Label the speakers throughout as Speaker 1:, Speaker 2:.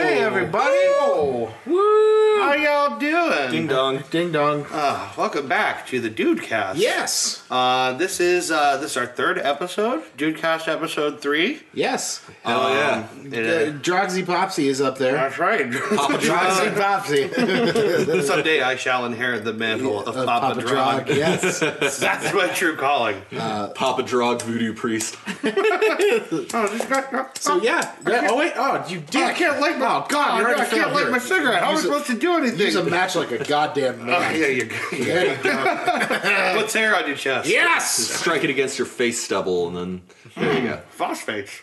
Speaker 1: everybody. Woo! How y'all doing?
Speaker 2: Ding dong.
Speaker 3: Ding dong.
Speaker 1: Uh, welcome back to the Dudecast.
Speaker 3: Yes.
Speaker 1: Uh, this is uh, this is our third episode, Dudecast episode three.
Speaker 3: Yes.
Speaker 2: Hell yeah.
Speaker 1: It,
Speaker 3: Uh,
Speaker 1: uh,
Speaker 3: Drogsy Popsy is up there.
Speaker 1: that's right.
Speaker 3: Drogsy Popsy.
Speaker 1: Someday I shall inherit the mantle of
Speaker 3: Uh,
Speaker 1: Papa, Drog.
Speaker 3: Yes.
Speaker 1: That's my true calling.
Speaker 2: Uh, Papa Drog Voodoo Priest.
Speaker 3: So yeah. yeah. Oh wait. Oh, you did.
Speaker 1: I can't light my
Speaker 3: Oh God.
Speaker 1: I
Speaker 3: You're
Speaker 1: can't light my cigarette. How am I supposed to do anything?
Speaker 3: Use a match like a goddamn
Speaker 1: Oh,
Speaker 3: man.
Speaker 1: yeah, you Put hair on your chest.
Speaker 3: Yes.
Speaker 2: Strike it against your face stubble and then there you go.
Speaker 1: Phosphates.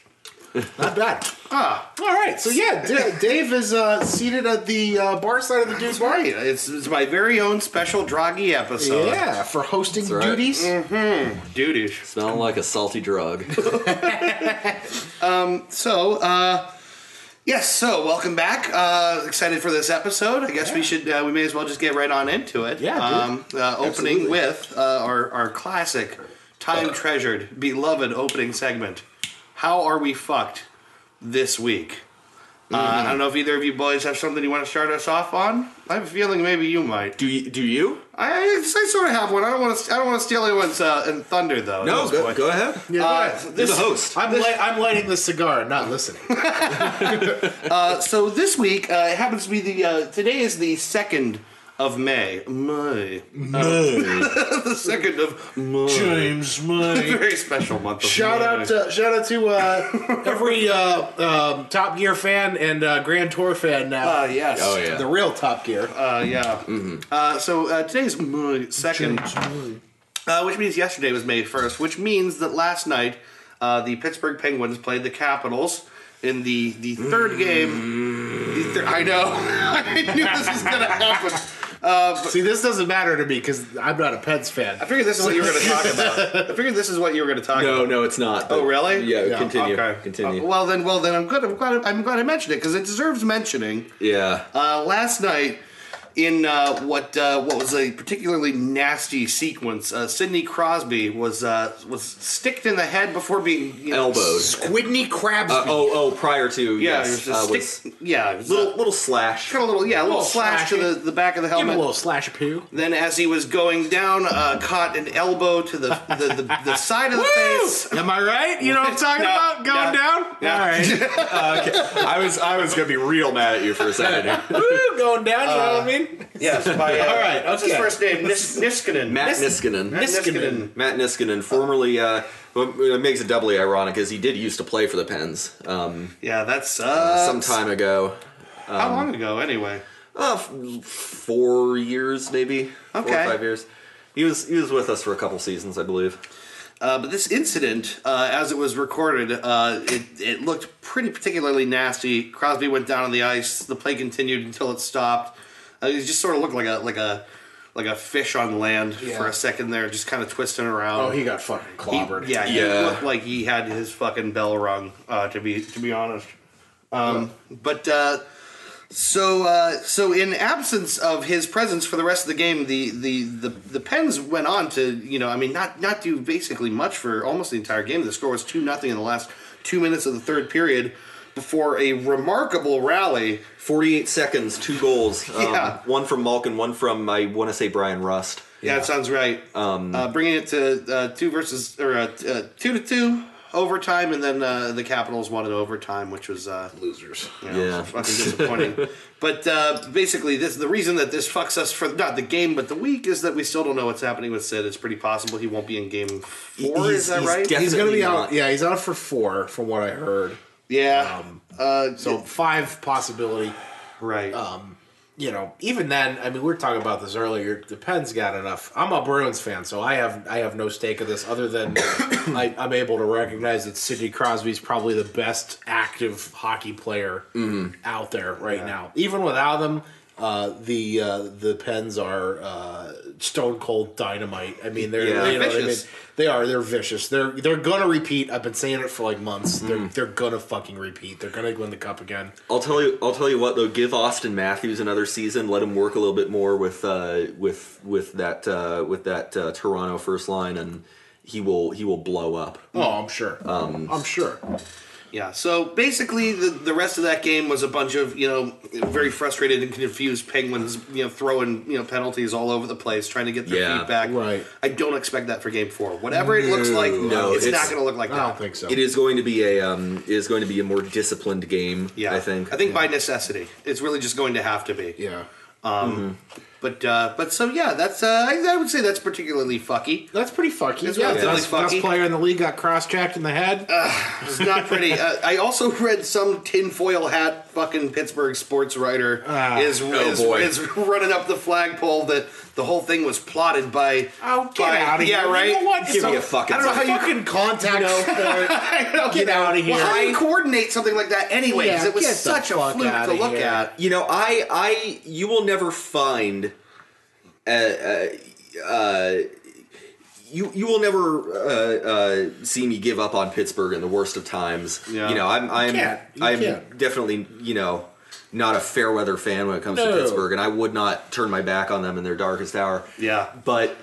Speaker 3: Not bad.
Speaker 1: Ah,
Speaker 3: All right. So yeah, D- Dave is uh, seated at the uh, bar side of the dude's
Speaker 1: that's right. It's, it's my very own special droggy episode.
Speaker 3: Yeah, for hosting
Speaker 2: right.
Speaker 3: duties.
Speaker 1: Dudish.
Speaker 2: Smelling like a salty drug.
Speaker 1: So, uh, yes, so welcome back. Uh, excited for this episode. I guess we should, uh, we may as well just get right on into it.
Speaker 3: Yeah, dude.
Speaker 1: Um, uh, opening
Speaker 3: Absolutely.
Speaker 1: with uh, our, our classic, time treasured, beloved opening segment. How are we fucked this week? Uh, I don't know if either of you boys have something you want to start us off on. I have a feeling maybe you might.
Speaker 2: Do you, do you?
Speaker 1: I, I, I sort of have one. I don't want to. I don't want to steal anyone's uh, in thunder though. at
Speaker 2: No,
Speaker 1: this
Speaker 2: go,
Speaker 1: point.
Speaker 2: go ahead.
Speaker 3: Yeah,
Speaker 1: Uh,
Speaker 3: go ahead.
Speaker 1: this-
Speaker 2: You're the host.
Speaker 3: I'm, li- I'm lighting the cigar, not listening.
Speaker 1: So this week, uh, it happens to be the uh, today is the second of May. May. the second of May.
Speaker 3: James Money.
Speaker 1: Very special month. Of
Speaker 3: Shout
Speaker 1: May.
Speaker 3: out to shout out to uh, every uh, um, Top Gear fan and uh, Grand Tour fan now.
Speaker 1: Uh, yes.
Speaker 2: Oh, yeah. Mm-hmm.
Speaker 3: The real Top Gear.
Speaker 1: Uh, yeah. Uh, so uh, today's May second, uh, which means yesterday was May first, which means that last night uh, the Pittsburgh Penguins played the Capitals in the the third game. The thir- I know. I knew this was gonna happen.
Speaker 3: See, this doesn't matter to me because I'm not a Pens fan.
Speaker 1: I figured this is what you were gonna talk about. I figured this is what you were gonna talk about.
Speaker 2: No, no, it's not. but-
Speaker 1: Oh, really?
Speaker 2: Yeah,
Speaker 3: Yeah.
Speaker 2: continue.
Speaker 1: Okay.
Speaker 2: Continue.
Speaker 1: Uh, well then, well then, I'm good. I'm glad. I'm glad I mentioned it because it deserves mentioning.
Speaker 2: yeah.
Speaker 1: Uh, last night, in uh, what uh, what was a particularly nasty sequence, uh, Sidney Crosby was uh, was sticked in the head before being you know,
Speaker 2: Elbowed.
Speaker 1: s-
Speaker 3: Squidney Crabs.
Speaker 2: Uh, oh, oh, prior to,
Speaker 1: Yeah,
Speaker 2: yes.
Speaker 1: it was
Speaker 2: uh,
Speaker 1: a
Speaker 2: was
Speaker 1: stick. yeah, it was a-
Speaker 2: little, little slash.
Speaker 1: kind of little, yeah, a little,
Speaker 3: little
Speaker 1: slash to
Speaker 3: slash.
Speaker 1: the, the back of the
Speaker 3: Give him a
Speaker 1: helmet.
Speaker 3: little slash poo.
Speaker 1: Then, as he was going down, uh, caught an elbow to the the, the, the side of the face.
Speaker 3: Am I right? You know what I'm talking
Speaker 1: No,
Speaker 3: about? Going
Speaker 1: no,
Speaker 3: down?
Speaker 1: no.
Speaker 3: All right.
Speaker 2: Uh, I was I was going to be real mad at you for a second. here.
Speaker 3: Woo, going down, you know what I mean?
Speaker 1: Yes, by uh, all
Speaker 3: right,
Speaker 1: What's his
Speaker 3: okay.
Speaker 1: first name? Nis- Niskanen.
Speaker 2: Matt Niskanen.
Speaker 1: Niskanen.
Speaker 2: Matt Niskanen, formerly, uh, what what makes it doubly ironic is he did used to play for the Pens um,
Speaker 1: Yeah, that's uh,
Speaker 2: some time ago.
Speaker 1: How long ago, anyway?
Speaker 2: Uh, f- four years, maybe. Four
Speaker 1: Okay.
Speaker 2: or five years. He was he was with us for a couple seasons, I believe.
Speaker 1: Uh, but this incident, uh, as it was recorded, uh, it, it looked pretty particularly nasty. Crosby went down on the ice. The play continued until it stopped. Uh, it just sort of looked like a like a like a fish on land for
Speaker 3: Yeah.
Speaker 1: a second there, just kind of twisting around.
Speaker 3: Oh, he got fucking
Speaker 1: He-
Speaker 3: clobbered.
Speaker 1: yeah, he
Speaker 2: Yeah.
Speaker 1: looked like he had his fucking bell rung. Uh, to be to be honest, um, but uh, so uh, so in absence of his presence for the rest of the game, the the the the Pens went on to you know I mean not not do basically much for almost the entire game. The score was two nothing in the last two minutes of the third period before a remarkable rally.
Speaker 2: Forty eight seconds, two goals. Um,
Speaker 1: Yeah.
Speaker 2: One from Malkin, one from I want to say Brian Rust.
Speaker 1: Yeah, that sounds right. uh, bringing it to uh, two versus or uh, t- uh, two to two overtime, and then uh, the Capitals won in overtime, which was uh,
Speaker 3: Losers.
Speaker 1: you know,
Speaker 2: Yeah.
Speaker 1: fucking disappointing. but uh, basically, this the reason that this fucks us for not the game but the week is that we still don't know what's happening with Sid. It's pretty possible he won't be in game four.
Speaker 2: He's-
Speaker 1: is that
Speaker 2: he's
Speaker 1: right?
Speaker 2: def-
Speaker 3: He's going to be
Speaker 2: Definitely
Speaker 3: out.
Speaker 2: not.
Speaker 3: Yeah, he's out for four, from what I heard.
Speaker 1: yeah.
Speaker 2: um,
Speaker 1: uh,
Speaker 3: So five possibility.
Speaker 1: right.
Speaker 2: um,
Speaker 3: you know, even then, I mean, we were talking about this earlier. The Pens got enough. I'm a Bruins fan, so I have I have no stake of this other than I, I'm able to recognize that Sidney Crosby's probably the best active hockey player out there right now. Even without them, uh, the uh, the Pens are uh, stone cold dynamite. I mean, they're
Speaker 2: Yeah.
Speaker 3: you know, I mean,
Speaker 1: Vicious.
Speaker 3: they are they're vicious. They're they're gonna repeat. I've been saying it for like months. They're they're gonna fucking repeat. They're gonna win the cup again.
Speaker 2: I'll tell you. I'll tell you what though. Give Austin Matthews another season. Let him work a little bit more with uh, with with that uh, with that uh, Toronto first line, and he will he will blow up.
Speaker 3: Oh, I'm Um, sure. I'm sure.
Speaker 1: Yeah. So basically, the, the rest of that game was a bunch of you know very frustrated and confused penguins, you know, throwing you know penalties all over the place, trying to get their
Speaker 2: Yeah.
Speaker 1: feet back.
Speaker 3: Right.
Speaker 1: I don't expect that for game four. Whatever it looks like,
Speaker 2: No,
Speaker 1: it's,
Speaker 2: it's-
Speaker 1: not going to look like
Speaker 3: I
Speaker 1: that.
Speaker 3: don't think so.
Speaker 2: It is going to be a um, it is going to be a more disciplined game.
Speaker 1: Yeah.
Speaker 2: I think.
Speaker 1: I think by necessity, it's really just going to have to be.
Speaker 3: Yeah.
Speaker 1: But uh, but so yeah, that's uh, I, I would say that's particularly fucky.
Speaker 3: That's pretty fucky.
Speaker 1: It's
Speaker 3: yeah,
Speaker 1: relatively
Speaker 3: best,
Speaker 1: fucky.
Speaker 3: best player in the league got cross-checked in the head.
Speaker 2: Uh,
Speaker 1: It's not pretty. uh, I also read some tinfoil hat fucking Pittsburgh sports writer
Speaker 3: Ah.
Speaker 1: is,
Speaker 2: Oh,
Speaker 1: is,
Speaker 2: boy.
Speaker 1: is running up the flagpole that the whole thing was plotted by.
Speaker 3: oh, get
Speaker 1: by-
Speaker 3: out of
Speaker 1: yeah,
Speaker 3: here!
Speaker 1: right.
Speaker 3: You know what?
Speaker 2: Give
Speaker 3: It's
Speaker 2: me
Speaker 3: a-
Speaker 2: a fucking
Speaker 3: I don't know
Speaker 2: break.
Speaker 3: how you can contact.
Speaker 1: I know.
Speaker 3: Get outta here.
Speaker 1: Well, how do you coordinate something like that anyway? Because
Speaker 3: Yeah,
Speaker 1: it was
Speaker 3: get the
Speaker 1: such a
Speaker 3: fuck
Speaker 1: fluke
Speaker 3: outta
Speaker 1: to look
Speaker 3: here.
Speaker 1: at.
Speaker 2: You know, I I you will never find. Uh, uh, uh, you, you will never uh, uh, see me give up on Pittsburgh in the worst of times.
Speaker 1: Yeah.
Speaker 2: You know I'm I'm
Speaker 3: can't. You
Speaker 2: I'm
Speaker 3: can't.
Speaker 2: definitely you know not a fair weather fan when it comes
Speaker 3: No.
Speaker 2: to Pittsburgh, and I would not turn my back on them in their darkest hour.
Speaker 1: Yeah.
Speaker 2: But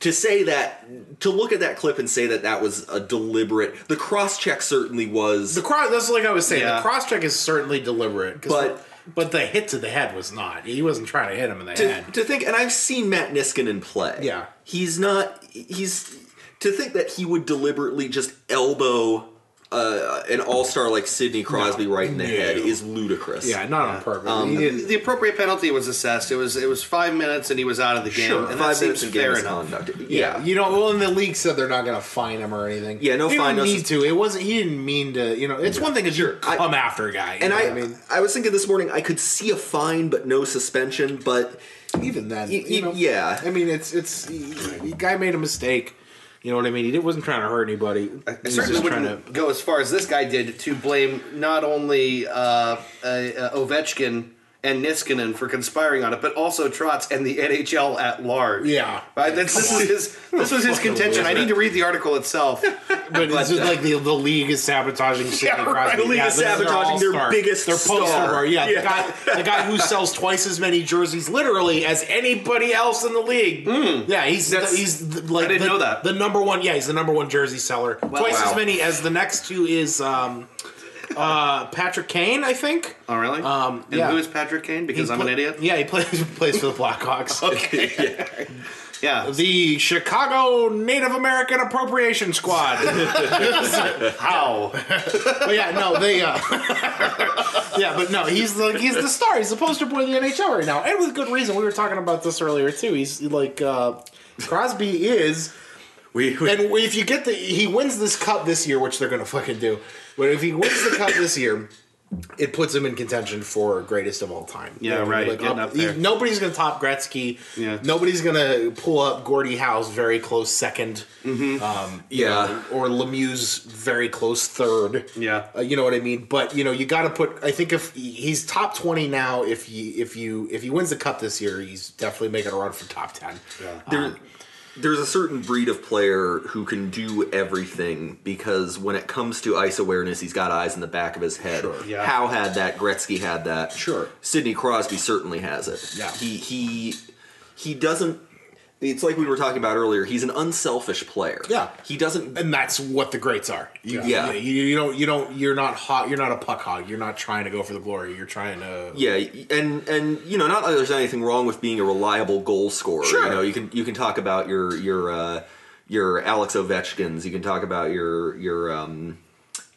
Speaker 2: to say that, to look at that clip and say that that was a deliberate, the cross check certainly was.
Speaker 3: The cross. That's like I was saying.
Speaker 1: Yeah.
Speaker 3: The cross check is certainly deliberate, 'cause-
Speaker 2: But-
Speaker 3: but the hit to the head was not. He wasn't trying to hit him in the
Speaker 2: to,
Speaker 3: head.
Speaker 2: to think, and I've seen Matt Niskanen play.
Speaker 3: Yeah.
Speaker 2: he's not. He's to think that he would deliberately just elbow uh, an all star like Sidney Crosby right in the
Speaker 3: No.
Speaker 2: head is ludicrous.
Speaker 3: Yeah, not on purpose.
Speaker 2: Um,
Speaker 3: he didn't.
Speaker 1: The appropriate penalty was assessed. It was it was five minutes, and he was out of the game.
Speaker 2: sure.
Speaker 1: and that
Speaker 2: five
Speaker 1: seems
Speaker 2: minutes in game
Speaker 1: fair enough.
Speaker 2: misconduct.
Speaker 3: Yeah.
Speaker 2: Yeah.
Speaker 3: you know. Well, and the league said they're not going to fine him or anything.
Speaker 2: Yeah, no
Speaker 3: He
Speaker 2: fine, no
Speaker 3: Didn't need
Speaker 2: sus-
Speaker 3: to. It wasn't. He didn't mean to. You know, it's one thing if you
Speaker 2: I-
Speaker 3: come after a guy. you
Speaker 2: And
Speaker 3: know
Speaker 2: I,
Speaker 3: what mean,
Speaker 2: I was thinking this morning, I could see a fine but no suspension, but
Speaker 3: even then,
Speaker 2: Y-
Speaker 3: you
Speaker 2: y-
Speaker 3: know,
Speaker 2: yeah.
Speaker 3: I mean, it's it's the guy made a mistake. You know what I mean? He did- wasn't trying to hurt anybody.
Speaker 1: I
Speaker 3: He was
Speaker 1: certainly
Speaker 3: just trying to.
Speaker 1: wouldn't go as far as this guy did to blame not only uh, uh, uh, Ovechkin and Niskanen for conspiring on it, but also Trotz and the NHL at large.
Speaker 3: Yeah.
Speaker 1: right. That's, this is his. This was his contention. I need to read the article itself.
Speaker 3: But it's just like the, the league is sabotaging Sidney
Speaker 1: uh, Yeah, right.
Speaker 3: Crosby.
Speaker 1: The league
Speaker 3: this
Speaker 2: is
Speaker 3: their
Speaker 2: sabotaging their
Speaker 3: all-star.
Speaker 2: biggest
Speaker 3: their poster
Speaker 2: star.
Speaker 3: boy, Yeah,
Speaker 2: Yeah.
Speaker 3: The, guy, the guy who sells twice as many jerseys literally as anybody else in the league. Yeah, he's the,
Speaker 1: Hmm. That's-
Speaker 3: he's the, like
Speaker 1: I didn't
Speaker 3: the,
Speaker 1: know that.
Speaker 3: the number one. Yeah, he's the number one jersey seller. twice
Speaker 2: wow.
Speaker 3: as many as the next two is um, uh, Patrick Kane, I think.
Speaker 1: Oh, really?
Speaker 3: Um,
Speaker 1: and
Speaker 3: yeah.
Speaker 1: who is Patrick Kane? Because I'm an
Speaker 3: Pla-
Speaker 1: idiot.
Speaker 3: Yeah, he plays plays for the Blackhawks.
Speaker 1: Yeah.
Speaker 3: The Chicago Native American Appropriation Squad.
Speaker 1: How?
Speaker 3: But yeah, no, they. Uh, yeah, but no, he's the he's the star. He's the poster boy of the NHL right now, and with good reason. We were talking about this earlier too. He's like uh, Crosby is,
Speaker 2: we, we
Speaker 3: and if you get the he wins this cup this year, which they're gonna fucking do. But if he wins the cup this year. It puts him in contention for greatest of all time.
Speaker 1: Yeah,
Speaker 3: what I mean?
Speaker 1: right, getting up there.
Speaker 3: he- nobody's going to top Gretzky.
Speaker 1: Yeah.
Speaker 3: Nobody's going to pull up Gordie Howe's very close 2nd
Speaker 1: Mm-hmm.
Speaker 3: Um, you
Speaker 2: Yeah.
Speaker 3: know, or Lemieux's very close third.
Speaker 1: Yeah.
Speaker 3: Uh, you know what I mean? But you know, you got to put. I think if he- he's top twenty now, if you if you if he wins the cup this year, he's definitely making a run for top ten.
Speaker 2: there, there's a certain breed of player who can do everything because when it comes to ice awareness, he's got eyes in the back of his head.
Speaker 1: Yeah.
Speaker 2: Howe had that. Gretzky had that.
Speaker 3: Sure.
Speaker 2: Sidney Crosby certainly has it.
Speaker 3: Yeah.
Speaker 2: He he he doesn't. It's like we were talking about earlier. He's an unselfish player.
Speaker 3: Yeah.
Speaker 2: He doesn't.
Speaker 3: And that's what the greats are. You,
Speaker 2: Yeah.
Speaker 3: you, you don't you don't you're not hot. You're not a puck hog. You're not trying to go for the glory. You're trying to.
Speaker 2: Yeah, and and you know, not that there's anything wrong with being a reliable goal scorer.
Speaker 3: Sure.
Speaker 2: You know, you can you can talk about your your uh, your Alex Ovechkins. You can talk about your your um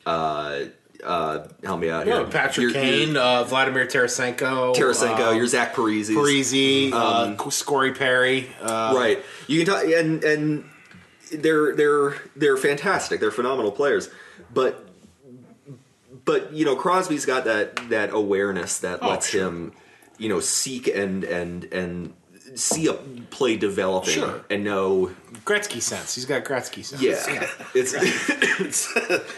Speaker 2: uh uh help me out
Speaker 3: You
Speaker 2: here,
Speaker 3: know, Patrick
Speaker 2: your,
Speaker 3: Kane,
Speaker 2: your
Speaker 3: uh, Vladimir Tarasenko,
Speaker 2: Tarasenko,
Speaker 3: uh,
Speaker 2: your Zach Parise,
Speaker 3: Parisi,
Speaker 1: Um,
Speaker 3: uh, Corey Perry. Uh,
Speaker 2: right? You can talk and and they're they're they're fantastic. They're phenomenal players, but but you know Crosby's got that that awareness that lets
Speaker 3: Oh, sure.
Speaker 2: him you know seek and and and see a play developing
Speaker 3: Sure.
Speaker 2: and know
Speaker 3: Gretzky sense. He's got Gretzky sense.
Speaker 2: yeah it's
Speaker 1: It's,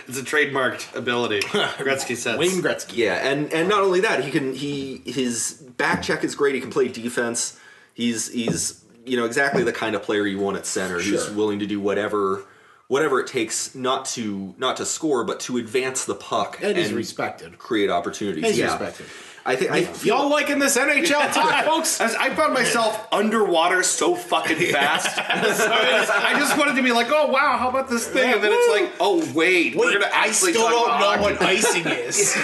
Speaker 1: it's a trademarked ability. Gretzky says.
Speaker 3: Wayne Gretzky.
Speaker 2: yeah and and not only that he can he his back check is great he can play defense he's he's you know exactly the kind of player you want at center who's
Speaker 3: Sure.
Speaker 2: willing to do whatever whatever it takes not to not to score but to advance the puck
Speaker 3: And he's respected.
Speaker 2: create opportunities
Speaker 3: He's
Speaker 2: yeah
Speaker 3: respected.
Speaker 2: I think I feel
Speaker 4: Y'all liking this NHL talk, folks?
Speaker 1: I, was- I found myself underwater so fucking fast. I, just, I just wanted to be like, oh wow, how about this thing? And then it's like, oh wait, we're gonna actually talk about hockey.
Speaker 4: icing is.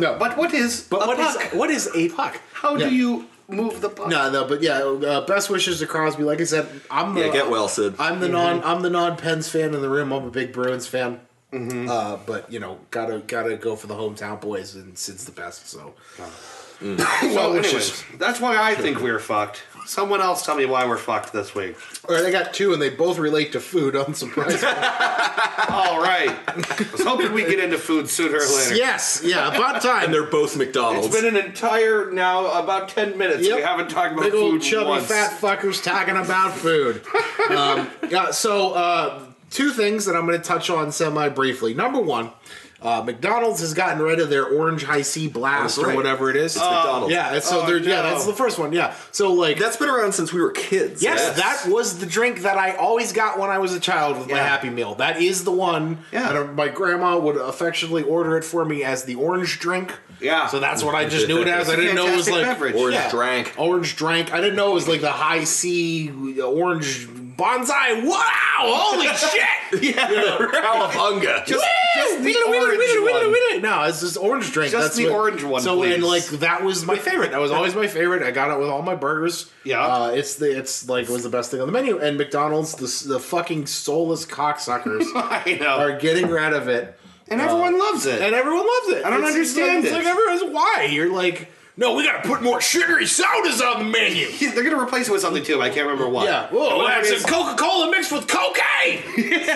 Speaker 3: no,
Speaker 1: But what is
Speaker 4: But
Speaker 1: a
Speaker 4: what is
Speaker 1: puck?
Speaker 4: what is a puck?
Speaker 1: How
Speaker 3: Yeah.
Speaker 1: do you move the puck?
Speaker 3: no, no. But yeah, uh, best wishes to Crosby. Like I said, I'm the
Speaker 2: yeah, get well, Sid.
Speaker 3: I'm the non I'm the non Pens fan in the room. I'm a big Bruins fan.
Speaker 1: Mm-hmm.
Speaker 3: Uh, but you know, gotta gotta go for the hometown boys, and Sid's the best. So, well,
Speaker 1: So
Speaker 3: which
Speaker 1: Oh. Mm. anyways,
Speaker 3: is
Speaker 1: that's why I think we're fucked. Someone else tell me why we're fucked this week.
Speaker 3: all right. I got two, and they both relate to food. Unsurprisingly,
Speaker 1: All right. I was hoping we get into food sooner or later.
Speaker 3: yes, yeah, about time.
Speaker 2: And they're both McDonald's.
Speaker 1: It's been an entire now about ten minutes.
Speaker 3: Yep.
Speaker 1: We haven't talked about
Speaker 3: Big
Speaker 1: food
Speaker 3: old chubby
Speaker 1: once.
Speaker 3: fat fuckers talking about food. um, yeah, so uh, two things that I'm going to touch on semi briefly. Number one, uh, McDonald's has gotten rid of their orange high C blast
Speaker 2: That's
Speaker 3: or
Speaker 2: right.
Speaker 3: whatever it is.
Speaker 2: It's McDonald's.
Speaker 3: yeah, and so
Speaker 1: Oh,
Speaker 3: they're yeah,
Speaker 1: no.
Speaker 3: that's the first one. Yeah, so like
Speaker 2: That's been around since we were kids.
Speaker 3: Yes, that was the drink that I always got when I was a child with my
Speaker 1: Yeah.
Speaker 3: Happy Meal. That is the one.
Speaker 1: Yeah.
Speaker 3: that, uh, my grandma would affectionately order it for me as the orange drink.
Speaker 1: Yeah.
Speaker 3: So that's what I just knew it as. I didn't know it was
Speaker 1: Fantastic
Speaker 3: like
Speaker 1: beverage.
Speaker 2: Orange
Speaker 3: Yeah.
Speaker 2: drank.
Speaker 3: orange drank. I didn't know it was like the high C uh, orange bonsai. Wow! Holy shit!
Speaker 1: Yeah.
Speaker 2: Cowabunga.
Speaker 1: Just, just the
Speaker 3: Wee-da, wee-da,
Speaker 1: orange
Speaker 3: wee-da, wee-da,
Speaker 1: one.
Speaker 3: wee-da. No, it's just orange drink.
Speaker 1: Just
Speaker 3: That's
Speaker 1: the
Speaker 3: what-
Speaker 1: orange one,
Speaker 3: So and like
Speaker 1: please.
Speaker 3: that was my favorite. That was always my favorite. I got it with all my burgers.
Speaker 1: Yeah.
Speaker 3: uh, it's the it's like was the best thing on the menu. And McDonald's, the s- the fucking soulless cocksuckers
Speaker 1: I know.
Speaker 3: are getting rid of it,
Speaker 1: and everyone loves it.
Speaker 3: and everyone loves it.
Speaker 1: I don't
Speaker 3: It's-
Speaker 1: understand
Speaker 3: It's like
Speaker 1: it.
Speaker 3: everyone's why you're like. No, we gotta put more sugary sodas on the menu.
Speaker 1: Yeah, they're gonna replace it with something too. but I can't remember what.
Speaker 3: Yeah.
Speaker 1: And
Speaker 3: Whoa,
Speaker 1: whatever it
Speaker 3: that's
Speaker 1: is-
Speaker 3: a Coca Cola mixed with cocaine! Woo!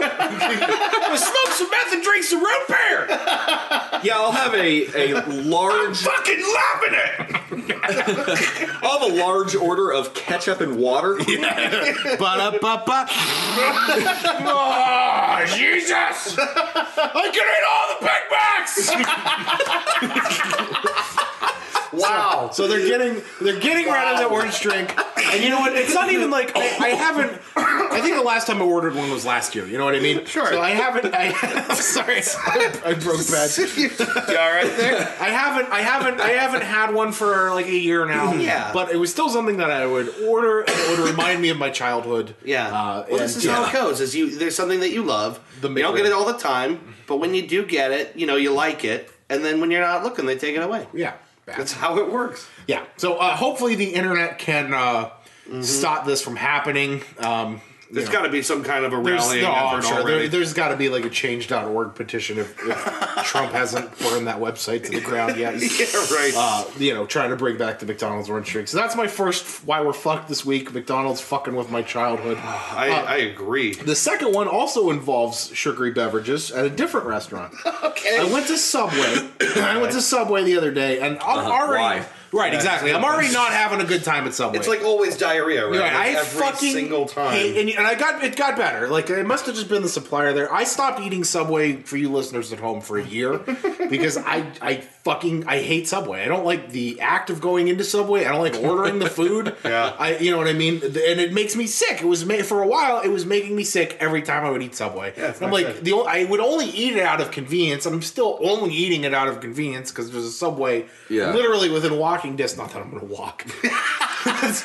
Speaker 3: Gonna smoke some meth and drink some root beer!
Speaker 2: Yeah, I'll have a, a large
Speaker 3: Fucking loving it!
Speaker 2: I'll have a large order of ketchup and water.
Speaker 3: Ba-da-ba-ba. oh, Jesus! I can eat all the Big Macs!
Speaker 1: wow.
Speaker 3: So they're getting they're getting rid of the orange drink, and you know what? It's not even like I, I haven't. I think the last time I ordered one was last year. You know what I mean?
Speaker 1: Sure.
Speaker 3: So I haven't. I, I'm sorry, I broke bad.
Speaker 1: you all right there?
Speaker 3: I haven't, I haven't, I haven't had one for like a year now.
Speaker 1: Yeah.
Speaker 3: but it was still something that I would order. And it would remind me of my childhood.
Speaker 1: Yeah.
Speaker 3: Uh,
Speaker 1: well,
Speaker 3: and-
Speaker 1: this is how it goes. Is you there's something that you love.
Speaker 3: The
Speaker 1: you don't
Speaker 3: McRib.
Speaker 1: get it all the time, but when you do get it, you know you like it, and then when you're not looking, they take it away.
Speaker 3: yeah, bad.
Speaker 1: That's how it works.
Speaker 3: yeah. So uh, hopefully the internet can uh, stop this from happening. Um, you
Speaker 1: There's
Speaker 3: know,
Speaker 1: got to be some kind of a
Speaker 3: there's-
Speaker 1: rallying
Speaker 3: no, I'm
Speaker 1: effort
Speaker 3: sure
Speaker 1: already.
Speaker 3: there, there's got to be like a change.org petition if, if Trump hasn't burned that website to the ground yet.
Speaker 1: yeah, right.
Speaker 3: Uh, you know, trying to bring back the McDonald's orange drink. So that's my first why we're fucked this week. McDonald's fucking with my childhood.
Speaker 1: I, I agree.
Speaker 3: The second one also involves sugary beverages at a different restaurant.
Speaker 1: Okay.
Speaker 3: I went to Subway. I went to Subway the other day, and I'm already
Speaker 2: why?
Speaker 3: right. Exactly. I'm already not having a good time at Subway.
Speaker 1: It's like always diarrhea, right? Like
Speaker 3: Right, I
Speaker 1: every
Speaker 3: fucking
Speaker 1: single time.
Speaker 3: hate- and, and I got it got better. Like it must have just been the supplier there. I stopped eating Subway for you listeners at home for a year because I I fucking I hate Subway. I don't like the act of going into Subway. I don't like ordering the food.
Speaker 1: Yeah.
Speaker 3: I you know what I mean. And it makes me sick. It was ma- for a while. It was making me sick every time I would eat Subway.
Speaker 1: it's
Speaker 3: I'm
Speaker 1: not
Speaker 3: like
Speaker 1: good.
Speaker 3: the only, I would only eat it out of convenience, and I'm still only eating it out of convenience because there's a Subway
Speaker 2: Yeah.
Speaker 3: literally within walking distance. Not that I'm gonna walk.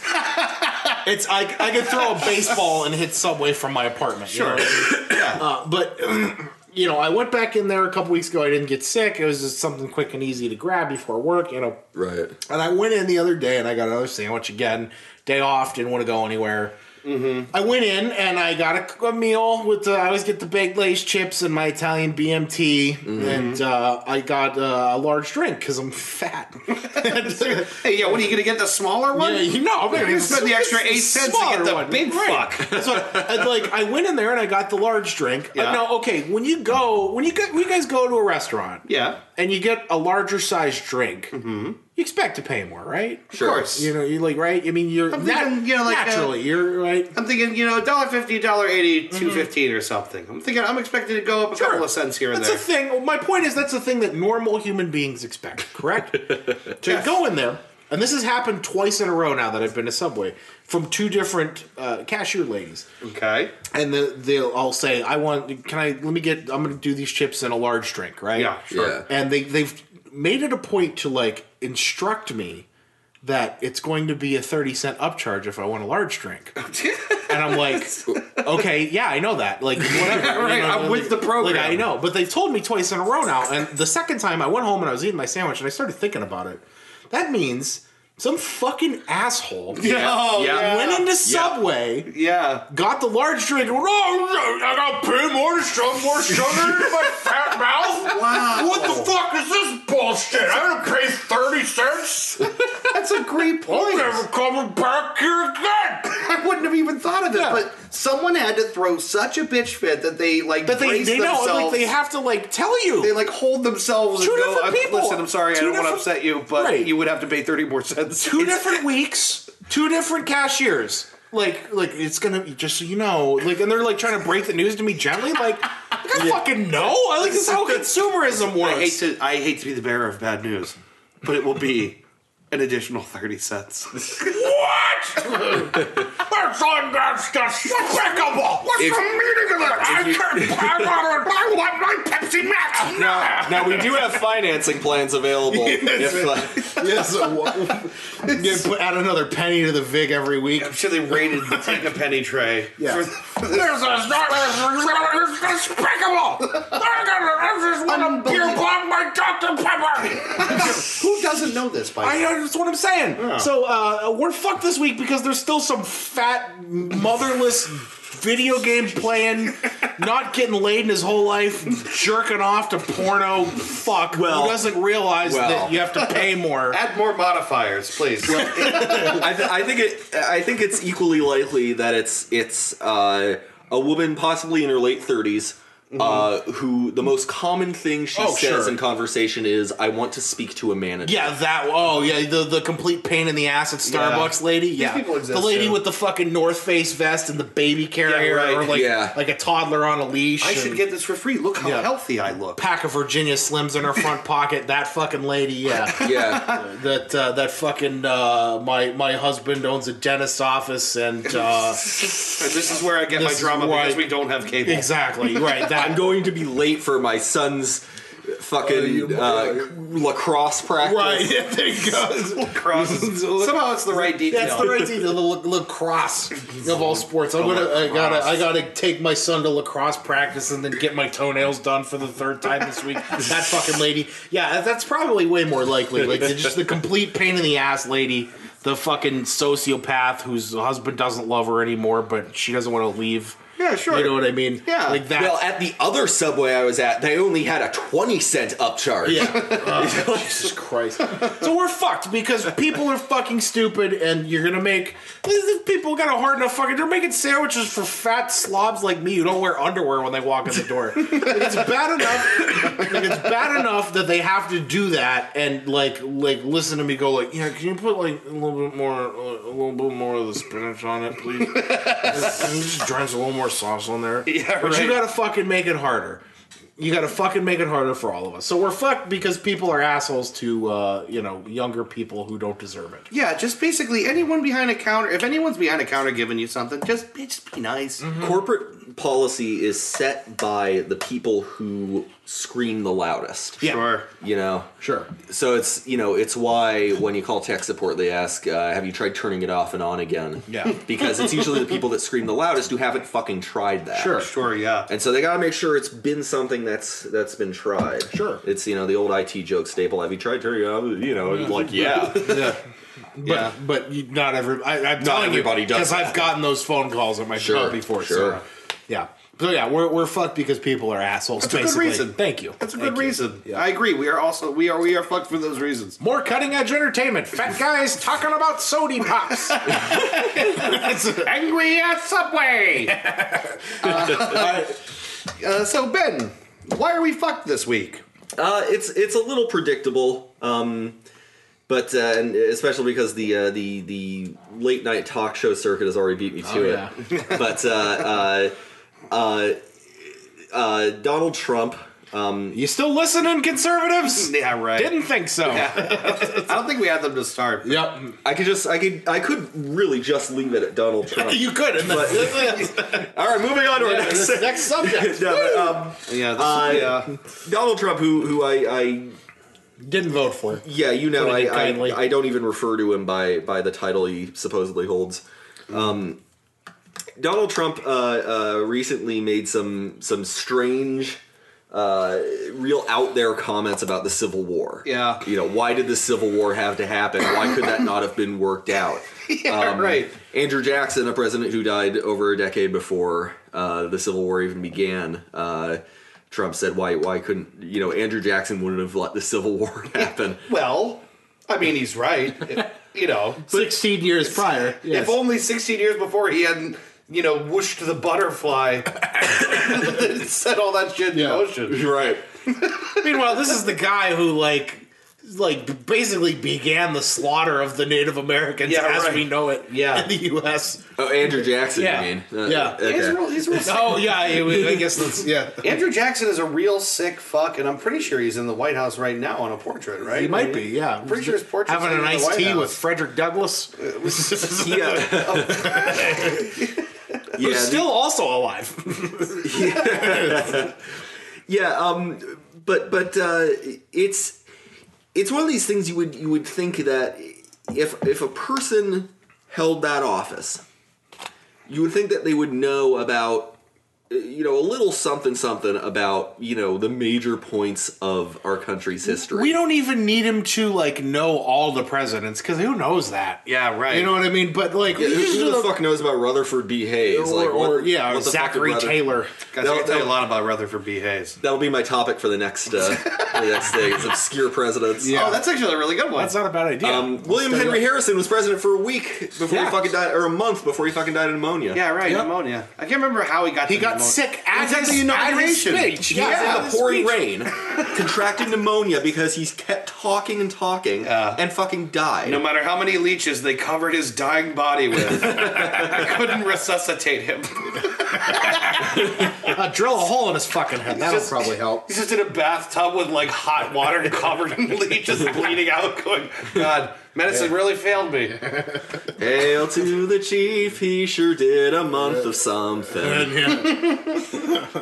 Speaker 3: It's I, I could throw a baseball and hit Subway from my apartment. Sure. uh, but you know, I went back in there a couple weeks ago. I didn't get sick. It was just something quick and easy to grab before work. You know,
Speaker 2: Right.
Speaker 3: and I went in the other day and I got another sandwich again. Day off, didn't want to go anywhere. Mm-hmm. I went in and I got a, a meal with the, I always get the baked lace chips and my Italian BMT,
Speaker 1: Mm-hmm.
Speaker 3: and uh, I got uh, a large drink because I'm fat.
Speaker 1: Hey, yeah, what are you gonna get the smaller one?
Speaker 3: Yeah, you know, I'm not
Speaker 1: You spend the extra eight cents to get the big fuck.
Speaker 3: That's what, and, like I went in there and I got the large drink.
Speaker 1: Yeah.
Speaker 3: Uh, no, okay. When you go, when you go, when you guys go to a restaurant,
Speaker 1: Yeah, Mm-hmm.
Speaker 3: and you get a larger sized drink, you expect to pay more, right?
Speaker 1: of course.
Speaker 3: You know, you like right. I mean, you're
Speaker 1: I'm
Speaker 3: nat-
Speaker 1: thinking, you know, like, uh,
Speaker 3: naturally, you're right.
Speaker 1: I'm thinking, you know, dollar fifty, dollar eighty,
Speaker 3: Mm-hmm.
Speaker 1: two fifteen or something. I'm thinking I'm expected to go up a couple of cents here and
Speaker 3: That's
Speaker 1: there.
Speaker 3: a thing. My point is, that's a thing that normal human beings expect. Correct? to go in there and this has happened twice in a row now that I've been to Subway from two different uh, cashier ladies
Speaker 1: Okay.
Speaker 3: and the, they'll all say, "I want. Can I? Let me get. I'm going to do these chips and a large drink, right?
Speaker 1: Yeah, sure.
Speaker 2: Yeah.
Speaker 3: And they they've made it a point to like instruct me that it's going to be a thirty cent upcharge if I want a large drink, and I'm like, okay, yeah, I know that. Like whatever.
Speaker 1: Yeah, right, I'm
Speaker 3: like-
Speaker 1: with the program.
Speaker 3: Like I know, but they've told me twice in a row now. And the second time, I went home and I was eating my sandwich and I started thinking about it. That means some fucking asshole.
Speaker 1: Oh,
Speaker 2: Yeah.
Speaker 3: Went into Subway
Speaker 1: Yeah.
Speaker 3: got the large drink and went, oh, I got pay more to shove more sugar into my fat mouth.
Speaker 1: Wow.
Speaker 3: What the fuck is this bullshit? I'm gonna pay 30 cents?
Speaker 1: That's a great
Speaker 3: I'm
Speaker 1: point.
Speaker 3: never coming back here again.
Speaker 1: I wouldn't have even thought of it,
Speaker 3: Yeah.
Speaker 1: but someone had to throw such a bitch fit that they like
Speaker 3: But they,
Speaker 1: brace
Speaker 3: they know,
Speaker 1: themselves.
Speaker 3: like, they have to, like, tell you.
Speaker 1: they, like hold themselves
Speaker 3: Two
Speaker 1: and go,
Speaker 3: different
Speaker 1: I'm,
Speaker 3: people.
Speaker 1: listen, I'm sorry, I
Speaker 3: Two
Speaker 1: don't want to
Speaker 3: different-
Speaker 1: upset you, but
Speaker 3: Right.
Speaker 1: you would have to pay 30 more cents.
Speaker 3: two
Speaker 1: It's-
Speaker 3: different weeks, two different cashiers. Like, like it's gonna just so you know, like, and they're like trying to break the news to me gently. Like, like I fucking know. I like this is how consumerism works.
Speaker 1: I hate to I hate to be the bearer of bad news, but it will be an additional 30 cents.
Speaker 3: What? That's un- that's despicable. What's the meaning of it? I can't. I want, I want my Pepsi Max now.
Speaker 2: Now we do have financing plans available. if, uh,
Speaker 5: Yes. put, add another penny to the vig every week.
Speaker 1: I'm sure they raided the take a penny tray.
Speaker 5: Yeah.
Speaker 3: This is not. This is despicable. I'm gonna. This is what I'm beer bong my Dr Pepper.
Speaker 1: Who doesn't know this by
Speaker 3: I, that's what I'm saying. So uh, we're fucked this week because there's still some fat, motherless, video game playing, not getting laid in his whole life, jerking off to porno. Fuck.
Speaker 2: Well-
Speaker 3: who doesn't realize
Speaker 2: well.
Speaker 3: that you have to pay more?
Speaker 1: Add more modifiers, please.
Speaker 2: uh, I, th- I think it. I think it's equally likely that it's it's uh, a woman, possibly in her late 30s uh, who the most common thing she
Speaker 3: Mm-hmm. Oh,
Speaker 2: says
Speaker 3: sure.
Speaker 2: in conversation is, "I want to speak to a manager."
Speaker 3: Yeah, that. Oh, yeah. The the complete pain in the ass at Starbucks lady. Yeah,
Speaker 1: people exist,
Speaker 3: the lady
Speaker 1: yeah.
Speaker 3: with the fucking North Face vest and the baby carrier,
Speaker 1: Yeah, right.
Speaker 3: or like
Speaker 2: Yeah.
Speaker 3: like a toddler on a leash.
Speaker 1: I should
Speaker 3: and
Speaker 1: get this for free. Look how
Speaker 3: Yeah.
Speaker 1: healthy I look.
Speaker 3: pack of Virginia Slims in her front pocket. That fucking lady. Yeah.
Speaker 2: yeah.
Speaker 3: that uh, that fucking uh, my my husband owns a dentist's office and uh,
Speaker 1: And this is where I get
Speaker 3: This
Speaker 1: my
Speaker 3: is
Speaker 1: drama
Speaker 3: why-
Speaker 1: because we don't have cable.
Speaker 3: exactly right that
Speaker 2: I'm going to be late for my son's fucking uh, lacrosse practice.
Speaker 3: Oh, right there you go.
Speaker 1: Crosses. Somehow it's the right detail.
Speaker 3: That's the right team. The la- lacrosse of all sports. I'm gonna. I gotta. I gotta take my son to lacrosse practice and then get my toenails done for the third time this week. That fucking lady. Yeah, that- that's probably way more likely. Like the- just the complete pain in the ass lady. The fucking sociopath whose husband doesn't love her anymore, but she doesn't want to leave.
Speaker 1: Yeah, sure.
Speaker 3: You know what I mean?
Speaker 1: Yeah.
Speaker 3: Like that.
Speaker 2: Well, at the other subway I was at, they only had a 20 cent upcharge.
Speaker 3: Yeah.
Speaker 1: Uh,
Speaker 3: Jesus Christ. So we're fucked because people are fucking stupid and you're gonna make these these people got a hard enough fucking they're making sandwiches for fat slobs like me who don't wear underwear when they walk in the door. Like, it's bad enough like it's bad enough that they have to do that and like like listen to me go like, yeah, can you put like a little bit more uh, a little bit more of the spinach on it, please? just, can you just drench a little more sauce on there.
Speaker 1: Yeah,
Speaker 3: But you
Speaker 1: right.
Speaker 3: gotta fucking make it harder you got to fucking make it harder for all of us. So we're fucked because people are assholes to uh, you know younger people who don't deserve it.
Speaker 1: Yeah, just basically anyone behind a counter. If anyone's behind a counter giving you something, just be- just be nice.
Speaker 3: Hmm.
Speaker 2: Corporate policy is set by the people who scream the loudest.
Speaker 3: Yeah.
Speaker 1: Sure.
Speaker 2: You know?
Speaker 3: Sure.
Speaker 2: So it's, you know, it's why when you call tech support, they ask, uh, have you tried turning it off and on again?
Speaker 3: Yeah.
Speaker 2: Because it's usually the people that scream the loudest who haven't fucking tried that.
Speaker 3: Sure.
Speaker 1: Sure. Yeah.
Speaker 2: And so they gotta make sure it's been something that's that's been tried.
Speaker 3: Sure.
Speaker 2: It's you know the old IT joke staple. Have you tried turning it off? You know,
Speaker 3: Hmm.
Speaker 2: and like yeah.
Speaker 3: Yeah. But, but you, not every I, I'm telling
Speaker 2: everybody
Speaker 3: you
Speaker 2: does
Speaker 3: because I've gotten those phone calls at my
Speaker 2: Sure,
Speaker 3: job before.
Speaker 2: sure.
Speaker 3: So, yeah. So yeah, we're, we're fucked because people are assholes.
Speaker 1: a good
Speaker 3: basically.
Speaker 1: reason.
Speaker 3: Thank you.
Speaker 1: That's a
Speaker 3: Thank
Speaker 1: good
Speaker 3: you.
Speaker 1: reason.
Speaker 3: Yeah.
Speaker 1: I agree. We are also we are we are fucked for those reasons.
Speaker 3: More cutting edge entertainment. Fat guys talking about sody pops. That's angry at Subway.
Speaker 1: Uh, so Ben, why are we fucked this week?
Speaker 2: Uh, it's it's a little predictable, um, but uh, and especially because the uh, the the late night talk show circuit has already beat me to
Speaker 3: Oh,
Speaker 2: it. but uh, uh, uh, uh, Donald Trump
Speaker 3: You still listening, conservatives?
Speaker 1: Yeah, right.
Speaker 3: Didn't think so.
Speaker 1: I don't think we had them to start.
Speaker 3: Yep.
Speaker 2: I could just, I could, I could really just leave it at Donald Trump.
Speaker 3: You could. And
Speaker 2: But- All right, moving on to our next.
Speaker 3: next, next subject.
Speaker 2: No, but, um,
Speaker 1: Yeah, this
Speaker 2: Uh,
Speaker 1: is, yeah.
Speaker 2: Donald Trump, who who I, I
Speaker 3: Didn't vote for it.
Speaker 2: yeah, you know, I,
Speaker 3: Putting it kindly.
Speaker 2: I I don't even refer to him by by the title he supposedly holds. Um, Donald Trump uh, uh, recently made some some strange, uh, real out there comments about the Civil War.
Speaker 1: Yeah.
Speaker 2: you know, why did the Civil War have to happen? Why could that not have been worked out?
Speaker 1: Yeah, right.
Speaker 2: Andrew Jackson, a president who died over a decade before uh, the Civil War even began, uh, Trump said, "Why? Why couldn't you know Andrew Jackson wouldn't have let the Civil War happen?"
Speaker 1: Well, I mean, he's right. you know,
Speaker 3: 16 years prior. Yes.
Speaker 1: if only 16 years before he hadn't, you know, whooshed the butterfly, set all that shit in
Speaker 3: Yeah.
Speaker 1: motion.
Speaker 2: right.
Speaker 3: Meanwhile, this is the guy who like like basically began the slaughter of the Native Americans
Speaker 1: Yeah,
Speaker 3: as
Speaker 1: right.
Speaker 3: we know it
Speaker 1: Yeah.
Speaker 3: in the U.S.
Speaker 2: Oh, Andrew Jackson.
Speaker 3: Yeah.
Speaker 2: You mean? Uh,
Speaker 3: Yeah.
Speaker 1: He's
Speaker 2: okay.
Speaker 1: real, he's real sick.
Speaker 3: Oh yeah, I, I guess that's yeah.
Speaker 1: Andrew Jackson is a real sick fuck, and I'm pretty sure he's in the White House right now on a portrait, right?
Speaker 3: He might be, yeah.
Speaker 1: Pretty sure his portrait's
Speaker 3: having a
Speaker 1: in the
Speaker 3: nice
Speaker 1: White
Speaker 3: tea
Speaker 1: House.
Speaker 3: with Frederick Douglass, who's
Speaker 2: uh, Yeah. yeah.
Speaker 3: still also alive.
Speaker 2: Yeah, um, but but uh, it's it's one of these things you would you would think that if if a person held that office, you would think that they would know about uh, you know a little something something about you know the major points of our country's history.
Speaker 3: we don't even need him to like know all the presidents because who knows that?
Speaker 1: Yeah, right.
Speaker 3: You know what I mean? But like,
Speaker 2: yeah,
Speaker 3: we
Speaker 2: who,
Speaker 3: just
Speaker 2: who
Speaker 3: do
Speaker 2: the fuck knows about Rutherford B. Hayes?
Speaker 3: Or, or, yeah, or
Speaker 2: the fuck did
Speaker 3: Zachary
Speaker 2: Ruther-
Speaker 3: Taylor.
Speaker 1: Guys, I
Speaker 2: That'll-
Speaker 1: can tell you a lot about Rutherford B. Hayes.
Speaker 2: That'll be my topic for the next uh, the next thing. It's obscure presidents.
Speaker 3: Yeah.
Speaker 1: Oh, that's actually a really good one.
Speaker 3: That's not a bad idea.
Speaker 2: Um, William Henry Harrison was president for a week before
Speaker 3: Yeah.
Speaker 2: he fucking died, or a month before he fucking died of pneumonia.
Speaker 1: yeah, right.
Speaker 3: Yep.
Speaker 1: Pneumonia. I can't remember how he got.
Speaker 3: he got sick at
Speaker 1: He's at
Speaker 3: his,
Speaker 1: the
Speaker 3: at his
Speaker 1: inauguration.
Speaker 3: speech.
Speaker 2: He was
Speaker 3: Yeah,
Speaker 2: in
Speaker 3: at
Speaker 2: the
Speaker 3: his
Speaker 2: pouring
Speaker 3: speech.
Speaker 2: rain, contracted pneumonia because he kept talking and talking
Speaker 1: Yeah.
Speaker 2: and fucking died.
Speaker 1: No matter how many leeches they covered his dying body with, I couldn't resuscitate him.
Speaker 3: Uh, drill a hole in his fucking head. That'll
Speaker 1: Just-
Speaker 3: probably help.
Speaker 1: He's just in a bathtub with like hot water covered in leeches, bleeding out. Going, God, medicine really failed me.
Speaker 2: Hail to the chief, he sure did a month of something.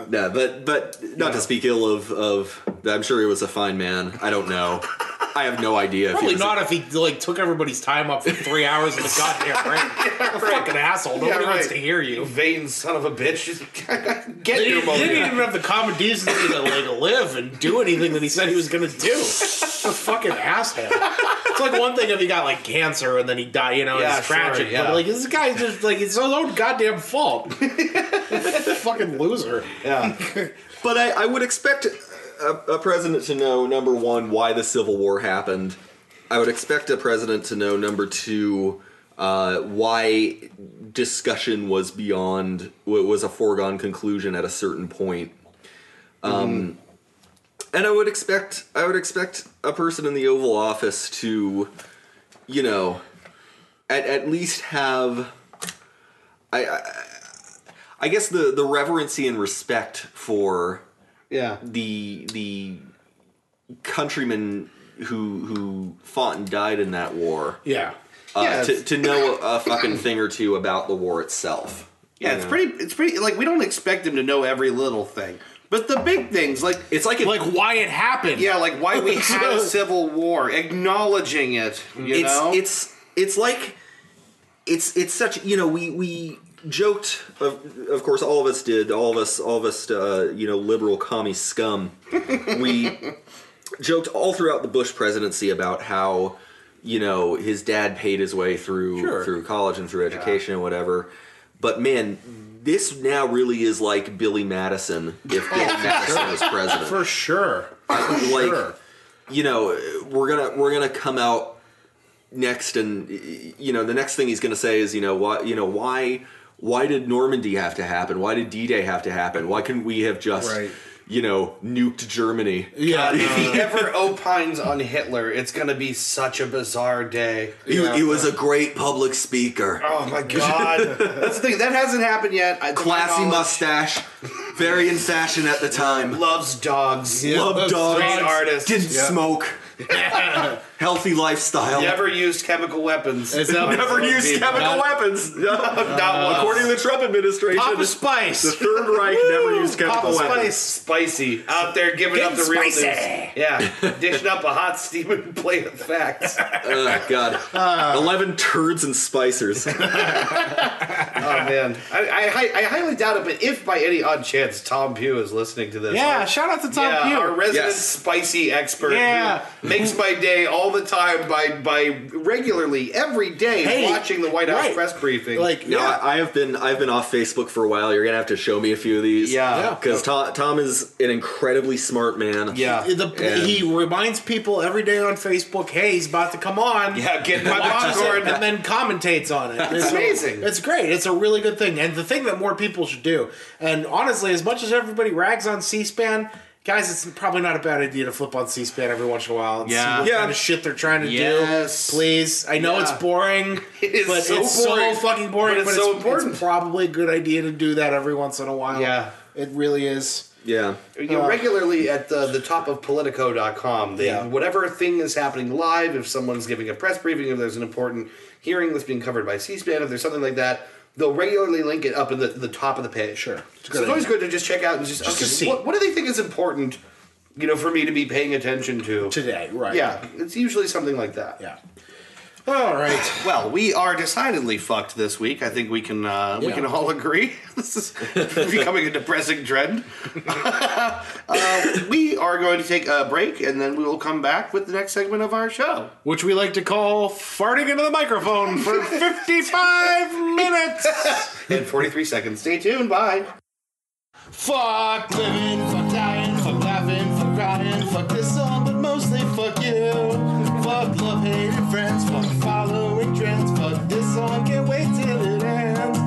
Speaker 2: No, but but not to speak ill of of. I'm sure he was a fine man. I don't know. I have no idea.
Speaker 3: Probably
Speaker 2: if he was a-
Speaker 3: not if he like took everybody's time up for three hours in the goddamn rain. a fucking asshole. Nobody wants
Speaker 1: right.
Speaker 3: to hear you.
Speaker 1: Vain son of a bitch. Get
Speaker 3: They, they didn't
Speaker 1: pneumonia.
Speaker 3: even have the common decency to like live and do anything that he said he was gonna do. It's a fucking asshole. It's like one thing if he got like cancer and then he died, you know,
Speaker 1: Yeah,
Speaker 3: it's
Speaker 1: sure,
Speaker 3: tragic.
Speaker 1: yeah.
Speaker 3: But like this guy's just like it's his own goddamn fault. fucking loser.
Speaker 2: But I, I would expect a, a president to know number one why the Civil War happened. I would expect a president to know number two uh, why discussion was beyond wa- was a foregone conclusion at a certain point. Um, And I would expect I would expect a person in the Oval Office to, you know, at at least have. I, I I guess the the reverency and respect for
Speaker 1: Yeah.
Speaker 2: the the countrymen who who fought and died in that war
Speaker 3: Yeah.
Speaker 2: uh,
Speaker 1: Yeah,
Speaker 2: to,
Speaker 1: it's-
Speaker 2: to know a fucking thing or two about the war itself
Speaker 1: Yeah, it's pretty. It's pretty. Like we don't expect him to know every little thing, but the big things, like
Speaker 2: it's like if,
Speaker 3: Like why it happened.
Speaker 1: yeah, like why we had a civil war, acknowledging it. You
Speaker 2: it's
Speaker 1: know,
Speaker 2: it's it's like it's it's such you know we we joked of of course all of us did all of us all of us uh, you know liberal commie scum we joked all throughout the Bush presidency about how you know his dad paid his way through
Speaker 3: Sure.
Speaker 2: through college and through education and whatever but man this now really is like Billy Madison if Billy Madison was president
Speaker 3: For sure.
Speaker 2: like
Speaker 3: Sure.
Speaker 2: you know we're gonna we're gonna come out next and you know the next thing he's gonna say is you know why you know why why did normandy have to happen why did d-day have to happen why couldn't we have just
Speaker 3: Right.
Speaker 2: you know nuked germany
Speaker 3: Yeah.
Speaker 1: if he ever opines on Hitler, it's gonna be such a bizarre day.
Speaker 2: he, he was a great public speaker
Speaker 1: Oh my god, that's the thing that hasn't happened yet. I, to my
Speaker 2: classy
Speaker 1: knowledge.
Speaker 2: mustache Very in fashion at the time.
Speaker 1: Loves dogs.
Speaker 2: Love dogs.
Speaker 1: Great artist.
Speaker 2: Didn't
Speaker 3: Yeah.
Speaker 2: smoke. Healthy lifestyle.
Speaker 1: Never used chemical weapons.
Speaker 3: It's not-
Speaker 2: Never used
Speaker 1: People.
Speaker 2: chemical
Speaker 3: Not-
Speaker 2: weapons.
Speaker 3: Uh,
Speaker 1: Not once.
Speaker 2: According to the Trump administration,
Speaker 3: Papa
Speaker 2: the
Speaker 3: Spice.
Speaker 2: Third Reich never used chemical
Speaker 3: Papa
Speaker 2: weapons.
Speaker 3: Spice.
Speaker 1: spicy out there giving up the
Speaker 3: Getting
Speaker 1: real
Speaker 3: spicy.
Speaker 1: news. Yeah, dishing up a hot steaming plate of facts. Oh
Speaker 2: Oh God! Eleven turds and spicers.
Speaker 1: Oh, man, I, I, hi- I highly doubt it. But if by any odd chance Tom Pugh is listening to this,
Speaker 3: Yeah,
Speaker 1: our,
Speaker 3: shout out to Tom
Speaker 1: yeah, our
Speaker 3: Pugh.
Speaker 1: resident
Speaker 2: Yes.
Speaker 1: spicy expert, who
Speaker 3: Yeah.
Speaker 1: makes my day all the time by by regularly every day
Speaker 3: Hey,
Speaker 1: watching the White House
Speaker 3: right.
Speaker 1: press briefing.
Speaker 3: Like,
Speaker 2: No,
Speaker 3: yeah.
Speaker 2: I, I have been I've been off Facebook for a while. You're gonna have to show me a few of these.
Speaker 1: Yeah. Yeah.
Speaker 2: because Tom, Tom is an incredibly smart man.
Speaker 1: yeah,
Speaker 3: The, he reminds people every day on Facebook, "Hey, he's about to come on."
Speaker 1: yeah, getting my
Speaker 3: watches it
Speaker 1: popcorn.
Speaker 3: and then commentates on it.
Speaker 1: It's amazing.
Speaker 3: It's great. It's a really good thing, and the thing that more people should do. And honestly, as much as everybody rags on C-SPAN, guys, it's probably not a bad idea to flip on C-SPAN every once in a while and
Speaker 1: Yeah.
Speaker 3: see what
Speaker 2: Yeah.
Speaker 3: kind of shit they're trying to
Speaker 1: Yes.
Speaker 3: do. Please, I know
Speaker 1: Yeah.
Speaker 3: it's boring,
Speaker 1: It is
Speaker 3: but
Speaker 1: so
Speaker 3: it's
Speaker 1: boring,
Speaker 3: so fucking boring.
Speaker 1: but it's so important.
Speaker 3: probably a good idea to do that every once in a while.
Speaker 1: Yeah.
Speaker 3: it really is.
Speaker 2: yeah.
Speaker 1: you know, regularly at the, the top of politico.com they
Speaker 3: Uh, Yeah.
Speaker 1: whatever thing is happening live if someone's giving a press briefing if there's an important hearing that's being covered by c-span if there's something like that they'll regularly link it up in the, the top of the page
Speaker 3: Sure. It's
Speaker 1: so
Speaker 3: a good
Speaker 1: it's always good to just check out and just,
Speaker 3: to
Speaker 1: okay,
Speaker 3: see.
Speaker 1: What, what do they think is important you know for me to be paying attention to
Speaker 3: Today, right?
Speaker 1: yeah it's usually something like that
Speaker 3: yeah. All right.
Speaker 1: well, we are decidedly fucked this week. I think we can uh, we
Speaker 3: Yeah.
Speaker 1: can all agree this is becoming a depressing trend. uh, we are going to take a break, and then we will come back with the next segment of our show.
Speaker 3: which we like to call farting into the microphone for 55 minutes.
Speaker 1: In forty three seconds, stay tuned. Bye.
Speaker 3: Fuck living, fuck dying, fuck laughing, fuck crying, fuck this all, but mostly fuck you. Fuck love, hated friends, fuck following trends, fuck this song, can't wait till it ends.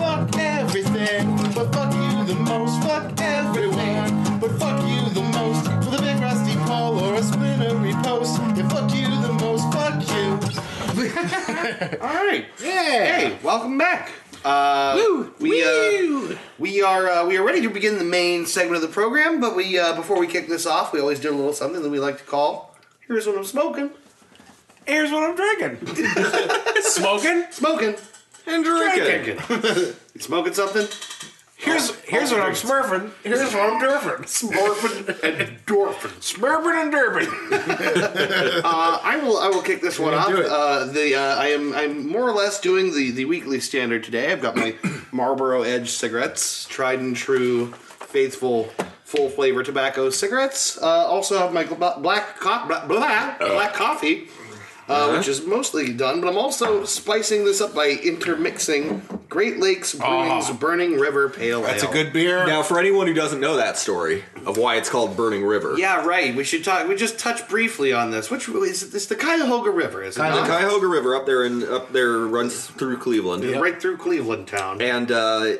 Speaker 3: Fuck everything, but fuck you the most, fuck everyone, but fuck you the most. With a big rusty pole or a splintery post, yeah, fuck you the most, fuck you.
Speaker 1: All right.
Speaker 3: Yeah.
Speaker 1: Hey, welcome back. Uh, We uh, we are uh, we are ready to begin the main segment of the program, but we uh, before we kick this off, we always do a little something that we like to call. Here's what I'm smoking.
Speaker 3: Here's what I'm drinking. Smoking
Speaker 1: Smoking.
Speaker 2: And drink it.
Speaker 1: Drinking. you smoking something?
Speaker 3: Here's here's what I'm smurfing. Here's what I'm derfing.
Speaker 1: Smurfing and Dorfin.
Speaker 3: Smurfing and derping.
Speaker 1: Uh, I will. I will kick this one off.
Speaker 3: do it.
Speaker 1: Uh, the uh, I am. I'm more or less doing the the weekly standard today. I've got my Marlboro Edge cigarettes, tried and true, faithful, full flavor tobacco cigarettes. Uh, also have my gl- black co- bla- bla-
Speaker 3: Oh.
Speaker 1: black coffee. Uh,
Speaker 3: Uh-huh.
Speaker 1: Which is mostly done, but I'm also spicing this up by intermixing Great Lakes Brewing's Burning River Pale Ale.
Speaker 3: Oh. That's a good beer.
Speaker 2: Now, for anyone who doesn't know that story of why it's called Burning River,
Speaker 1: Yeah, right. We should talk. We just touch briefly on this. Which is it's the Cuyahoga River, is it
Speaker 2: the
Speaker 1: not?
Speaker 2: Cuyahoga River up there and up there runs through Cleveland,
Speaker 1: Right through Cleveland town.
Speaker 2: and uh,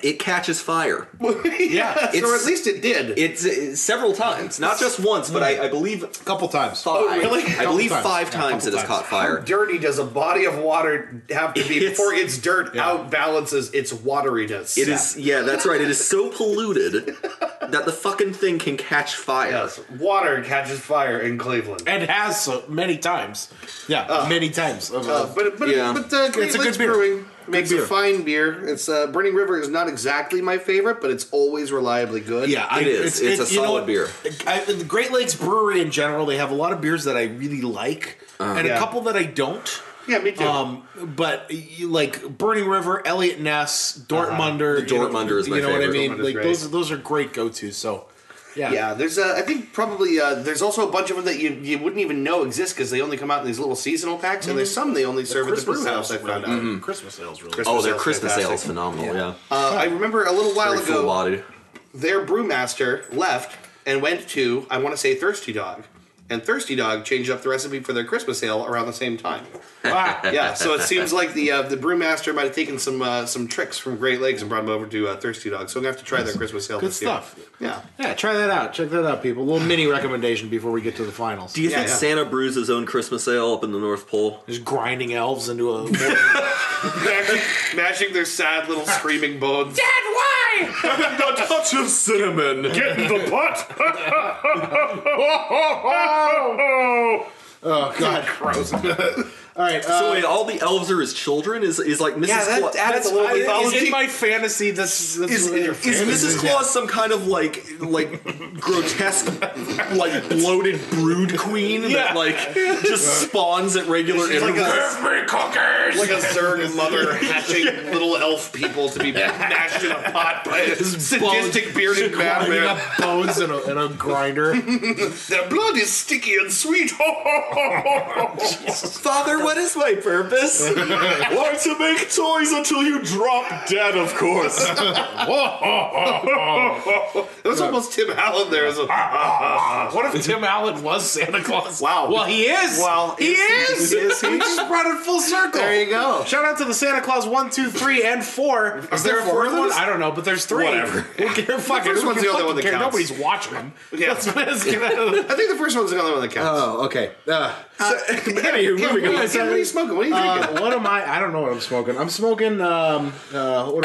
Speaker 2: it catches fire.
Speaker 1: yeah, or
Speaker 2: it's-
Speaker 1: at least it did.
Speaker 2: It's, it's several times, not just once, but I, I believe
Speaker 3: A couple times.
Speaker 2: five.
Speaker 1: Oh, really?
Speaker 2: Oh, I believe
Speaker 3: times.
Speaker 2: five
Speaker 3: Yeah,
Speaker 2: times it
Speaker 3: couple times.
Speaker 2: has caught fire.
Speaker 1: dirty does a body of water have to be
Speaker 2: It's-
Speaker 1: before its dirt outbalances its wateriness?
Speaker 2: It is, yeah, that's right. It is so polluted that the fucking thing can catch fire.
Speaker 1: Yes, water catches fire in Cleveland.
Speaker 3: And has so many times. Yeah, many times.
Speaker 1: Uh, but but,
Speaker 2: Yeah.
Speaker 1: but uh, Great
Speaker 3: It's a
Speaker 1: Lakes
Speaker 3: good beer.
Speaker 1: Brewing makes
Speaker 3: beer.
Speaker 1: a fine beer. It's uh, Burning River is not exactly my favorite, but it's always reliably good.
Speaker 3: yeah, I,
Speaker 2: it is. It's a
Speaker 3: you know
Speaker 2: solid
Speaker 3: what?
Speaker 2: beer.
Speaker 3: I, the Great Lakes Brewery in general, they have a lot of beers that I really like,
Speaker 2: Uh-huh.
Speaker 3: and
Speaker 1: Yeah.
Speaker 3: a couple that I don't.
Speaker 1: yeah, me too.
Speaker 3: Um, but you, like Burning River, Elliot Ness, Dortmunder,
Speaker 2: Uh-huh. The
Speaker 3: you know-
Speaker 2: Dortmunder is my
Speaker 3: You know what I
Speaker 2: favorite.
Speaker 3: mean?
Speaker 1: Dortmunder's
Speaker 3: Like
Speaker 1: great.
Speaker 3: those, those are great go tos. So, yeah,
Speaker 1: Yeah, there's uh, I think probably uh, there's also a bunch of them that you, you wouldn't even know exist because they only come out in these little seasonal packs, and
Speaker 3: Mm-hmm.
Speaker 1: there's some they only serve at the brew house. I found out.
Speaker 3: Christmas sales really.
Speaker 1: Christmas
Speaker 2: Oh, their
Speaker 1: ale's
Speaker 2: Christmas ale is
Speaker 1: fantastic.
Speaker 2: phenomenal, yeah.
Speaker 1: Uh, I remember a little while
Speaker 2: Very full
Speaker 1: ago,
Speaker 2: bodied.
Speaker 1: their brewmaster left and went to I want to say Thirsty Dog, and Thirsty Dog changed up the recipe for their Christmas ale around the same time.
Speaker 3: Ah,
Speaker 1: Yeah, so it seems like the uh, the brewmaster might have taken some uh, some tricks from Great Lakes and brought them over to uh, Thirsty Dog. So I'm gonna have to try their Christmas ale
Speaker 3: good
Speaker 1: this year.
Speaker 3: stuff.
Speaker 1: Yeah.
Speaker 3: Yeah, try that out. Check that out, people. A little mini recommendation before we get to the finals.
Speaker 2: Do you
Speaker 1: Yeah,
Speaker 2: think
Speaker 1: yeah.
Speaker 2: Santa brews his own Christmas ale up in the North Pole?
Speaker 3: Just grinding elves into a.
Speaker 1: mashing, mashing their sad little screaming bones.
Speaker 3: why?
Speaker 2: A touch of cinnamon.
Speaker 1: Get in the pot.
Speaker 5: Oh God, gross. All right, uh,
Speaker 2: So wait, all the elves are his children? Is is like Mrs.
Speaker 1: Yeah, that
Speaker 2: Claus?
Speaker 1: adds a little
Speaker 3: I-
Speaker 1: mythology.
Speaker 3: Is in my fantasy. This, this
Speaker 2: is,
Speaker 3: what your
Speaker 2: is
Speaker 3: fantasy
Speaker 2: Mrs. Claus some kind of like like grotesque like bloated brood queen
Speaker 3: Yeah.
Speaker 2: that like just spawns at regular
Speaker 1: She's like
Speaker 2: intervals?
Speaker 1: a- like a Zerg mother hatching little elf people to be mashed in a pot by a sadistic bearded
Speaker 3: Grinding
Speaker 1: madman.
Speaker 3: up bones in a, in a grinder.
Speaker 1: Their blood is sticky and sweet. Ho, ho, ho, ho, ho.
Speaker 2: Father, what is my purpose?
Speaker 6: Why to make toys until you drop dead, of course.
Speaker 1: It was almost Tim Allen there. As a,
Speaker 3: what if Tim Allen was Santa Claus?
Speaker 1: Wow.
Speaker 3: Well, he is.
Speaker 1: Well,
Speaker 3: he is.
Speaker 1: is- is he?
Speaker 3: We just brought it full circle.
Speaker 1: there you go.
Speaker 3: Shout out to the Santa Claus one, two, three, and four. Is
Speaker 1: there
Speaker 3: there a
Speaker 1: four
Speaker 3: fourth
Speaker 1: of
Speaker 3: one?
Speaker 1: those?
Speaker 3: I don't know, but there's three.
Speaker 1: Whatever.
Speaker 3: Who cares? Fuck it.
Speaker 1: first
Speaker 3: Who
Speaker 1: one's
Speaker 3: can
Speaker 1: the only
Speaker 3: fucking
Speaker 1: one that
Speaker 3: care?
Speaker 1: counts.
Speaker 3: Nobody's watching them.
Speaker 1: Yeah.
Speaker 3: Let's, let's get out of
Speaker 1: I think the first one's the only one that counts.
Speaker 5: oh, okay. Uh,
Speaker 3: Oh.
Speaker 2: Anywho, moving
Speaker 1: Yeah,
Speaker 2: on.
Speaker 1: what are you smoking? What are you
Speaker 3: uh,
Speaker 1: drinking?
Speaker 3: what am I? I don't know what I'm smoking. I'm smoking. Um, uh, what,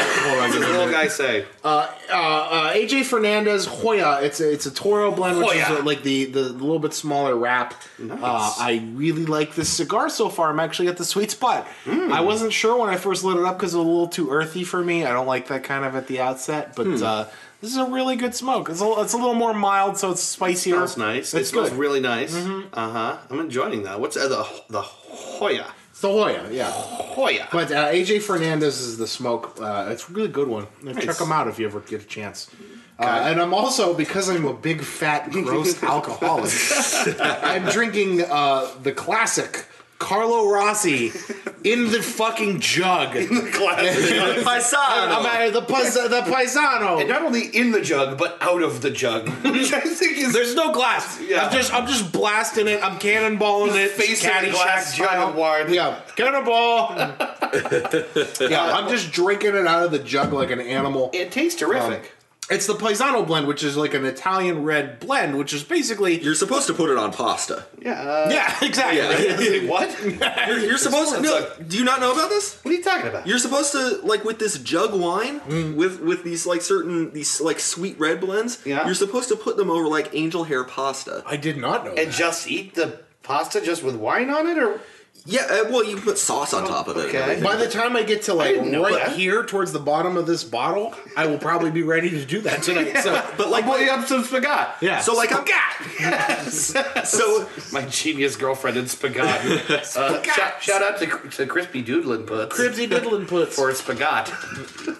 Speaker 1: What
Speaker 3: hold on, give me
Speaker 1: does
Speaker 3: a
Speaker 1: the little
Speaker 3: minute.
Speaker 1: guy say?
Speaker 3: uh, uh, uh, AJ Fernandez Hoya. It's a, it's a Toro blend, which is
Speaker 1: Hoya.
Speaker 3: uh like the, the little bit smaller wrap. Uh, I really like this cigar so far. I'm actually at the sweet spot.
Speaker 1: Hmm.
Speaker 3: I wasn't sure when I first lit it up because it was a little too earthy for me. I don't like that kind of at the outset, but
Speaker 1: Hmm.
Speaker 3: uh, this is a really good smoke. It's a, it's a little more mild, so it's spicier.
Speaker 1: Smells nice.
Speaker 3: Uh, It's
Speaker 1: it smells
Speaker 3: good.
Speaker 1: really nice. Uh huh. I'm enjoying that. What's uh, the the Hoya?
Speaker 3: It's the Hoya, yeah.
Speaker 1: Hoya.
Speaker 3: But uh, AJ Fernandez is the smoke. Uh, it's a really good one. Check them out if you ever get a chance. Uh, and I'm also because I'm a big fat gross alcoholic. I'm drinking uh, the classic Carlo Rossi in the fucking jug.
Speaker 1: Classic.
Speaker 3: I'm
Speaker 2: Paisano.
Speaker 3: at the pais- the
Speaker 1: and
Speaker 3: paisano.
Speaker 1: not only in the jug, but out of the jug, which I think is
Speaker 3: There's no glass.
Speaker 1: Yeah.
Speaker 3: I'm just I'm just blasting it. I'm cannonballing it.
Speaker 1: face in a
Speaker 3: Caddyshack
Speaker 1: glass jug
Speaker 3: style.
Speaker 1: of wine.
Speaker 3: Yeah, cannonball. yeah, I'm just drinking it out of the jug like an animal.
Speaker 1: It tastes terrific.
Speaker 3: It's the Paisano blend, which is like an Italian red blend, which is basically
Speaker 2: You're supposed to put it on pasta.
Speaker 1: yeah. Uh,
Speaker 3: yeah, exactly.
Speaker 2: Yeah.
Speaker 1: Say what? what
Speaker 2: You're, you're supposed to.
Speaker 1: one's
Speaker 2: No, do you not know about this?
Speaker 1: are you talking about?
Speaker 2: You're supposed to like with this jug wine
Speaker 1: Mm.
Speaker 2: with with these like certain these like sweet red blends.
Speaker 1: Yeah.
Speaker 2: You're supposed to put them over like angel hair pasta.
Speaker 3: I did not know.
Speaker 1: and
Speaker 3: that.
Speaker 1: just eat the pasta just with wine on it, or
Speaker 2: Yeah. uh, Well, you put sauce on top of it. and
Speaker 1: Oh, okay.
Speaker 2: everything.
Speaker 3: By the time I get to like
Speaker 1: didn't know
Speaker 3: right
Speaker 1: that.
Speaker 3: here towards the bottom of this bottle, I will probably be ready to do that tonight. So
Speaker 2: But like,
Speaker 1: boil up some spaghetti.
Speaker 3: yeah.
Speaker 2: so like, I'm, so
Speaker 1: My genius girlfriend in spaghetti. uh, shout, shout out to, to Crispy Doodlin Puts
Speaker 3: Cribsy Diddlin puts.
Speaker 1: for spaghetti.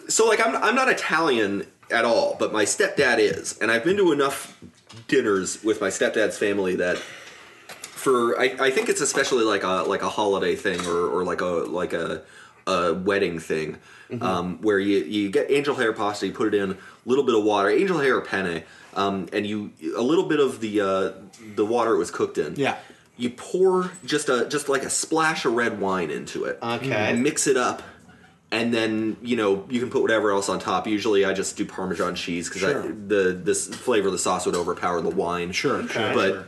Speaker 2: so like I'm I'm not Italian at all, but my stepdad is, and I've been to enough dinners with my stepdad's family that for I, I think it's especially like a like a holiday thing or, or like a like a, a wedding thing um, where you, you get angel hair pasta you put it in a little bit of water angel hair or penne um, and you a little bit of the uh, the water it was cooked in
Speaker 3: Yeah.
Speaker 2: you pour just a just like a splash of red wine into it
Speaker 1: Okay.
Speaker 2: mix it up and then you know you can put whatever else on top usually i just do parmesan cheese because
Speaker 3: Sure.
Speaker 2: the this flavor of the sauce would overpower the wine
Speaker 3: Sure, Okay.
Speaker 2: but
Speaker 3: sure.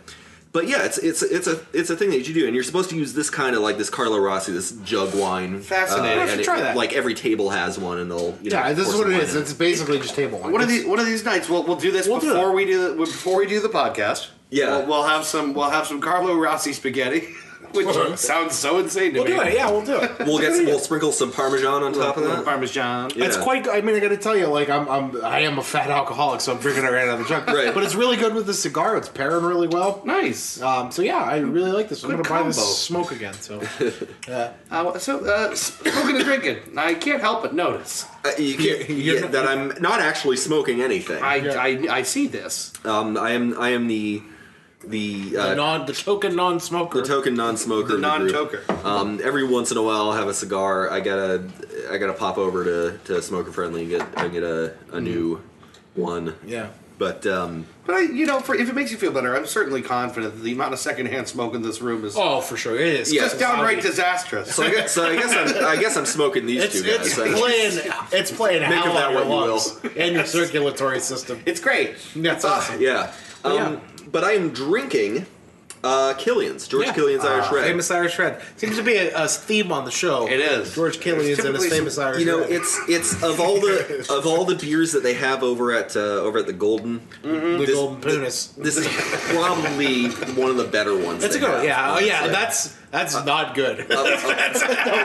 Speaker 2: but yeah it's it's it's a it's a thing that you do and you're supposed to use this kind of like this carlo rossi this jug wine uh,
Speaker 1: Fascinating. I should
Speaker 2: and it-
Speaker 3: try that.
Speaker 2: like every table has one and they'll you know
Speaker 3: yeah, this
Speaker 2: pour
Speaker 3: is what
Speaker 2: some
Speaker 3: it
Speaker 2: wine
Speaker 3: is.
Speaker 2: in
Speaker 3: It's basically just table wine.
Speaker 1: One of
Speaker 3: It's-
Speaker 1: these one of these nights, we'll we'll do this
Speaker 3: We'll do
Speaker 1: before
Speaker 3: that.
Speaker 1: we do the, before we do the podcast.
Speaker 2: Yeah.
Speaker 1: we'll, we'll have some we'll have some Carlo Rossi spaghetti, which sounds so insane to
Speaker 3: We'll
Speaker 1: me.
Speaker 3: do it. Yeah, we'll do it.
Speaker 2: we'll get some, we'll sprinkle some parmesan on top of
Speaker 1: Little
Speaker 2: that
Speaker 1: Parmesan.
Speaker 2: Yeah.
Speaker 3: It's quite. I mean, I got to tell you, like I'm, I'm, I am a fat alcoholic, so I'm drinking it right out of the jug.
Speaker 2: Right.
Speaker 3: But it's really good with the cigar. It's pairing really well.
Speaker 1: Nice. Uh,
Speaker 3: Um, so yeah, I really like this. I'm gonna
Speaker 1: Good
Speaker 3: buy
Speaker 1: combo.
Speaker 3: this smoke again. So
Speaker 1: so uh, smoking and drinking, I can't help but notice.
Speaker 2: Uh, you can't,
Speaker 3: You're
Speaker 2: yeah,
Speaker 3: not-
Speaker 2: that i'm not actually smoking anything
Speaker 1: I,
Speaker 3: Yeah.
Speaker 1: I, I see this.
Speaker 2: um i am i am the the uh,
Speaker 3: the non, the token non-smoker.
Speaker 2: the token non-smoker. in the group.
Speaker 1: non-toker.
Speaker 2: Um, every once in a while, I'll have a cigar. I gotta, I gotta pop over to, to smoker friendly and get and get a, a new one.
Speaker 3: yeah.
Speaker 2: But um,
Speaker 1: But I, you know, for, if it makes you feel better, I'm certainly confident that the amount of secondhand smoke in this room is
Speaker 3: Oh, for sure, it is.
Speaker 2: Yeah.
Speaker 1: just downright disastrous.
Speaker 2: so I guess, so I guess I'm I guess I'm smoking these
Speaker 3: It's,
Speaker 2: two guys.
Speaker 3: it's
Speaker 2: I-
Speaker 3: playing. It's playing
Speaker 2: Make
Speaker 3: hell
Speaker 2: of that
Speaker 3: on your
Speaker 2: what you
Speaker 3: lungs and your circulatory system.
Speaker 1: it's great.
Speaker 2: Ah,
Speaker 3: That's awesome.
Speaker 2: yeah. Um,
Speaker 3: Oh, Yeah.
Speaker 2: But I am drinking Uh, Killian's, George
Speaker 3: Yeah.
Speaker 2: Killian's Irish Red.
Speaker 3: Ah, Famous Irish Red seems to be a, a theme on the show.
Speaker 1: It is.
Speaker 3: George Killian's and his
Speaker 1: typically
Speaker 3: famous Irish.
Speaker 2: you know,
Speaker 3: Red.
Speaker 2: it's it's of all the of all the beers that they have over at uh, over at the Golden.
Speaker 3: the
Speaker 2: this-
Speaker 3: Golden Punis.
Speaker 2: This is probably one of the better ones.
Speaker 3: That's a
Speaker 2: they
Speaker 3: good one.
Speaker 2: have,
Speaker 3: Yeah, oh, yeah.
Speaker 2: honestly.
Speaker 3: That's that's
Speaker 2: uh,
Speaker 3: not good.
Speaker 1: No,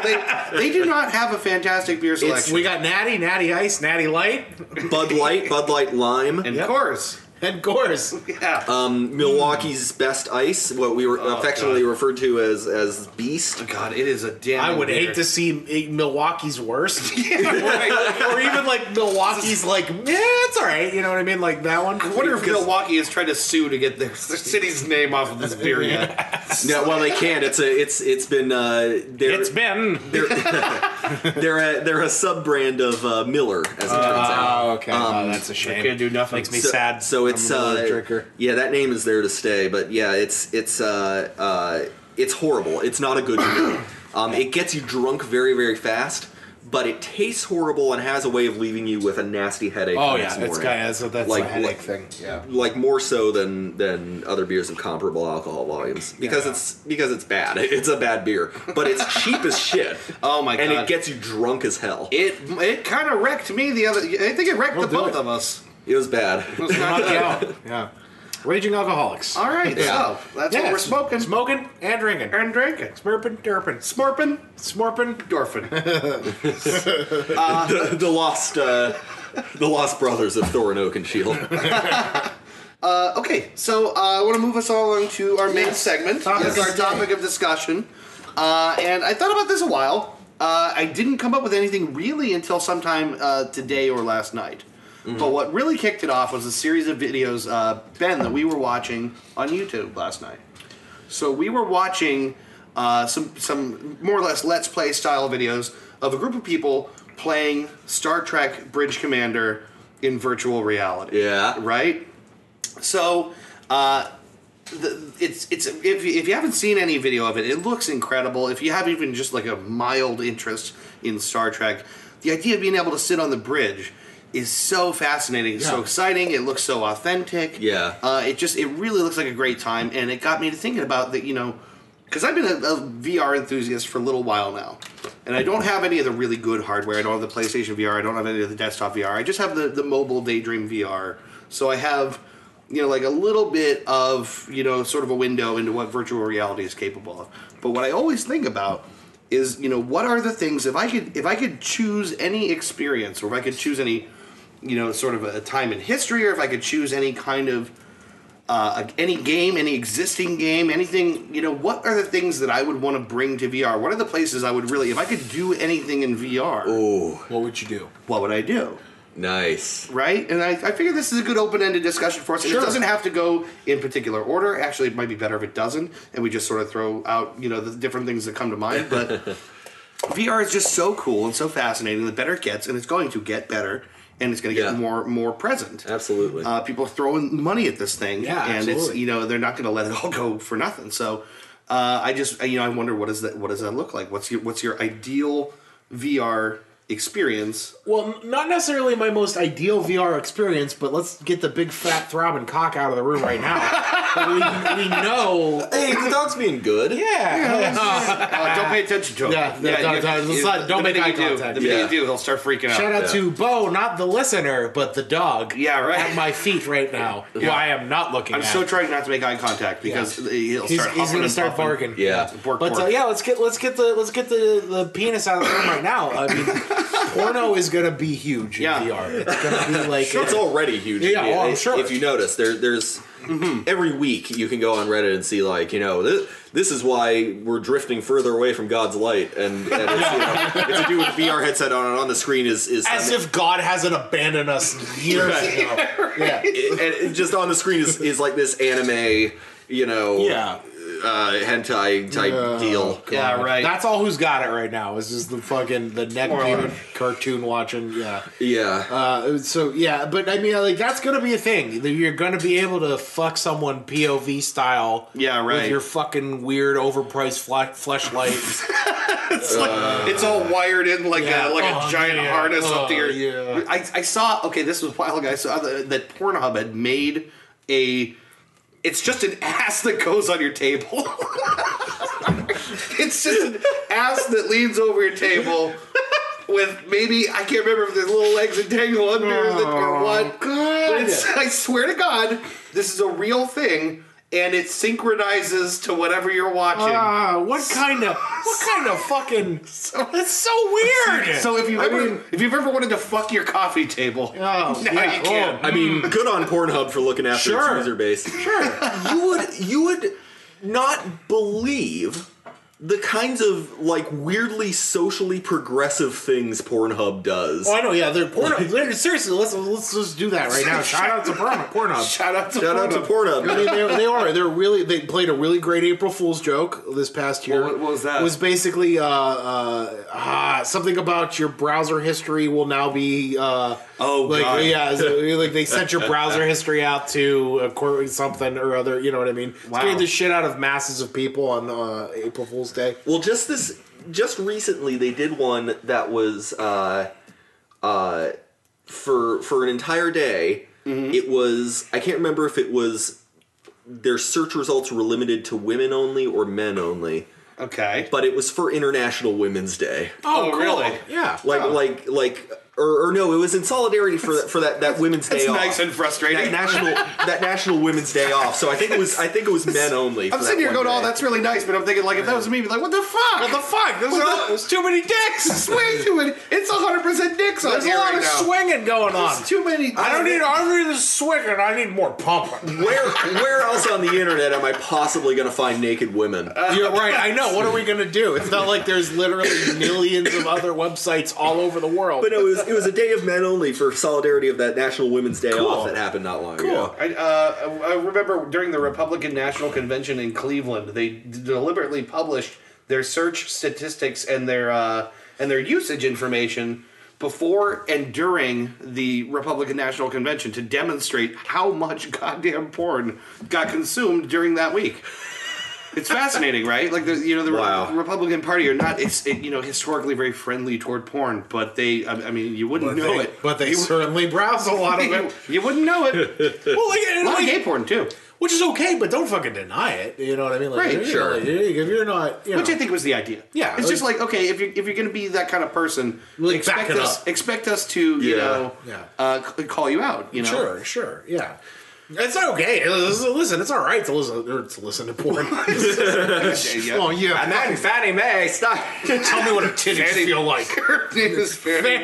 Speaker 1: they, they do not have a fantastic beer selection.
Speaker 3: we got Natty, Natty Ice, Natty Light,
Speaker 2: Bud Light, Bud Light Lime,
Speaker 1: and course,
Speaker 3: and Gores.
Speaker 1: yeah.
Speaker 2: um, Milwaukee's Best Ice, what we were
Speaker 3: Oh,
Speaker 2: affectionately referred to as as Beast.
Speaker 1: God, it is a damn.
Speaker 3: I would hate to see Milwaukee's worst, or, or even like Milwaukee's like, yeah, it's all right. You know what I mean? Like that one.
Speaker 1: I wonder if Milwaukee has tried to sue to get their, their city's name off of this beer yet.
Speaker 2: No, well they can't. It's a it's it's been uh, they're
Speaker 3: It's been.
Speaker 2: they're they're a, they're a sub brand of uh, Miller as it turns out.
Speaker 3: Oh, okay. oh, that's a shame.
Speaker 1: Can't do nothing.
Speaker 3: Makes me sad.
Speaker 2: So it's
Speaker 3: I'm a Miller
Speaker 2: uh,
Speaker 3: drinker.
Speaker 2: yeah, that name is there to stay. But yeah, it's it's uh, uh, it's horrible. It's not a good beer. um, it gets you drunk very very fast, but it tastes horrible and has a way of leaving you with a nasty headache.
Speaker 3: Oh
Speaker 2: the
Speaker 3: yeah,
Speaker 2: next
Speaker 3: it's
Speaker 2: morning.
Speaker 3: kind of so that's
Speaker 2: Like,
Speaker 3: a headache
Speaker 2: like-
Speaker 3: thing. Yeah.
Speaker 2: Like more so than than other beers of comparable alcohol volumes because it's because it's bad. It's a bad beer, but it's cheap as shit.
Speaker 1: Oh my
Speaker 2: And
Speaker 1: God.
Speaker 2: it gets you drunk as hell. It,
Speaker 1: It it kind of wrecked me the other. I think it wrecked the
Speaker 3: do
Speaker 1: both
Speaker 3: it.
Speaker 1: of us.
Speaker 2: was bad.
Speaker 1: It was not good.
Speaker 3: yeah. Yeah. Raging alcoholics.
Speaker 1: All right, so that's
Speaker 3: Yeah,
Speaker 1: what we're smoking
Speaker 3: Smoking and drinking.
Speaker 1: and drinking.
Speaker 3: Smurping, derping.
Speaker 1: Smorpin,
Speaker 3: Smorping.
Speaker 1: Dorfin.
Speaker 2: the, the lost uh, the lost brothers of Thor and Oakenshield.
Speaker 1: Uh, okay, so uh, I want to move us all on to our main segment.
Speaker 3: Topic
Speaker 1: Yes.
Speaker 3: of
Speaker 1: our
Speaker 3: the day.
Speaker 1: topic of discussion. Uh, and I thought about this a while. Uh, I didn't come up with anything really until sometime uh, today or last night.
Speaker 3: Mm-hmm.
Speaker 1: But what really kicked it off was a series of videos, uh, Ben, that we were watching on YouTube last night. So we were watching uh, some some more or less let's play style videos of a group of people playing Star Trek Bridge Commander in virtual reality.
Speaker 2: Yeah.
Speaker 1: Right. So. Uh, the, it's it's if you, if you haven't seen any video of it, it looks incredible. If you have even just like a mild interest in Star Trek, the idea of being able to sit on the bridge is so fascinating, it's so
Speaker 3: Yeah.
Speaker 1: exciting. It looks so authentic.
Speaker 2: Yeah.
Speaker 1: uh, it just it really looks like a great time, and it got me to thinking about that. You know, because I've been a, a VR enthusiast for a little while now, and I don't have any of the really good hardware. I don't have the PlayStation VR. I don't have any of the desktop VR. I just have the the mobile Daydream VR. So I have you know, like a little bit of, you know, sort of a window into what virtual reality is capable of. But what I always think about is, you know, what are the things if I could if I could choose any experience or if I could choose any, you know, sort of a time in history or if I could choose any kind of uh, any game, any existing game, anything, you know, what are the things that I would want to bring to VR? What are the places I would really if I could do anything in VR,
Speaker 3: What would you do?
Speaker 1: what would I do?
Speaker 2: nice.
Speaker 1: right? And I, I figure this is a good open-ended discussion for us. And
Speaker 3: Sure.
Speaker 1: it doesn't have to go in particular order. Actually, it might be better if it doesn't, and we just sort of throw out you know the different things that come to mind. But VR is just so cool and so fascinating. The better it gets, and it's going to get better, and it's going to get
Speaker 2: Yeah.
Speaker 1: more more present.
Speaker 2: Absolutely.
Speaker 1: Uh, people are throwing money at this thing,
Speaker 3: Yeah,
Speaker 1: and it's
Speaker 3: absolutely.
Speaker 1: you know they're not going to let it all go for nothing. So uh, I just you know I wonder what is that what does that look like? What's your what's your ideal VR experience?
Speaker 3: Well, n- not necessarily my most ideal VR experience, but let's get the big fat throbbing cock out of the room right now. we, we know.
Speaker 2: hey, the dog's being good.
Speaker 3: Yeah.
Speaker 1: Uh, don't pay attention to him.
Speaker 3: Yeah, no, don't-
Speaker 1: you-
Speaker 3: don't-
Speaker 1: you-
Speaker 3: don't make
Speaker 1: minute
Speaker 3: eye
Speaker 1: you do,
Speaker 3: contact.
Speaker 1: The minute
Speaker 2: Yeah.
Speaker 1: you do, he'll start freaking out.
Speaker 3: Shout out
Speaker 2: Yeah.
Speaker 3: to Bo, not the listener, but the dog.
Speaker 1: Yeah, right.
Speaker 3: At my feet right now, who I am not looking
Speaker 1: I'm
Speaker 3: at.
Speaker 1: so trying not to make eye contact because he'll
Speaker 3: he's,
Speaker 1: start.
Speaker 3: he's
Speaker 1: huffing
Speaker 3: gonna
Speaker 1: and
Speaker 3: start
Speaker 1: puffing.
Speaker 3: barking.
Speaker 2: Yeah.
Speaker 1: Bork,
Speaker 3: But uh,
Speaker 1: bork.
Speaker 3: yeah, let's get let's get the let's get the, the penis out of the room right now. I mean, porno is gonna be huge in
Speaker 1: Yeah.
Speaker 3: VR. It's gonna be like
Speaker 2: It's already huge.
Speaker 3: Yeah, oh, I'm
Speaker 2: if,
Speaker 3: sure. Mm-hmm.
Speaker 2: If you notice, there, there's every week you can go on Reddit and see like you know this, this is why we're drifting further away from God's light, and, and it's, you know, it's to do with VR headset on and on the screen is is
Speaker 3: as
Speaker 2: some-
Speaker 3: if God hasn't abandoned us years ago. Yeah.
Speaker 2: it- and it just on the screen is, is like this anime, you know,
Speaker 3: Yeah.
Speaker 2: uh, hentai type deal.
Speaker 1: Yeah, right.
Speaker 3: That's all who's got it right now. Is just the fucking the neck
Speaker 1: or
Speaker 3: bearded
Speaker 1: less.
Speaker 3: cartoon watching. Yeah.
Speaker 2: Yeah.
Speaker 3: Uh, so yeah, but I mean, like that's gonna be a thing. That You're gonna be able to fuck someone POV style.
Speaker 1: Yeah, right.
Speaker 3: With your fucking weird overpriced fle- fleshlight.
Speaker 1: it's, like, it's all wired in like
Speaker 3: Yeah.
Speaker 1: a like a
Speaker 3: Oh,
Speaker 1: giant
Speaker 3: yeah.
Speaker 1: harness up to
Speaker 3: Oh,
Speaker 1: your.
Speaker 3: yeah.
Speaker 1: I, I saw okay, this was a while ago. I saw that, that Pornhub had made a it's just an ass that goes on your table. it's just an ass that leans over your table with maybe I can't remember if there's little legs and tangle under the, or what. But it's, I swear to God, this is a real thing, and it synchronizes to whatever you're watching.
Speaker 3: Ah, what kind of what kind of fucking? That's so weird.
Speaker 1: so if you have ever if you've ever wanted to fuck your coffee table,
Speaker 2: Ah.
Speaker 3: Oh,
Speaker 1: now
Speaker 3: yeah,
Speaker 1: you can.
Speaker 2: I mean, good on Pornhub for looking after
Speaker 3: Hmm. Sure.
Speaker 2: its user base. Sure. you would you would not believe the kinds of like weirdly socially progressive things Pornhub does.
Speaker 3: Oh, I know. Yeah, they're Pornhub. they're- seriously, let's let's just do that right now. Shout out to Pornhub. Pornhub.
Speaker 1: Shout out to
Speaker 2: Shout out to Pornhub.
Speaker 3: I mean, they, they are. They're really. They played a really great April Fool's joke this past year.
Speaker 1: What- what was that?
Speaker 3: It was basically uh, uh, ah, something about your browser history will now be. Uh,
Speaker 1: Oh,
Speaker 3: like
Speaker 1: God.
Speaker 3: yeah, so, like they sent your browser history out to a court something or other. You know what I mean?
Speaker 1: Wow.
Speaker 3: Scared the shit out of masses of people on uh, April Fool's Day.
Speaker 2: Well, just this, just recently they did one that was uh, uh, for for an entire day.
Speaker 3: Mm-hmm.
Speaker 2: It was I can't remember if it was their search results were limited to women only or men only,
Speaker 1: Okay.
Speaker 2: but it was for International Women's Day.
Speaker 1: Oh, really?
Speaker 3: Yeah.
Speaker 2: Like like like. Or, or no, it was in solidarity for that, for that, that Women's Day
Speaker 1: It's
Speaker 2: off.
Speaker 1: nice and frustrating.
Speaker 2: that national that National Women's Day off. So I think it was I think it was men only. for
Speaker 1: I'm
Speaker 2: that
Speaker 1: sitting here
Speaker 2: one
Speaker 1: going, "Oh,
Speaker 2: day.
Speaker 1: that's really nice," but I'm thinking, like, if that was me, I'd be like, "What the fuck?
Speaker 3: What the fuck? There's,
Speaker 1: What
Speaker 3: a,
Speaker 1: the-
Speaker 3: there's too many dicks.
Speaker 1: It's way too many. It's 100 percent dicks on
Speaker 3: There's
Speaker 1: here
Speaker 3: a lot
Speaker 1: right
Speaker 3: of
Speaker 1: now.
Speaker 3: swinging going on.
Speaker 1: It's too many.
Speaker 3: I don't need. I don't need the swinging. I need more pumping.
Speaker 2: Where where else on the internet am I possibly going to find naked women?
Speaker 3: You're right. I know. What are we gonna do? It's not like there's literally millions of other websites all over the world.
Speaker 2: But uh, no, it was it was a day of men only for solidarity of that National Women's Day off that happened not long ago.
Speaker 1: I, uh, I remember during the Republican National Convention in Cleveland, they deliberately published their search statistics and their uh, and their usage information before and during the Republican National Convention to demonstrate how much goddamn porn got consumed during that week. It's fascinating, right? Like the you know the Re-
Speaker 2: Wow.
Speaker 1: Republican Party are not it's it, you know historically very friendly toward porn, but they I, I mean you wouldn't know
Speaker 3: they,
Speaker 1: it.
Speaker 3: but they certainly browse a lot of
Speaker 1: you,
Speaker 3: it.
Speaker 1: you wouldn't know it.
Speaker 3: well, like,
Speaker 1: A
Speaker 3: and
Speaker 1: lot of
Speaker 3: like-
Speaker 1: gay porn too.
Speaker 3: which is okay, but don't fucking deny it. You know what I mean? Like,
Speaker 1: Right,
Speaker 3: you know,
Speaker 1: sure.
Speaker 3: like, if you're not, you know,
Speaker 1: Which I think was the idea.
Speaker 3: Yeah,
Speaker 1: it's just like okay, if you're if you're gonna be that kind of person,
Speaker 3: Like,
Speaker 1: expect
Speaker 3: back it
Speaker 1: us
Speaker 3: up.
Speaker 1: expect us to you
Speaker 2: Yeah.
Speaker 1: know
Speaker 3: Yeah.
Speaker 1: uh, c- call you out. You know,
Speaker 3: Sure, sure, yeah. It's okay. Listen, it's all right to listen or to listen to porn.
Speaker 1: Yeah,
Speaker 3: oh yeah, and that
Speaker 2: Fannie Mae, stop.
Speaker 3: tell me what a titties feel like.
Speaker 1: It's very-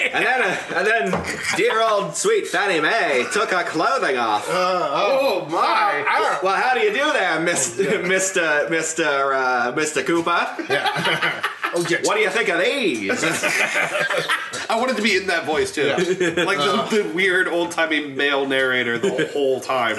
Speaker 2: And then uh, and then dear old sweet Fannie Mae took her clothing off.
Speaker 1: oh my!
Speaker 2: well, how do you do there, Miss, Mr. Mr. Uh, Mr. Cooper?
Speaker 3: Oh yeah,
Speaker 2: What do you think of these?
Speaker 1: I wanted to be in that voice too, like the, the weird old timey male narrator the whole time.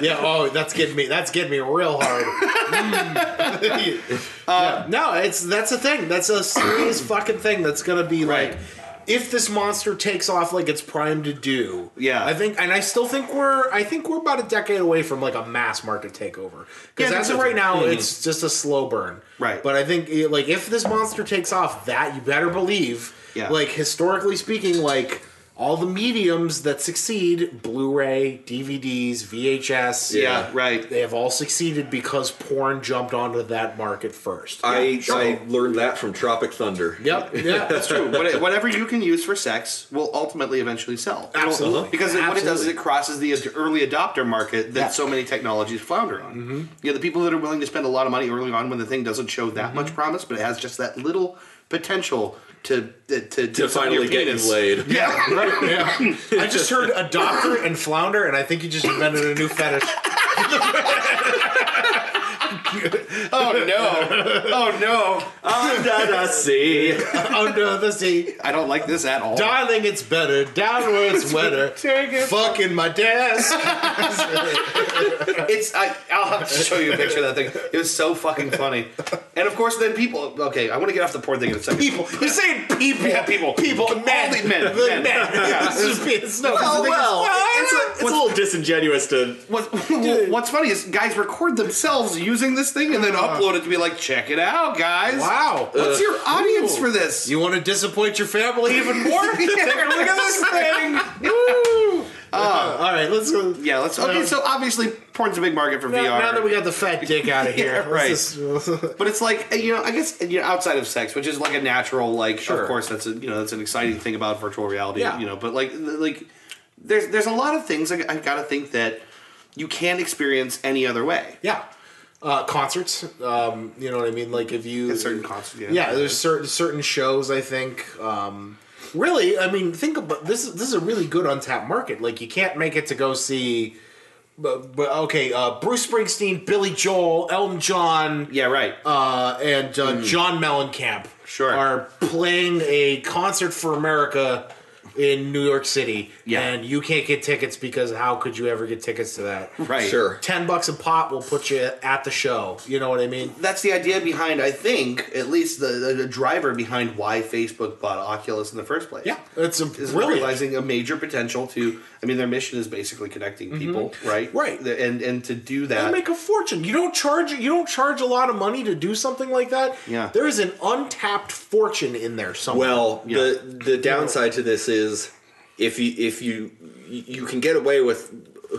Speaker 3: Yeah. Oh, that's getting me. That's getting me real hard. Mm. Uh, no, it's that's a thing. That's a serious fucking thing. That's gonna be
Speaker 1: Right.
Speaker 3: like, if this monster takes off like it's primed to do.
Speaker 1: Yeah.
Speaker 3: I think, and I still think we're. I think we're about a decade away from like a mass market takeover.
Speaker 1: Yeah, I
Speaker 3: Because
Speaker 1: think
Speaker 3: as
Speaker 1: so, too.
Speaker 3: of
Speaker 1: Mm-hmm.
Speaker 3: right now, it's just a slow burn.
Speaker 1: Right.
Speaker 3: But I think eh, like if this monster takes off, that you better believe.
Speaker 1: Yeah.
Speaker 3: Like historically speaking, like. All the mediums that succeed, Blu-ray, DVDs, VHS,
Speaker 1: Yeah, right.
Speaker 3: they have all succeeded because porn jumped onto that market first.
Speaker 2: I, I learned that from Tropic Thunder.
Speaker 3: yep. Yeah.
Speaker 1: That's true. What- Whatever you can use for sex will ultimately eventually sell. It'll-
Speaker 3: Absolutely.
Speaker 1: Because it- what it does is
Speaker 3: Absolutely.
Speaker 1: it crosses the ad- early adopter market that
Speaker 3: Yeah.
Speaker 1: so many technologies flounder on. You know, the people that are willing to spend a lot of money early on when the thing doesn't show that much promise, but it has just that little potential to to, to,
Speaker 2: To finally get you laid.
Speaker 1: Yeah.
Speaker 3: Right, yeah. I just heard adopter and flounder, and I think you just invented a new fetish.
Speaker 1: oh no. Oh no.
Speaker 2: Under the sea.
Speaker 3: Under the sea.
Speaker 1: I don't like this at all.
Speaker 3: Darling, it's better. Downwards, wetter.
Speaker 1: Take it.
Speaker 3: Fucking my desk.
Speaker 1: It's I, I'll have to show you a picture of that thing. It was so fucking funny. And of course, then people. Okay, I want to get off the porn thing in a second.
Speaker 3: People. You're saying people.
Speaker 1: Yeah, people.
Speaker 3: People. Men.
Speaker 1: Only men.
Speaker 3: The
Speaker 1: Men.
Speaker 3: men. It's just being- it's no, it's the biggest- I
Speaker 2: Oh, it's,
Speaker 3: know.
Speaker 2: a, it's a little disingenuous to.
Speaker 1: What, what's funny is guys record themselves using this thing and then upload it to be like, check it out, guys.
Speaker 3: Ah. Wow. Uh,
Speaker 1: What's your audience
Speaker 3: Cool.
Speaker 1: for this?
Speaker 3: You want to disappoint your family even more? Take a look at this thing. Woo! Oh, All right, let's uh, go.
Speaker 1: Yeah, let's. Okay, so obviously, porn's a big market for
Speaker 3: Now,
Speaker 1: VR.
Speaker 3: now that we got the fat dick out of here,
Speaker 1: Yeah, right.
Speaker 3: let's just-
Speaker 1: But it's like eh, you know, I guess you know, outside of sex, which is like a natural, like
Speaker 3: Sure.
Speaker 1: of course that's a you know that's an exciting thing about virtual reality,
Speaker 3: Yeah.
Speaker 1: you know. But like like there's there's a lot of things I, I gotta think that you can't experience any other way.
Speaker 3: yeah, uh, concerts. Um, you know what I mean? Like if you
Speaker 1: At certain concerts, yeah.
Speaker 3: yeah, there's certain certain shows. I think. Um, really, I mean, think about this. is This is a really good untapped market. Like you can't make it to go see. But, but okay, uh, Bruce Springsteen, Billy Joel, Elton John,
Speaker 1: Yeah, right.
Speaker 3: uh, and uh, John Mellencamp
Speaker 1: Mm. Sure.
Speaker 3: are playing a concert for America in New York City,
Speaker 1: Yeah.
Speaker 3: and you can't get tickets because how could you ever get tickets to that?
Speaker 1: right.
Speaker 2: Sure.
Speaker 3: Ten bucks a pop will put you at the show. You know what I mean?
Speaker 1: That's the idea behind, I think, at least the, the, the driver behind why Facebook bought Oculus in the first place.
Speaker 3: it's a
Speaker 1: is
Speaker 3: brilliant.
Speaker 1: realizing a major potential to. I mean, their mission is basically connecting people, right?
Speaker 3: Mm-hmm. Right.
Speaker 1: The- And and to do
Speaker 3: You
Speaker 1: that,
Speaker 3: make a fortune. You don't charge. You don't charge a lot of money to do something like that.
Speaker 1: Yeah.
Speaker 3: there is an untapped fortune in there somewhere.
Speaker 2: Well, the the downside to this is if you if you you can get away with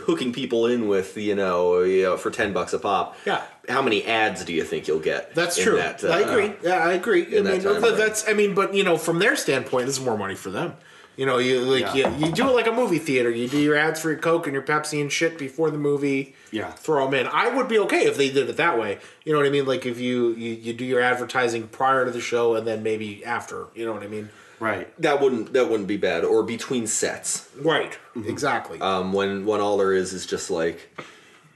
Speaker 2: hooking people in with you know, you know for ten bucks a pop.
Speaker 3: Yeah.
Speaker 2: How many ads do you think you'll get?
Speaker 3: That's
Speaker 2: in
Speaker 3: true.
Speaker 2: that,
Speaker 3: I
Speaker 2: uh,
Speaker 3: agree. Yeah, I agree. I mean,
Speaker 2: that time
Speaker 3: but
Speaker 2: frame.
Speaker 3: that's. I mean, but you know, from their standpoint, this is more money for them. You know, you like
Speaker 1: Yeah.
Speaker 3: you, you do it like a movie theater. You do your ads for your Coke and your Pepsi and shit before the movie.
Speaker 1: Yeah.
Speaker 3: throw them in. I would be okay if they did it that way. You know what I mean? Like if you you, you do your advertising prior to the show and then maybe after. You know what I mean?
Speaker 1: right.
Speaker 2: That wouldn't that wouldn't be bad. Or between sets.
Speaker 3: Right. Exactly.
Speaker 2: Um when when all there is is just like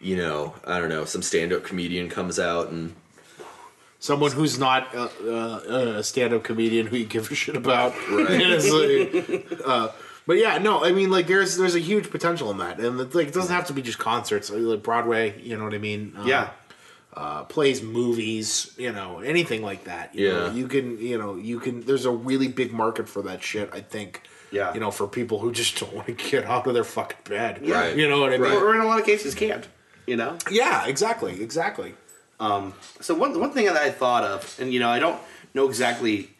Speaker 2: you know, I don't know, some stand up comedian comes out and
Speaker 3: Someone who's not uh, uh, a stand-up comedian who you give a shit about.
Speaker 2: Right.
Speaker 3: And it's like, uh, but yeah, no, I mean, like there's there's a huge potential in that, and it, like it doesn't have to be just concerts, like Broadway. You know what I mean? Uh,
Speaker 1: Yeah.
Speaker 3: uh, plays, movies, you know, anything like that. You know,
Speaker 2: Yeah.
Speaker 3: you can, you know, you can. There's a really big market for that shit. I think.
Speaker 1: Yeah.
Speaker 3: You know, for people who just don't want to get out of their fucking bed.
Speaker 2: Right.
Speaker 3: You know what I mean?
Speaker 2: Right.
Speaker 1: or, or in a lot of cases can't. You know.
Speaker 3: Yeah. Exactly. Exactly.
Speaker 1: So one one thing that I thought of, and you know, I don't know exactly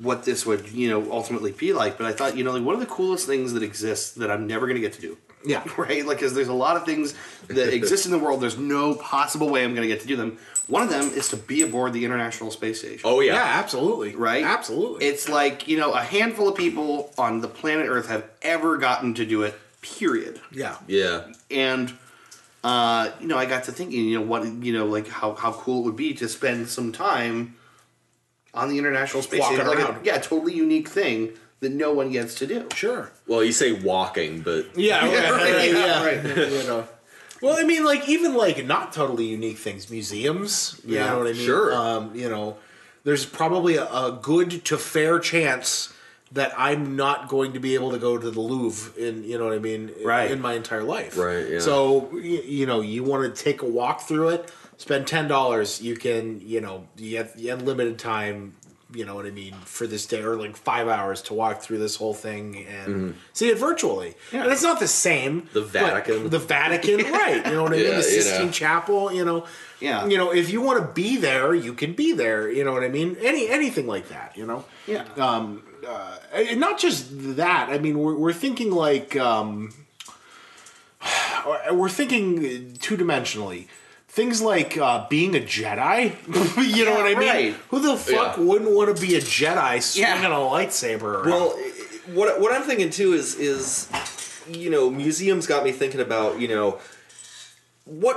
Speaker 1: what this would you know ultimately be like, but I thought you know like one of the coolest things that exists that I'm never gonna get to do.
Speaker 3: Yeah.
Speaker 1: Right, like, because there's a lot of things that exist in the world. There's no possible way I'm going to get to do them. One of them is to be aboard the International Space Station.
Speaker 2: Oh
Speaker 3: Yeah.
Speaker 2: yeah.
Speaker 3: absolutely.
Speaker 1: right?
Speaker 3: Absolutely.
Speaker 1: It's like, you know, a handful of people on the planet Earth have ever gotten to do it, period.
Speaker 3: yeah.
Speaker 2: Yeah.
Speaker 1: And uh, you know, I got to thinking, you know, what you know, like how, how cool it would be to spend some time on the International Space
Speaker 3: Walking
Speaker 1: Station. Like a-
Speaker 3: around.
Speaker 1: yeah, totally unique thing that no one gets to do.
Speaker 3: Sure.
Speaker 2: Well you say walking, but
Speaker 3: Yeah, right, right,
Speaker 1: right,
Speaker 3: yeah,
Speaker 1: right.
Speaker 3: you know. Well, I mean, like even like not totally unique things, museums. You
Speaker 1: Yeah,
Speaker 3: know what I mean?
Speaker 2: sure.
Speaker 3: Um, you know, there's probably a, a good to fair chance that I'm not going to be able to go to the Louvre in you know what I mean? in-
Speaker 1: Right.
Speaker 3: In my entire life.
Speaker 2: Right, yeah.
Speaker 3: So y- you know, you want to take a walk through it. Spend ten dollars. You can you know you have you have limited time. You know what I mean for this day, or like five hours to walk through this whole thing and see it virtually. And it's not the same.
Speaker 2: The
Speaker 3: but
Speaker 2: Vatican.
Speaker 3: the Vatican, right? You know what I mean?
Speaker 2: Yeah,
Speaker 3: The
Speaker 2: you know.
Speaker 3: Sistine Chapel. You know.
Speaker 1: Yeah.
Speaker 3: You know, if you want to be there, you can be there. You know what I mean? Any anything like that. You know.
Speaker 1: Yeah.
Speaker 3: Um. Uh, and not just that. I mean, we're we're thinking like um. We're thinking two dimensionally. Things like uh, being a Jedi, you know what I mean?
Speaker 1: right.
Speaker 3: Who the fuck
Speaker 2: Yeah.
Speaker 3: wouldn't want to be a Jedi swinging
Speaker 1: Yeah.
Speaker 3: a lightsaber? around?
Speaker 2: Well, i- i- what what I'm thinking too is is you know museums got me thinking about you know what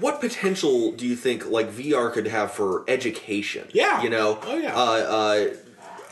Speaker 2: what potential do you think like VR could have for education?
Speaker 3: Yeah.
Speaker 2: you know,
Speaker 3: Oh, yeah.
Speaker 2: uh, uh,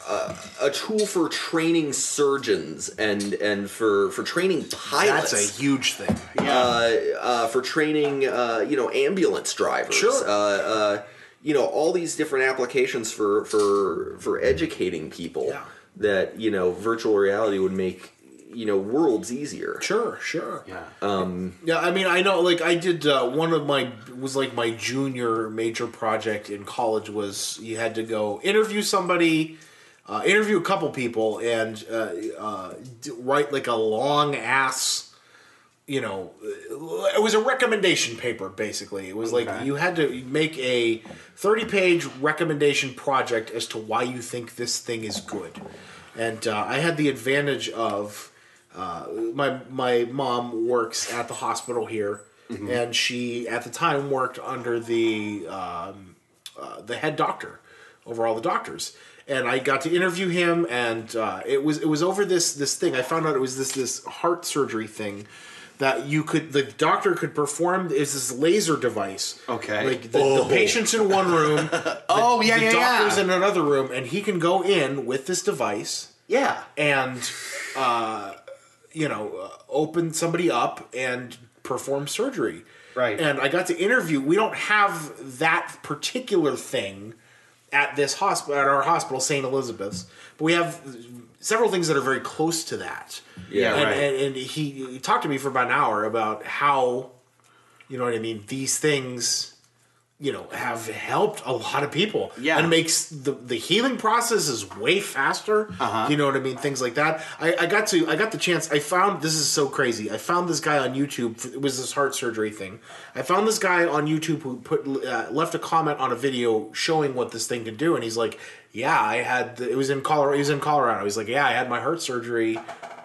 Speaker 2: uh, a tool for training surgeons and and for for training pilots.
Speaker 3: that's a huge thing.
Speaker 2: uh, uh, for training, uh, you know, ambulance drivers.
Speaker 3: Sure.
Speaker 2: Uh, uh, you know, all these different applications for for for educating people
Speaker 3: Yeah.
Speaker 2: that you know virtual reality would make you know worlds easier.
Speaker 3: Sure, sure. Yeah. Um, yeah, I mean, I know, like, I did uh, one of my, was like my junior major project in college was you had to go interview somebody, uh, interview a couple people, and uh, uh, d- write like a long ass you know, it was a recommendation paper basically. It was like you had to make a 30 page recommendation project as to why you think this thing is good. And uh, I had the advantage of uh, my my mom works at the hospital here, and she at the time worked under the um, uh, the head doctor over all the doctors. And I got to interview him, and uh, it was it was over this this thing. I found out it was this this heart surgery thing that you could the doctor could perform is this laser device.
Speaker 1: Okay.
Speaker 3: Like the, the patient's in one room.
Speaker 1: Oh, yeah,
Speaker 3: the
Speaker 1: yeah, yeah.
Speaker 3: doctor's in another room, and he can go in with this device
Speaker 1: Yeah.
Speaker 3: and, uh, you know, uh, open somebody up and perform surgery.
Speaker 1: Right.
Speaker 3: And I got to interview. We don't have that particular thing at this hospital, at our hospital, St. Elizabeth's, but we have several things that are very close to that.
Speaker 1: Yeah,
Speaker 3: And,
Speaker 1: right.
Speaker 3: and, and he talked to me for about an hour about how, you know what I mean, these things you know have helped a lot of people
Speaker 1: Yeah.
Speaker 3: and makes the the healing process is way faster
Speaker 1: Uh-huh.
Speaker 3: you know what i mean things like that I, I got to i got the chance i found this is so crazy i found this guy on youtube it was this heart surgery thing i found this guy on youtube who put uh, left a comment on a video showing what this thing could do and he's like yeah i had the, it was in colorado he was in colorado he's like yeah i had my heart surgery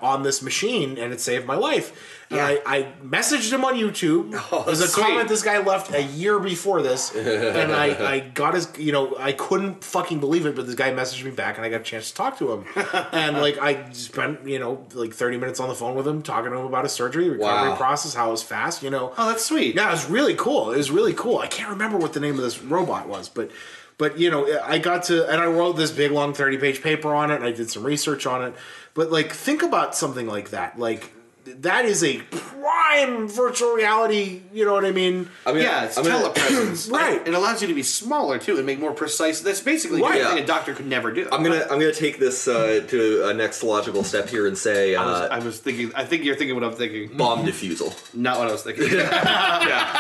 Speaker 3: on this machine and it saved my life and I, I messaged him on youtube it was a
Speaker 1: Oh, sweet.
Speaker 3: comment this guy left a year before this, and I, I got his, you know, I couldn't fucking believe it, but this guy messaged me back, and I got a chance to talk to him, and like I spent, you know, like thirty minutes on the phone with him, talking to him about his surgery, recovery
Speaker 2: Wow.
Speaker 3: process, how it was fast, you know.
Speaker 1: Oh, that's sweet.
Speaker 3: Yeah, it was really cool. It was really cool. I can't remember what the name of this robot was, but but you know, I got to and I wrote this big long 30-page paper on it and I did some research on it. But like think about something like that. Like that is a prime virtual reality, you know what I mean?
Speaker 2: I mean,
Speaker 1: yeah, it's
Speaker 2: I mean,
Speaker 1: telepresence.
Speaker 3: Right.
Speaker 1: It allows you to be smaller too and make more precise. That's basically
Speaker 3: Right.
Speaker 1: something
Speaker 2: Yeah.
Speaker 1: a doctor could never do.
Speaker 2: I'm gonna I'm gonna take this uh, to a next logical step here and say uh,
Speaker 1: I was, I was thinking. I think you're thinking what I'm thinking.
Speaker 2: bomb defusal.
Speaker 1: Not what I was thinking.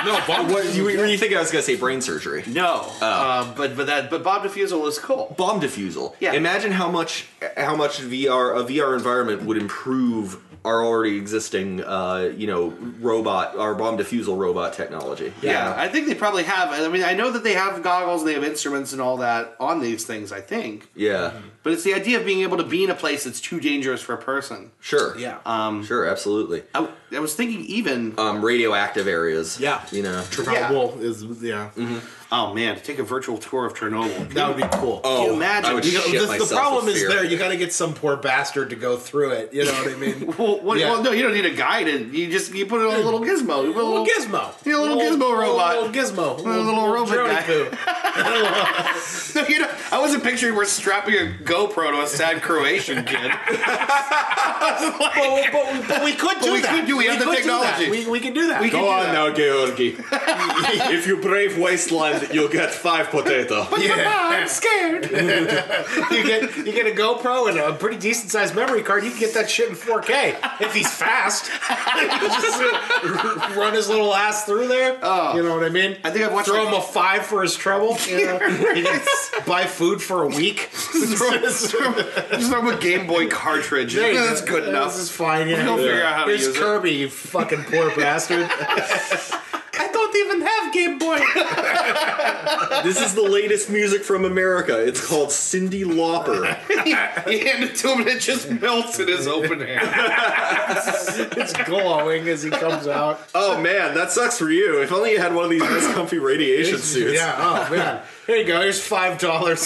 Speaker 2: No, bomb. What, you, were you thinking I was gonna say brain surgery?
Speaker 1: no.
Speaker 3: Oh.
Speaker 1: Uh, but but that but Bob Diffusal is cool.
Speaker 2: Bomb defusal.
Speaker 1: Yeah.
Speaker 2: Imagine how much how much VR a VR environment would improve our already existing uh, you know robot our bomb defusal robot technology.
Speaker 1: Yeah. I think they probably have. I mean, I know that they have goggles and they have instruments and all that on these things. I think,
Speaker 2: Yeah.
Speaker 1: but it's the idea of being able to be in a place that's too dangerous for a person.
Speaker 2: Sure.
Speaker 3: Yeah.
Speaker 1: Um,
Speaker 2: sure. Absolutely.
Speaker 1: I,
Speaker 3: Oh.
Speaker 1: w- I was thinking even.
Speaker 2: Um, radioactive areas.
Speaker 3: Yeah.
Speaker 2: You know.
Speaker 3: Chernobyl is yeah.
Speaker 1: oh man, to take a virtual tour of Chernobyl.
Speaker 3: That would be cool.
Speaker 2: Oh,
Speaker 1: you imagine?
Speaker 2: I would
Speaker 1: You know,
Speaker 2: shit
Speaker 3: the, the
Speaker 2: myself
Speaker 3: problem
Speaker 2: with
Speaker 3: is
Speaker 2: fear.
Speaker 3: there. You got to get some poor bastard to go through it. You know what I mean?
Speaker 1: Well, what,
Speaker 3: Yeah.
Speaker 1: well, no, you don't need a guide. And you just you put it on a little gizmo. You put
Speaker 3: A little gizmo.
Speaker 1: Yeah, a little gizmo robot.
Speaker 3: A little gizmo.
Speaker 1: little robot guy. No, you know, I wasn't picturing we're strapping a GoPro to a sad Croatian kid.
Speaker 3: but, but, but we could do
Speaker 1: we
Speaker 3: that.
Speaker 1: could do- we have the
Speaker 3: could do that.
Speaker 1: technology.
Speaker 3: We, we can do that.
Speaker 1: We
Speaker 6: Go
Speaker 1: do
Speaker 6: on
Speaker 1: that.
Speaker 6: now, Georgi. if you brave wasteland, you'll get five potato.
Speaker 3: I'm scared. you get you get a GoPro and a pretty decent sized memory card. You can get that shit in 4K if he's fast. Just run his little ass through there. you know what I mean?
Speaker 1: Oh. I think I've watched
Speaker 3: Throw
Speaker 1: like-
Speaker 3: him a five for his trouble. You know? He can s- buy food for a week.
Speaker 1: Just throw him a Game Boy cartridge.
Speaker 3: There you
Speaker 1: That's
Speaker 3: go.
Speaker 1: good
Speaker 3: This is
Speaker 1: enough.
Speaker 3: fine. Yeah.
Speaker 1: We'll figure out how to
Speaker 3: Here's
Speaker 1: use it.
Speaker 3: Kirby, you fucking poor bastard. I don't even have Game Boy.
Speaker 2: this is the latest music from America. It's called Cindy Lauper.
Speaker 1: you hand it to him and it just melts in his open hand.
Speaker 3: it's glowing as he comes out.
Speaker 2: oh man, that sucks for you. If only you had one of these nice comfy radiation suits.
Speaker 3: Yeah. Oh man. Here you go. Here's five dollars.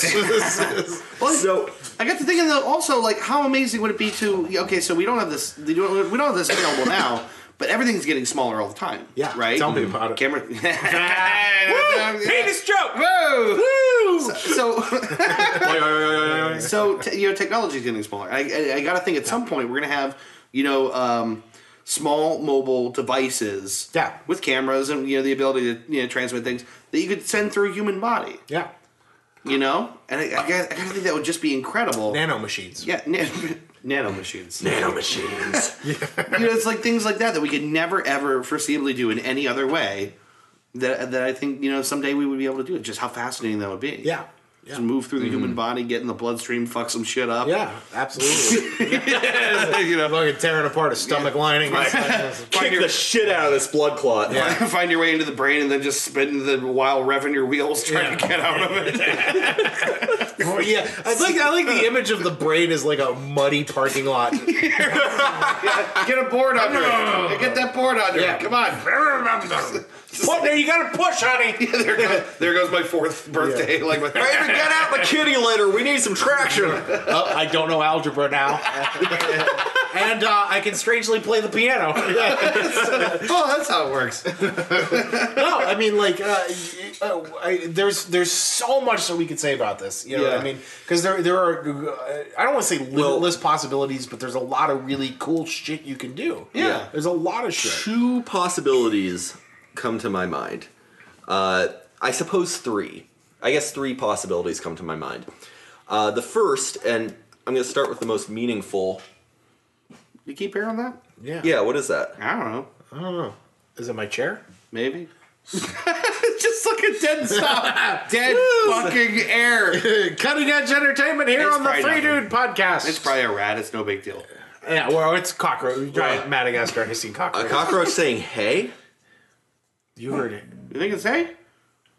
Speaker 2: So
Speaker 1: I got to thinking though, also like how amazing would it be to? Okay, so we don't have this. They don't, we don't have this available now, but everything's getting smaller all the time.
Speaker 3: Yeah,
Speaker 1: right.
Speaker 3: tell me about it.
Speaker 1: Camera.
Speaker 3: penis joke.
Speaker 1: Whoa.
Speaker 3: Woo!
Speaker 1: So, so t- you know, technology's getting smaller. I, I, I got to think at some point we're gonna have you know um, small mobile devices,
Speaker 3: Yeah.
Speaker 1: with cameras and you know the ability to you know transmit things that you could send through human body,
Speaker 3: Yeah.
Speaker 1: you know. And I, I, got, I got to think that would just be incredible.
Speaker 3: Nano machines.
Speaker 1: yeah, na- nano machines. you
Speaker 2: nano machines.
Speaker 1: know, it's like things like that that we could never ever foreseeably do in any other way. That that I think you know someday we would be able to do it. Just how fascinating that would be.
Speaker 3: Yeah.
Speaker 1: Just move through the human body, get in the bloodstream, fuck some shit up.
Speaker 3: Yeah, absolutely.
Speaker 1: you know,
Speaker 3: Fucking tearing apart a stomach lining.
Speaker 1: find
Speaker 2: Kick
Speaker 1: your,
Speaker 2: the shit out of this blood clot.
Speaker 1: find your way into the brain and then just spin the while revving your wheels trying to get out of it.
Speaker 3: yeah, I like I like the image of the brain as like a muddy parking lot.
Speaker 1: get a board under it. Get that board under
Speaker 3: Yeah.
Speaker 1: it. Come on.
Speaker 3: What? There, you gotta push, honey.
Speaker 1: there, goes, there goes my fourth birthday. Like, my,
Speaker 2: Baby, get out the kitty litter. We need some traction.
Speaker 3: Oh, I don't know algebra now, and uh, I can strangely play the piano.
Speaker 1: oh, that's how it works.
Speaker 3: no, I mean like uh, uh, I, there's there's so much that we could say about this. You know what
Speaker 1: Yeah.
Speaker 3: I mean? Because there there are uh, I don't want to say limitless possibilities, but there's a lot of really cool shit you can do.
Speaker 1: Yeah.
Speaker 3: there's a lot of shit.
Speaker 2: Two possibilities come to my mind. Uh, I suppose three. I guess three possibilities come to my mind. Uh, the first, and I'm going to start with the most meaningful.
Speaker 1: You keep hearing that?
Speaker 3: Yeah.
Speaker 2: Yeah, what is that?
Speaker 1: I don't know.
Speaker 3: I don't know. Is it my chair?
Speaker 1: Maybe. Just look at dead stop. Dead fucking air.
Speaker 3: Cutting edge entertainment here
Speaker 1: It's
Speaker 3: on the
Speaker 1: probably
Speaker 3: Free
Speaker 1: nothing.
Speaker 3: Dude podcast.
Speaker 1: It's probably a rat. It's no big deal.
Speaker 3: yeah. Well, it's cockroach. Giant Madagascar. I've seen
Speaker 2: A
Speaker 3: cockroach.
Speaker 2: cockroach saying, hey?
Speaker 3: you heard it.
Speaker 1: You think it's hey?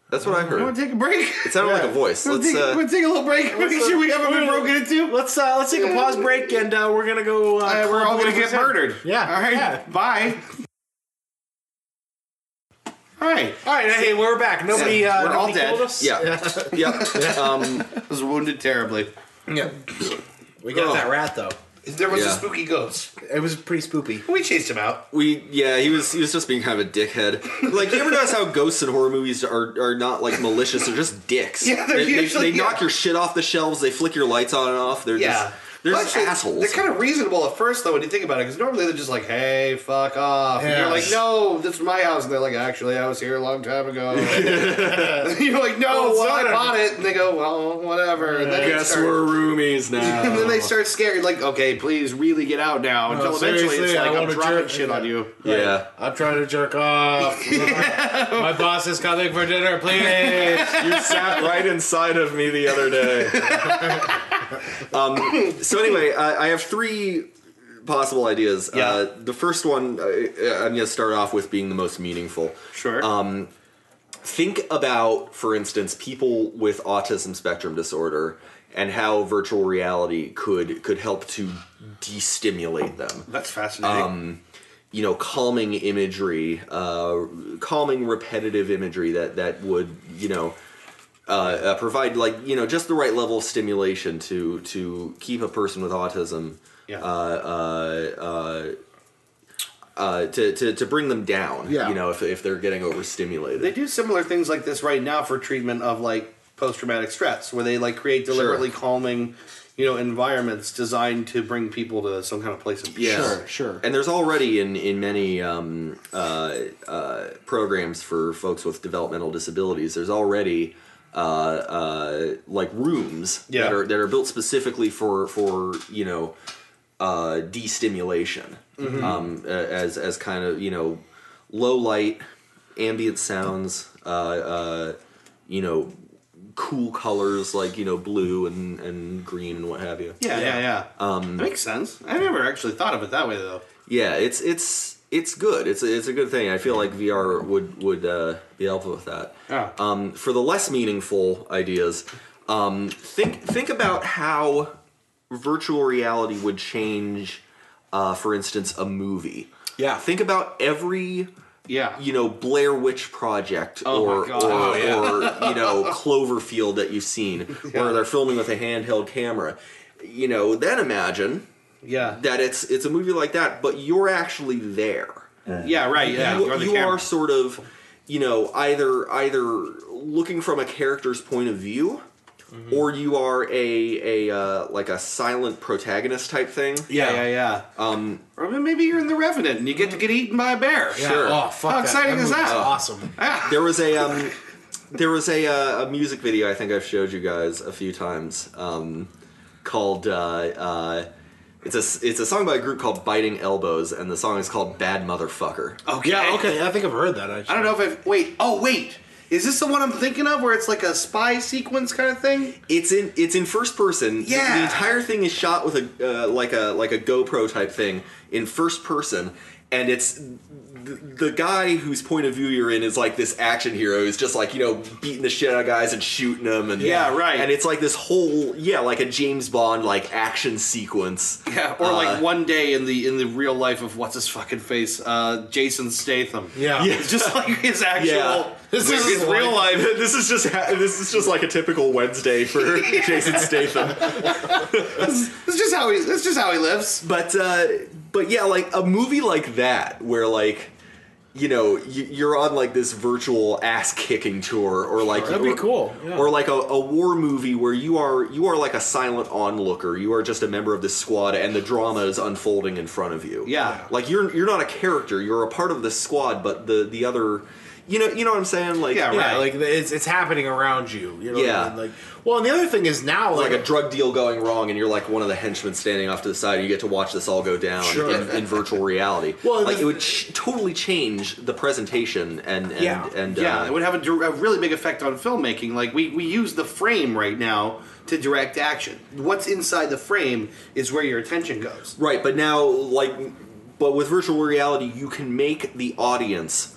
Speaker 2: That's what I
Speaker 1: You want
Speaker 2: heard.
Speaker 1: to take a break?
Speaker 2: It sounded like a voice.
Speaker 1: We'll
Speaker 2: Let's,
Speaker 1: take,
Speaker 2: uh,
Speaker 1: we'll take a little break. Make
Speaker 3: uh,
Speaker 1: sure we haven't been broken into.
Speaker 3: Let's uh, let's take a pause break and uh, we're gonna go. Uh,
Speaker 1: Uh, we're all gonna get murdered.
Speaker 3: Yeah,
Speaker 1: All right.
Speaker 3: yeah.
Speaker 1: Bye. All right.
Speaker 3: All right, hey, we're back. Nobody,
Speaker 1: Yeah,
Speaker 3: uh,
Speaker 1: we're all
Speaker 3: nobody
Speaker 1: dead.
Speaker 3: killed us.
Speaker 2: yeah. yeah. Um,
Speaker 1: I was wounded terribly.
Speaker 3: Yeah. We got
Speaker 2: Ugh.
Speaker 3: that rat though.
Speaker 1: There was a
Speaker 2: Yeah.
Speaker 1: spooky ghost.
Speaker 3: Oh. It was pretty spoopy.
Speaker 1: We chased him out.
Speaker 2: We yeah, he was he was just being kind of a dickhead. Like you ever notice how ghosts in horror movies are, are not like malicious, they're just dicks.
Speaker 1: Yeah, they're
Speaker 2: they, they-
Speaker 1: usually-
Speaker 2: they knock
Speaker 1: yeah.
Speaker 2: your shit off the shelves, they flick your lights on and off, they're
Speaker 1: Yeah.
Speaker 2: just they're
Speaker 1: Well,
Speaker 2: just
Speaker 1: actually,
Speaker 2: assholes.
Speaker 1: They're kind of reasonable at first, though, when you think about it, because normally they're just like, "Hey, fuck off." And you're
Speaker 3: Yeah.
Speaker 1: like, "No, this is my house," and they're like, "Actually, I was here a long time ago." And you're like, "No,
Speaker 3: Oh,
Speaker 1: well, I
Speaker 3: whatever."
Speaker 1: bought it," and they go, "Well, whatever." And then they
Speaker 2: Guess
Speaker 1: start,
Speaker 2: we're roomies
Speaker 1: and
Speaker 2: now.
Speaker 1: then they start scared, like, "Okay, please, really get out now." Until eventually, it's
Speaker 3: seriously,
Speaker 1: like,
Speaker 3: I
Speaker 1: "I'm
Speaker 3: wanna
Speaker 1: dropping
Speaker 3: jerk-
Speaker 1: shit on you."
Speaker 2: yeah.
Speaker 3: I'm trying to jerk off. My boss is coming for dinner, please.
Speaker 2: You sat right inside of me the other day. um, so anyway, I, I have three possible ideas. Uh, the first one uh, I'm going to start off with being the most meaningful.
Speaker 1: Sure.
Speaker 2: Um, think about, for instance, people with autism spectrum disorder and how virtual reality could could help to destimulate them.
Speaker 1: That's fascinating.
Speaker 2: You know, calming imagery, uh, calming repetitive imagery that that would you know. Uh, uh, provide like you know just the right level of stimulation to to keep a person with autism
Speaker 1: yeah.
Speaker 2: uh, to, to to bring them down
Speaker 3: Yeah.
Speaker 2: you know if, if they're getting overstimulated
Speaker 1: They do similar things like this right now for treatment of like post traumatic stress, where they like create deliberately calming, you know, environments designed to bring people to some kind of place of peace.
Speaker 2: Yeah.
Speaker 3: Sure, sure.
Speaker 2: And there's already in in many um, uh, uh, programs for folks with developmental disabilities. There's already uh, uh, like rooms
Speaker 1: Yeah.
Speaker 2: that are that are built specifically for for you know uh, destimulation um, a- as as kind of you know low light, ambient sounds, uh, uh, you know cool colors like you know blue and and green and what have you.
Speaker 1: Yeah, yeah, yeah. Um, that makes sense. I never actually thought of it that way though.
Speaker 2: Yeah, it's it's it's good. It's a, it's a good thing. I feel like VR would would uh, be helpful with that.
Speaker 1: Yeah.
Speaker 2: Um, for the less meaningful ideas, um, think think about how virtual reality would change, uh, for instance, a movie.
Speaker 3: Yeah.
Speaker 2: Think about every
Speaker 1: Yeah.
Speaker 2: you know Blair Witch Project
Speaker 1: Oh my
Speaker 2: or or,
Speaker 1: God. Oh,
Speaker 2: or you know Cloverfield that you've seen, where they're filming with a handheld camera. You know, then imagine
Speaker 1: yeah.
Speaker 2: that it's it's a movie like that, but you're actually there.
Speaker 1: yeah, right. Yeah.
Speaker 2: you
Speaker 1: You're the
Speaker 2: you
Speaker 1: camera.
Speaker 2: are sort of, you know, either either looking from a character's point of view,
Speaker 1: Mm-hmm.
Speaker 2: or you are a a uh, like a silent protagonist type thing.
Speaker 1: yeah, yeah, yeah. Um, or maybe you're in the Revenant and you get to get eaten by a bear.
Speaker 3: Yeah.
Speaker 2: Sure.
Speaker 3: Oh, fuck
Speaker 1: How
Speaker 3: that.
Speaker 1: exciting is
Speaker 3: movie
Speaker 1: that?
Speaker 3: Awesome.
Speaker 2: There was a um, there was a uh, a music video I think I've showed you guys a few times um, called. Uh, uh, it's a, it's a song by a group called Biting Elbows, and the song is called Bad Motherfucker.
Speaker 1: Okay.
Speaker 3: Yeah. Okay. I think I've heard that. Actually.
Speaker 1: I don't know if I've wait. Oh wait, Is this the one I'm thinking of, where it's like a spy sequence kind of thing?
Speaker 2: It's in it's in first person. The-
Speaker 1: Yeah.
Speaker 2: The, entire thing is shot with a uh, like a like a GoPro type thing in first person, and it's the, the guy whose point of view you're in is like this action hero who's just like you know beating the shit out of guys and shooting them and
Speaker 1: Yeah, right.
Speaker 2: And it's like this whole yeah like a James Bond like action sequence.
Speaker 1: Yeah, or
Speaker 2: Uh,
Speaker 1: like one day in the in the real life of what's his fucking face, uh, Jason Statham.
Speaker 3: Yeah.
Speaker 1: it's just like his actual.
Speaker 2: Yeah.
Speaker 1: This is his
Speaker 3: like-
Speaker 1: real life.
Speaker 2: this is just ha- this is just like a typical Wednesday for Jason Statham.
Speaker 1: That's just how he. That's just how he lives.
Speaker 2: but uh, but yeah, like a movie like that where like you know y- you're on like this virtual ass kicking tour or like
Speaker 3: That'd be
Speaker 2: or-
Speaker 3: cool, yeah.
Speaker 2: or like a, a war movie where you are you are like a silent onlooker you are just a member of this squad and the drama is unfolding in front of you
Speaker 1: Yeah.
Speaker 2: like you're you're not a character you're a part of this squad but the the other you know you know what i'm saying like
Speaker 1: Yeah,
Speaker 3: Yeah,
Speaker 1: Right.
Speaker 3: like it's it's happening around you. You know what I
Speaker 2: Yeah.
Speaker 3: mean? Like, well, and the other thing is now,
Speaker 2: like
Speaker 3: like,
Speaker 2: a drug deal going wrong and you're like one of the henchmen standing off to the side and you get to watch this all go down
Speaker 3: Sure.
Speaker 2: in, in virtual reality
Speaker 3: Well,
Speaker 2: like
Speaker 3: the-
Speaker 2: it would ch- totally change the presentation and and
Speaker 3: Yeah.
Speaker 2: and
Speaker 1: Yeah,
Speaker 2: uh,
Speaker 1: it would have a, dir- a really big effect on filmmaking. Like we we use the frame right now to direct action. What's inside the frame is where your attention goes.
Speaker 2: right but now like but with virtual reality you can make the audience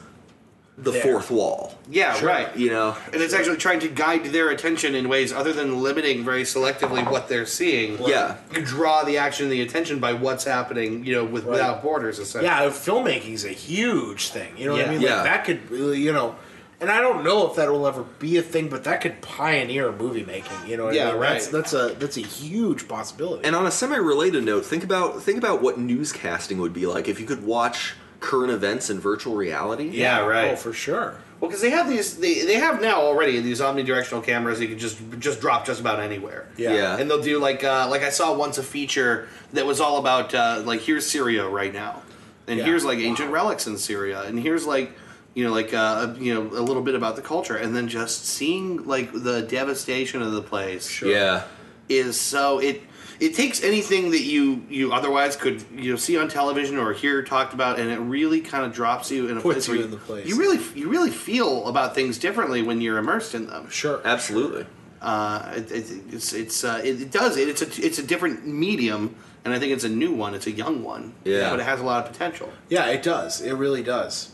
Speaker 2: the
Speaker 3: There.
Speaker 2: fourth wall
Speaker 1: Yeah, right.
Speaker 2: you know
Speaker 1: And it's actually trying to guide their attention in ways other than limiting very selectively what they're seeing.
Speaker 2: Yeah.
Speaker 1: You draw the action and the attention by what's happening, you know, with without borders essentially.
Speaker 3: yeah, filmmaking is a huge thing. You know what
Speaker 1: Yeah.
Speaker 3: I mean? Like
Speaker 2: Yeah.
Speaker 3: that could, really, you know, and I don't know if that will ever be a thing, but that could pioneer movie making. You know what
Speaker 1: Yeah,
Speaker 3: I mean? That's
Speaker 1: right.
Speaker 3: that's a that's a huge possibility.
Speaker 2: and on a semi-related note think about think about what newscasting would be like if you could watch current events in virtual reality
Speaker 1: Yeah, right.
Speaker 3: Oh, for sure.
Speaker 1: Well, because they have these, they, they have now already these omnidirectional cameras you can just just drop just about anywhere.
Speaker 3: Yeah.
Speaker 2: Yeah.
Speaker 1: And they'll do like uh, like I saw once a feature that was all about uh, like here's Syria right now, and
Speaker 3: Yeah.
Speaker 1: here's like ancient relics in Syria, and here's like you know like uh, you know a little bit about the culture, and then just seeing like the devastation of the place
Speaker 2: yeah
Speaker 1: is so it it takes anything that you you otherwise could you know see on television or hear talked about and it really kind of drops you in a
Speaker 3: Puts
Speaker 1: place where
Speaker 3: you in the place.
Speaker 1: you really you really feel about things differently when you're immersed in them
Speaker 3: Sure.
Speaker 2: absolutely
Speaker 1: uh it, it, it's it's uh, it, it does it, it's a it's a different medium and i think it's a new one it's a young one
Speaker 2: Yeah.
Speaker 1: but it has a lot of potential
Speaker 3: Yeah, it does. It really does.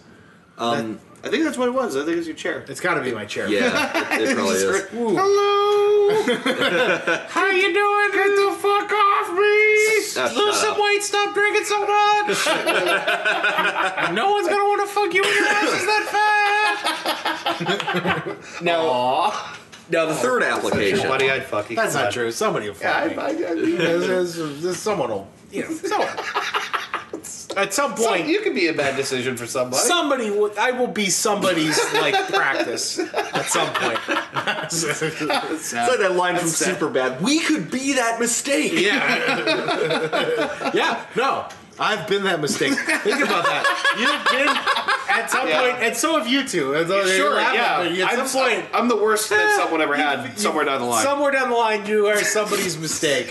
Speaker 2: um
Speaker 1: i think that's what it was i think it's your chair
Speaker 3: It's got to be my chair.
Speaker 2: yeah it, it probably is
Speaker 1: hello
Speaker 3: How you doing? Get the fuck off me!
Speaker 2: Ah, shut
Speaker 3: Lose some
Speaker 2: up.
Speaker 3: weight. Stop drinking so much. no one's gonna want to fuck you when your ass is that fat.
Speaker 1: now
Speaker 2: Now the
Speaker 1: Oh,
Speaker 2: third application.
Speaker 1: buddy i'd fuck you
Speaker 3: That's not true. Somebody will fuck
Speaker 1: yeah,
Speaker 3: me.
Speaker 1: I'd, I'd, I'd be-
Speaker 3: There's- there's- there's someone will, you know, someone. At
Speaker 1: Some-
Speaker 3: some point,
Speaker 1: you could be a bad decision for somebody
Speaker 3: somebody will. I will be somebody's like practice at some point.
Speaker 2: It's like that line
Speaker 1: That's
Speaker 2: from
Speaker 1: sad.
Speaker 2: Superbad. We could be that mistake.
Speaker 3: Yeah. yeah. No, I've been that mistake. Think about that. You've been at some
Speaker 1: Yeah.
Speaker 3: point, and so have you two. And so-
Speaker 1: Sure,
Speaker 3: you're laughing,
Speaker 1: yeah.
Speaker 3: but At
Speaker 1: I'm,
Speaker 3: some point,
Speaker 1: I'm the worst that someone ever
Speaker 3: You-
Speaker 1: had
Speaker 3: you-
Speaker 1: somewhere down the line.
Speaker 3: Somewhere down the line, you are somebody's mistake.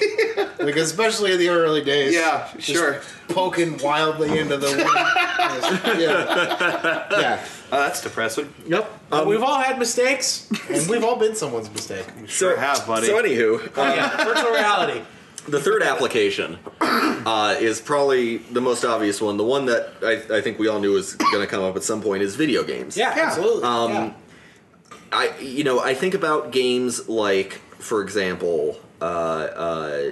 Speaker 3: like, especially in the early days.
Speaker 1: Yeah, sure.
Speaker 3: Poking wildly into the wind. yeah. Yeah.
Speaker 1: Oh, that's depressing.
Speaker 3: Yep. Uh,
Speaker 1: Um,
Speaker 3: we've all had mistakes, and we've all been someone's mistake.
Speaker 1: Sure have, buddy.
Speaker 2: So anywho, uh,
Speaker 3: yeah. Virtual reality.
Speaker 2: the third application uh, is probably the most obvious one. The one that I, I think we all knew was going to come up at some point is video games.
Speaker 3: Yeah, absolutely.
Speaker 2: Um,
Speaker 3: yeah.
Speaker 2: I you know I think about games like for example uh, uh,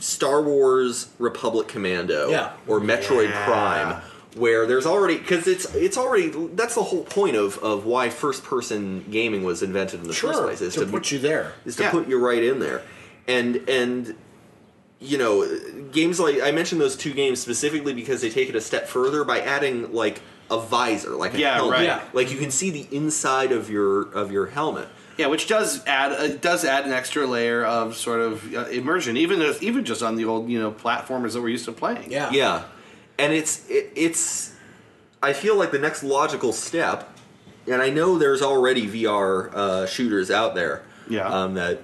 Speaker 2: Star Wars Republic Commando
Speaker 3: Yeah.
Speaker 2: or Metroid
Speaker 1: Yeah.
Speaker 2: Prime where there's already because it's it's already that's the whole point of of why first person gaming was invented in the first
Speaker 3: Sure.
Speaker 2: place is
Speaker 3: To, put you there.
Speaker 2: is to
Speaker 1: Yeah.
Speaker 2: put you right in there and and you know games like i mentioned those two games specifically because they take it a step further by adding like a visor like a
Speaker 1: Yeah,
Speaker 2: helmet.
Speaker 1: right.
Speaker 3: Yeah.
Speaker 2: like you can see the inside of your of your helmet
Speaker 1: Yeah, which does add uh, does add an extra layer of sort of uh, immersion, even if, even just on the old you know platformers that we're used to playing.
Speaker 3: Yeah.
Speaker 2: yeah and it's it, it's i feel like the next logical step and i know there's already vr uh, shooters out there
Speaker 1: Yeah.
Speaker 2: um, that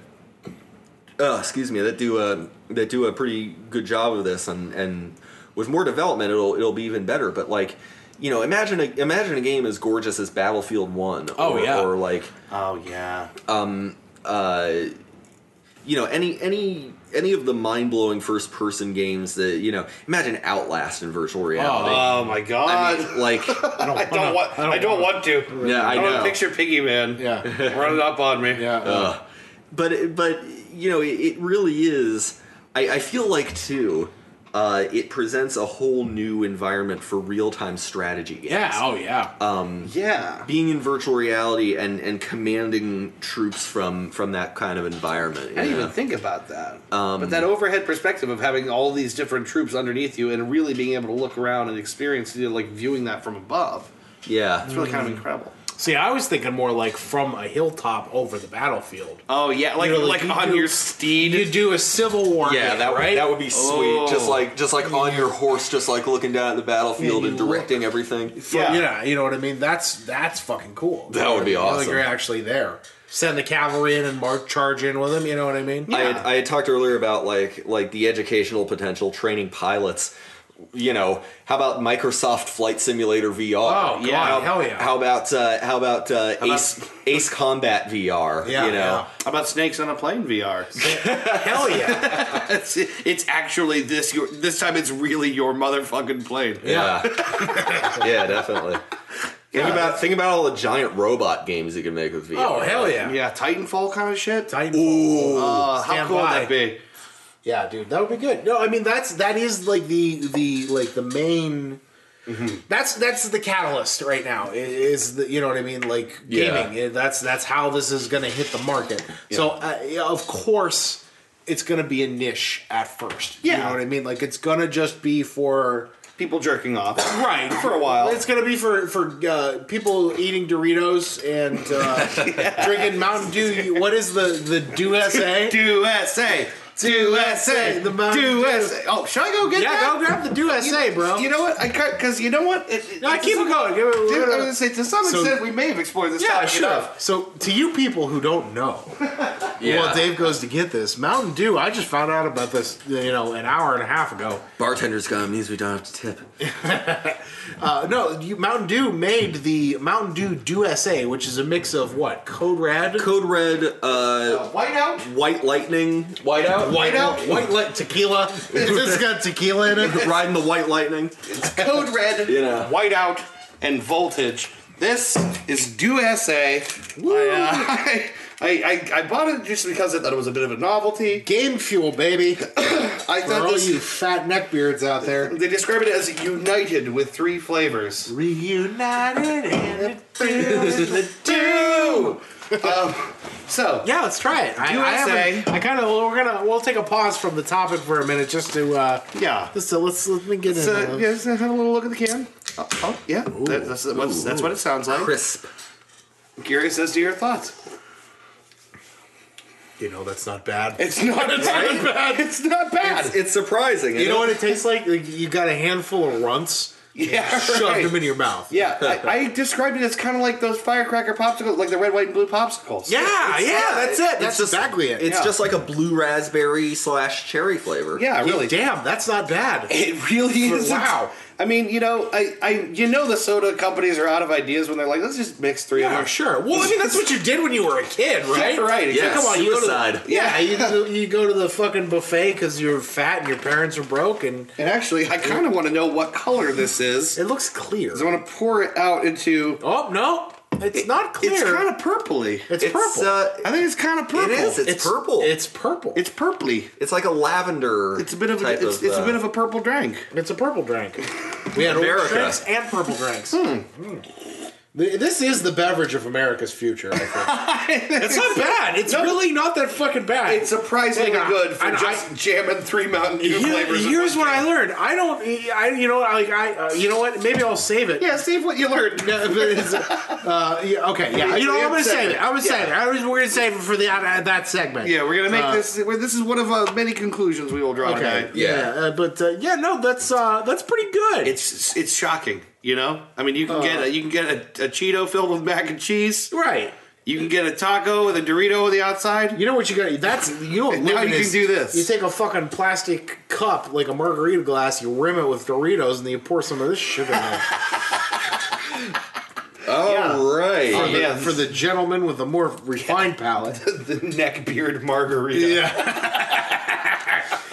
Speaker 2: uh, excuse me that do a that do a pretty good job of this and and with more development it'll it'll be even better but like y- you know, imagine a, imagine a game as gorgeous as Battlefield One. Or,
Speaker 3: Oh, yeah.
Speaker 2: Or like,
Speaker 1: Oh yeah.
Speaker 2: uh, you know, any any any of the mind blowing first person games that you know. Imagine Outlast in virtual reality.
Speaker 1: Oh my
Speaker 2: I
Speaker 1: god.
Speaker 2: mean, like,
Speaker 1: I don't,
Speaker 3: wanna-
Speaker 1: want.
Speaker 3: I don't
Speaker 1: I don't want to.
Speaker 2: Yeah,
Speaker 1: I
Speaker 2: I
Speaker 1: want
Speaker 2: know.
Speaker 1: to picture Piggy Man.
Speaker 3: Yeah.
Speaker 1: Run it up on me.
Speaker 3: Yeah.
Speaker 2: but but you know, it, it really is. I, I feel like too. Uh, it presents a whole new environment for real-time strategy games.
Speaker 3: yeah. Oh yeah.
Speaker 1: Yeah.
Speaker 2: being in virtual reality and and commanding troops from from that kind of environment. you
Speaker 1: I didn't
Speaker 2: know?
Speaker 1: even think about that.
Speaker 3: Um,
Speaker 1: but that overhead perspective of having all these different troops underneath you and really being able to look around and experience, you know, like viewing that from above,
Speaker 2: yeah,
Speaker 1: it's really kind
Speaker 3: Hmm.
Speaker 1: of incredible.
Speaker 3: See, I was thinking more like from a hilltop over the battlefield.
Speaker 1: Oh yeah, like
Speaker 3: You know,
Speaker 1: like,
Speaker 3: like, you
Speaker 1: on
Speaker 3: do-
Speaker 1: your
Speaker 3: You
Speaker 1: steed.
Speaker 3: do a civil war.
Speaker 2: yeah,
Speaker 3: game,
Speaker 2: that
Speaker 3: right.
Speaker 2: would that would be sweet. Just
Speaker 1: Oh.
Speaker 2: like just like on your horse, just like looking down at the battlefield
Speaker 3: Yeah, you
Speaker 2: and directing everything.
Speaker 3: yeah. you know what I mean. That's that's fucking cool.
Speaker 2: That would be
Speaker 3: You know, Like
Speaker 2: awesome.
Speaker 3: you're actually there. Send the cavalry in and march charge in with them. You know what I mean?
Speaker 2: I had, I had talked earlier about like like the educational potential training pilots. You know, how about Microsoft Flight Simulator VR?
Speaker 3: Oh, God,
Speaker 2: How-
Speaker 3: hell yeah.
Speaker 2: How about uh, how about uh,
Speaker 1: about-
Speaker 2: Ace Ace Combat VR?
Speaker 3: Yeah,
Speaker 2: you know,
Speaker 3: yeah.
Speaker 1: How about snakes on a plane VR?
Speaker 3: Hell yeah.
Speaker 1: it's, it's actually this. Your, this time, it's really your motherfucking plane.
Speaker 2: Yeah. yeah, definitely. Think about think about all the giant robot games you can make with VR.
Speaker 3: oh hell yeah.
Speaker 1: Yeah, Titanfall kind of shit.
Speaker 3: Titanfall. Oh,
Speaker 1: Uh, how
Speaker 3: Stand
Speaker 1: cool would
Speaker 3: by.
Speaker 1: that be?
Speaker 3: Yeah, dude, that would be good. No, I mean that's that is like the the like the main.
Speaker 1: Mm-hmm.
Speaker 3: That's that's the catalyst right now. i- Is the you know what I mean? Like
Speaker 2: Yeah.
Speaker 3: gaming. eh, That's that's how this is going to hit the market. So uh, yeah, of course, it's going to be a niche at first. you
Speaker 1: Yeah.
Speaker 3: know what I mean. Like it's going to just be for
Speaker 1: People jerking off.
Speaker 3: right
Speaker 1: For a while.
Speaker 3: It's going to be for for uh, people eating Doritos and uh, drinking Mountain Dew. What is the the Dew SA?
Speaker 1: Do SA. Do SA.
Speaker 3: The Mountain
Speaker 1: Do
Speaker 3: Dew.
Speaker 1: SA. Oh, should I go get
Speaker 3: Yeah,
Speaker 1: that?
Speaker 3: go grab the Dew SA, bro.
Speaker 1: You know what? I because you know what? It, it,
Speaker 3: No, I keep it going. Give it-
Speaker 1: Dude,
Speaker 3: we're
Speaker 1: I was
Speaker 3: gonna-
Speaker 1: gonna say to some
Speaker 3: So-
Speaker 1: extent we may have explored this
Speaker 3: yeah,
Speaker 1: topic
Speaker 3: sure.
Speaker 1: enough.
Speaker 3: So, to you people who don't know,
Speaker 2: Yeah.
Speaker 3: well, Dave goes to get this Mountain Dew. I just found out about this, you know, an hour and a half ago.
Speaker 2: Bartender's gone means we don't have to tip.
Speaker 3: Uh, no, you, Mountain Dew made the Mountain Dew Dew SA, which is a mix of what Code Red,
Speaker 2: Code Red, uh,
Speaker 1: Whiteout.
Speaker 2: White Lightning, Whiteout,
Speaker 3: White
Speaker 1: Whiteout?
Speaker 3: White Light Tequila. it's got tequila in it.
Speaker 2: riding the White Lightning.
Speaker 1: Code red.
Speaker 2: You know.
Speaker 1: Whiteout and voltage. This is Do SA. I, uh, I, I I bought it just because I thought it was a bit of a novelty.
Speaker 3: Game fuel, baby.
Speaker 1: I
Speaker 3: For
Speaker 1: thought
Speaker 3: all
Speaker 1: this.
Speaker 3: you fat neckbeards out there,
Speaker 1: They describe it as united with three flavors.
Speaker 3: reunited and
Speaker 1: Two. um, so
Speaker 3: Yeah, let's try it. I,
Speaker 1: Do
Speaker 3: I,
Speaker 1: it, say.
Speaker 3: haven't- I kind of we're gonna we'll take a pause from the topic for a minute just to uh
Speaker 1: Yeah.
Speaker 3: Just to, let's let me get
Speaker 1: So,
Speaker 3: in. uh, there.
Speaker 1: yeah, let's have a little look at the can. Oh, oh, yeah, that, that's, what's- that's what it sounds like.
Speaker 2: Crisp.
Speaker 1: Curious as to your thoughts.
Speaker 3: You know that's not bad.
Speaker 1: It's not bad. It's not bad.
Speaker 2: It's surprising.
Speaker 3: You know what it tastes like? Like, you got a handful of runts,
Speaker 1: yeah,
Speaker 3: shoved
Speaker 1: right.
Speaker 3: them in your mouth.
Speaker 1: Yeah, I, I described it as kind of like those firecracker popsicles, like the red, white, and blue popsicles.
Speaker 3: yeah, yeah, that's it. That's
Speaker 2: It's just-
Speaker 3: exactly it.
Speaker 2: It's
Speaker 1: Yeah.
Speaker 2: just like a blue raspberry slash cherry flavor.
Speaker 1: yeah, really.
Speaker 3: Damn, that's not bad.
Speaker 1: It really is.
Speaker 3: wow.
Speaker 1: I mean, you know, I, I, you know, the soda companies are out of ideas when they're like, let's just mix three
Speaker 3: Yeah,
Speaker 1: of them.
Speaker 3: sure. Well, I mean, that's what you did when you were a kid, right?
Speaker 1: Yeah, right.
Speaker 2: Yeah,
Speaker 1: Exactly.
Speaker 3: on, you go to-
Speaker 2: suicide.
Speaker 3: Yeah, you go, you go to the fucking buffet because you're fat and your parents are broke, and
Speaker 1: And actually, I kind of want to know what color this is.
Speaker 3: it looks clear.
Speaker 1: 'cause I want to pour it out into.
Speaker 3: Oh no, it's not clear.
Speaker 1: It's kind of purpley.
Speaker 3: It's
Speaker 2: it's
Speaker 3: purple.
Speaker 2: Uh,
Speaker 1: I think it's kind of
Speaker 2: it
Speaker 1: purple.
Speaker 2: is. It's, purple. It's,
Speaker 3: It's purple.
Speaker 1: It's purpley.
Speaker 2: like a lavender.
Speaker 1: It's a bit of a,
Speaker 2: type
Speaker 1: it's, it's a
Speaker 2: uh,
Speaker 1: bit of a purple drink.
Speaker 3: It's a purple drink. We had orange
Speaker 2: America.
Speaker 3: drinks and purple drinks. Mm. Th- This is the beverage of America's future. I think. it's not bad. It's really not that fucking bad.
Speaker 1: It's surprisingly
Speaker 3: Like, uh,
Speaker 1: good for
Speaker 3: and
Speaker 1: just
Speaker 3: I-
Speaker 1: jamming three Mountain Dew
Speaker 3: Here-
Speaker 1: flavors. in
Speaker 3: here's
Speaker 1: one
Speaker 3: what I
Speaker 1: can.
Speaker 3: learned. I don't. e, I you know like I uh, you know what? Maybe I'll save it.
Speaker 1: Yeah, Steve, what you learned.
Speaker 3: Yeah, but it's, uh, yeah, okay. Yeah. You know I'm gonna save it. I'm gonna save it. I was, we're gonna save it for the uh, that segment. Uh,
Speaker 1: Yeah, we're gonna make this. Well, this is one of uh, many conclusions we will draw
Speaker 3: Okay.
Speaker 1: today.
Speaker 2: Yeah.
Speaker 3: Yeah. uh, but uh, yeah, no, that's uh, that's pretty good.
Speaker 1: It's it's shocking, you know. I mean, you can get a, you can get a, a Cheeto filled with mac and cheese.
Speaker 3: right.
Speaker 1: You can get a taco with a Dorito on the outside.
Speaker 3: You know what you got? That's you know what
Speaker 1: Now
Speaker 3: living
Speaker 1: you
Speaker 3: is?
Speaker 1: can do this.
Speaker 3: You take a fucking plastic cup like a margarita glass, you rim it with Doritos, and then you pour some of this shit in there.
Speaker 2: All right.
Speaker 3: For the,
Speaker 1: Hands.
Speaker 3: for the gentleman with a more refined palate.
Speaker 1: the neck beard margarita.
Speaker 3: Yeah.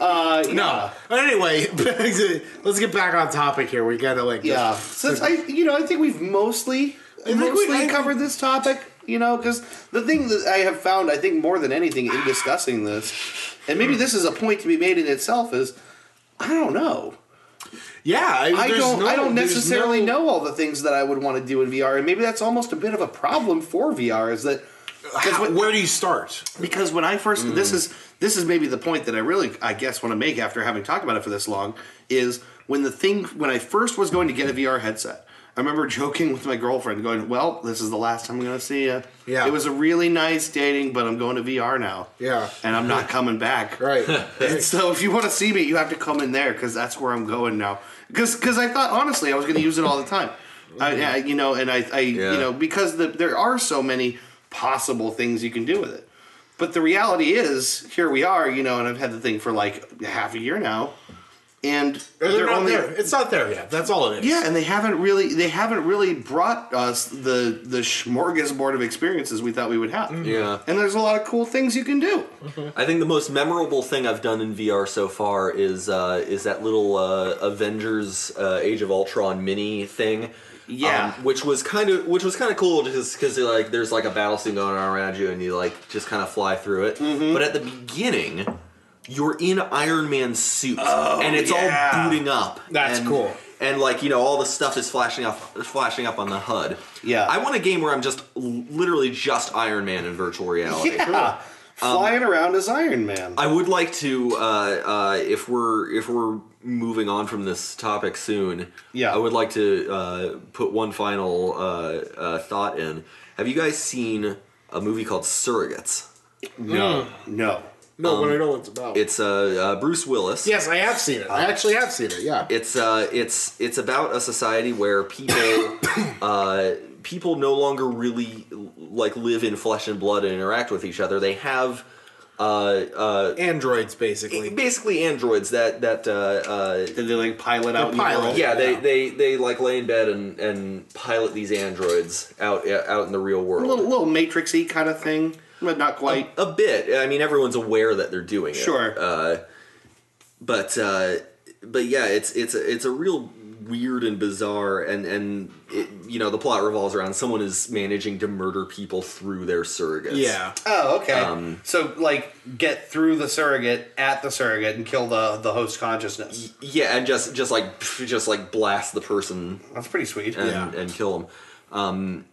Speaker 1: Uh, yeah.
Speaker 3: No. Anyway, let's get back on topic here. We gotta like
Speaker 1: Yeah. Since I, you know, I think we've mostly
Speaker 3: think we-
Speaker 1: mostly
Speaker 3: I-
Speaker 1: covered this topic. You know, because the thing that I have found, I think more than anything in discussing this, and maybe this is a point to be made in itself, is I don't know.
Speaker 3: Yeah,
Speaker 1: I
Speaker 3: there's
Speaker 1: don't.
Speaker 3: no-
Speaker 1: I don't
Speaker 3: there's
Speaker 1: necessarily
Speaker 3: no-
Speaker 1: know all the things that I would want to do in VR, and maybe that's almost a bit of a problem for VR. Is that because when,
Speaker 3: Where do you start? Hmm.
Speaker 1: because when I first this is this is maybe the point that I really I guess want to make after having talked about it for this long is when the thing when I first was going to get a VR headset. I remember joking with my girlfriend, going, "Well, this is the last time I'm going to see you."
Speaker 3: Yeah.
Speaker 1: It was a really nice dating, but I'm going to VR now.
Speaker 3: Yeah.
Speaker 1: And I'm not coming back.
Speaker 3: Right.
Speaker 1: And so if you want to see me, you have to come in there because that's where I'm going now. Because I thought honestly I was going to use it all the time. I, I you know, and I, I you know because the, there are so many possible things you can do with it. But the reality is, here we are, you know, and I've had the thing for like half a year now, and
Speaker 3: They're, not there. It's not there yet. That's all it is.
Speaker 1: yeah, and they haven't really they haven't really brought us the the smorgasbord of experiences we thought we would have.
Speaker 2: Yeah.
Speaker 1: and there's a lot of cool things you can do.
Speaker 2: I think the most memorable thing I've done in VR so far is uh, is that little uh, Avengers uh, Age of Ultron mini thing.
Speaker 1: Yeah.
Speaker 2: um, which was kind of which was kind of cool just because like there's like a battle scene going on around you and you like just kind of fly through it.
Speaker 1: Mm-hmm.
Speaker 2: But at the beginning, you're in Iron Man's suit and it's
Speaker 1: Oh, yeah.
Speaker 2: all booting up.
Speaker 3: That's
Speaker 2: And-
Speaker 3: cool.
Speaker 2: And like you know, all the stuff is flashing up, flashing up on the HUD.
Speaker 1: Yeah.
Speaker 2: I want a game where I'm just literally just Iron Man in virtual reality.
Speaker 1: Yeah, flying around as Iron Man.
Speaker 2: I would like to, uh, uh, if we're if we're moving on from this topic soon,
Speaker 1: Yeah.
Speaker 2: I would like to uh, put one final uh, uh, thought in. Have you guys seen a movie called Surrogates?
Speaker 1: no.
Speaker 3: No,
Speaker 1: Um,
Speaker 3: but I know what it's about.
Speaker 2: It's uh, uh, Bruce Willis.
Speaker 3: yes, I have seen it. I
Speaker 1: Uh,
Speaker 3: actually have seen it. Yeah.
Speaker 2: It's uh, it's it's about a society where people uh, people no longer really like live in flesh and blood and interact with each other. They have uh, uh,
Speaker 3: Androids, basically.
Speaker 2: basically androids that that uh, uh,
Speaker 1: Did they like pilot out? in the
Speaker 3: pilot,
Speaker 1: world?
Speaker 2: yeah, they, they they like lay in bed and, and pilot these androids out out in the real world.
Speaker 1: little little matrixy kind of thing, but not quite.
Speaker 2: a bit. I mean, everyone's aware that they're doing it.
Speaker 1: Sure.
Speaker 2: Uh, but uh, but yeah, it's it's a, it's a real weird and bizarre and and it, you know the plot revolves around someone is managing to murder people through their surrogates. Um,
Speaker 3: yeah.
Speaker 1: oh, okay. so like, get through the surrogate at the surrogate and kill the the host consciousness.
Speaker 2: Yeah, and just just like just like blast the person
Speaker 1: That's pretty sweet.
Speaker 2: and,
Speaker 3: Yeah.
Speaker 2: and kill him. Um,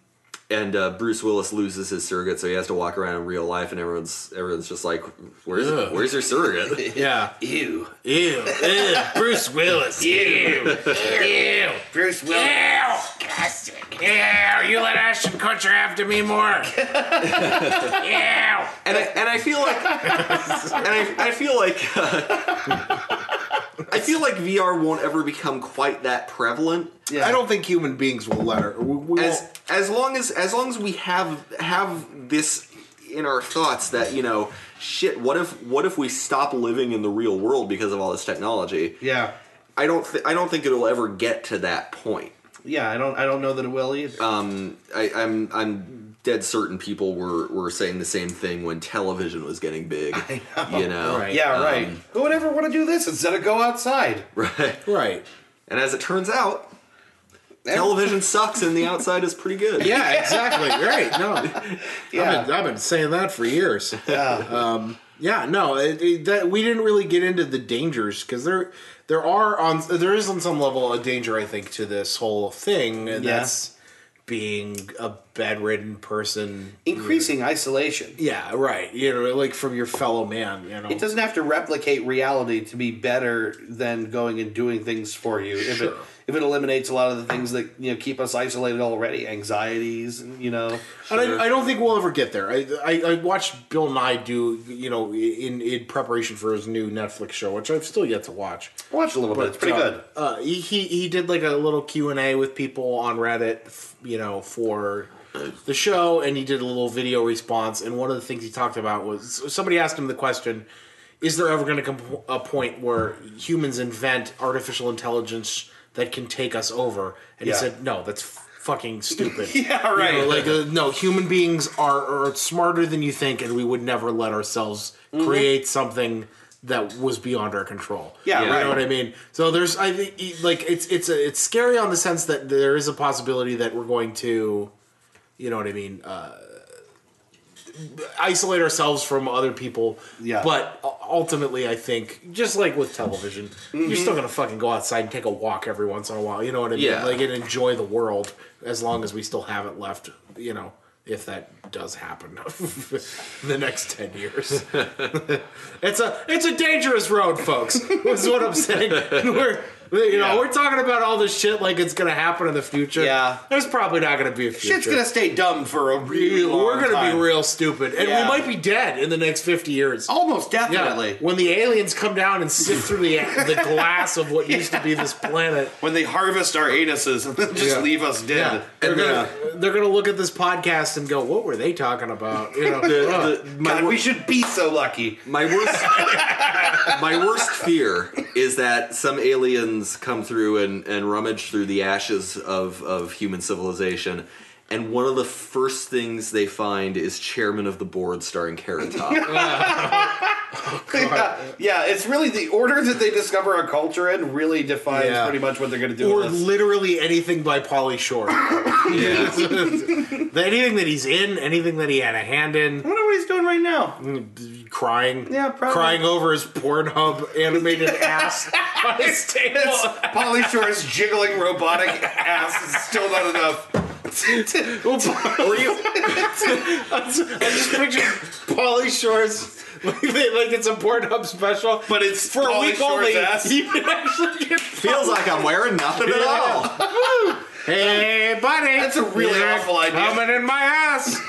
Speaker 2: and uh, Bruce Willis loses his surrogate, so he has to walk around in real life, and everyone's everyone's just like, "Where's
Speaker 3: Ugh.
Speaker 2: where's your surrogate?"
Speaker 3: Yeah.
Speaker 1: Ew.
Speaker 3: Ew. Ew. Bruce Willis. Ew. Ew. Ew.
Speaker 1: Bruce Willis.
Speaker 3: Ew. You let Ashton Kutcher after me more. Ew.
Speaker 2: And I, and I feel like, and I, I feel like, uh, I feel like VR won't ever become quite that prevalent.
Speaker 1: Yeah.
Speaker 3: I don't think human beings will let her. We, we won't-
Speaker 2: As as long as as long as we have have this in our thoughts that you know, shit. What if what if we stop living in the real world because of all this technology?
Speaker 1: Yeah.
Speaker 2: I don't th- I don't think it'll ever get to that point.
Speaker 1: Yeah. I don't. I don't know that it will either.
Speaker 2: I, I'm I'm dead certain people were were saying the same thing when television was getting big. You know, Um,
Speaker 3: Right.
Speaker 1: yeah. Right. Who would ever want to do this instead of go outside?
Speaker 2: Right.
Speaker 3: right.
Speaker 2: And as it turns out, television sucks, and the outside is pretty good.
Speaker 3: Yeah, exactly. right. No. I've,
Speaker 1: Yeah.
Speaker 3: been, I've been saying that for years. Um, yeah, no, it, it- that we didn't really get into the dangers because there, there are on there is on some level a danger I think to this whole thing, and
Speaker 1: Yeah.
Speaker 3: that's being a bedridden person.
Speaker 1: Increasing isolation.
Speaker 3: Yeah, right. You know, like from your fellow man. You know,
Speaker 1: It doesn't have to replicate reality to be better than going and doing things for you. If it
Speaker 3: Sure.
Speaker 1: if it eliminates a lot of the things that you know keep us isolated already, anxieties, and you know.
Speaker 3: And I, I don't think we'll ever get there. I, I, I watched Bill Nye do, you know, in in preparation for his new Netflix show, which I've still yet to watch.
Speaker 1: Watch a little bit. It's pretty
Speaker 3: uh,
Speaker 1: good.
Speaker 3: Uh, he, he he did like a little Q and A with people on Reddit, f- you know, for the show, and he did a little video response. And one of the things he talked about was somebody asked him the question: Is there ever going to come a point where humans invent artificial intelligence that can take us over? And
Speaker 1: Yeah.
Speaker 3: he said, No, that's f- fucking stupid.
Speaker 1: Yeah, right.
Speaker 3: You know, like uh, no, human beings are, are smarter than you think, and we would never let ourselves
Speaker 1: Mm-hmm.
Speaker 3: create something that was beyond our control.
Speaker 1: Yeah,
Speaker 3: you
Speaker 1: right.
Speaker 3: know what I mean. So there's, I think, like it's it's a, it's scary on the sense that there is a possibility that we're going to, you know what I mean, uh, isolate ourselves from other people.
Speaker 1: Yeah.
Speaker 3: But u- ultimately, I think just like with television, you're
Speaker 1: Mm-hmm.
Speaker 3: still gonna fucking go outside and take a walk every once in a while. You know what I mean?
Speaker 2: Yeah.
Speaker 3: Like and enjoy the world as long as we still have it left. You know, if that does happen in the next ten years. It's a it's a dangerous road, folks. Is what I'm saying. We're you know
Speaker 1: Yeah.
Speaker 3: we're talking about all this shit like it's gonna happen in the future.
Speaker 1: Yeah.
Speaker 3: there's probably not gonna be a future.
Speaker 1: Shit's gonna stay dumb for a really long
Speaker 3: we're gonna
Speaker 1: time.
Speaker 3: be real stupid, and
Speaker 1: Yeah.
Speaker 3: we might be dead in the next fifty years.
Speaker 1: Almost
Speaker 3: Yeah,
Speaker 1: definitely.
Speaker 3: when the aliens come down and sift through the the glass of what used to be this planet,
Speaker 1: When they harvest our anuses and then just
Speaker 3: Yeah.
Speaker 1: leave us dead.
Speaker 3: yeah, they're
Speaker 2: And
Speaker 1: uh,
Speaker 3: gonna they're gonna look at this podcast and go, "What were they talking about?" You know,
Speaker 2: The- the- my,
Speaker 1: God,
Speaker 2: wor-
Speaker 1: we should be so lucky.
Speaker 2: my worst my worst fear is that some aliens come through and, and rummage through the ashes of, of human civilization and one of the first things they find is chairman of the board starring Carrot Top.
Speaker 1: Yeah, yeah, it's really the order that they discover a culture in really defines
Speaker 3: Yeah.
Speaker 1: pretty much what they're gonna do.
Speaker 3: or
Speaker 1: with us.
Speaker 3: literally anything by Polly Shore.
Speaker 2: yeah.
Speaker 3: anything that he's in, anything that he had a hand in, Mm,
Speaker 1: I wonder what he's doing right now.
Speaker 3: crying,
Speaker 1: Yeah, probably.
Speaker 3: crying over his Pornhub animated ass on his table.
Speaker 1: It's Polly Shore's jiggling robotic ass is still not enough.
Speaker 3: Or you, I just picture Polly Shore's like, they- like it's a Pornhub special,
Speaker 1: But it's
Speaker 3: for a
Speaker 1: Pauly
Speaker 3: week
Speaker 1: Shore's
Speaker 3: only.
Speaker 1: ass.
Speaker 3: You can actually get.
Speaker 2: Feels like I'm wearing nothing at all.
Speaker 3: Hey, buddy,
Speaker 1: That's a really
Speaker 3: You're
Speaker 1: awful idea.
Speaker 3: Coming in my ass.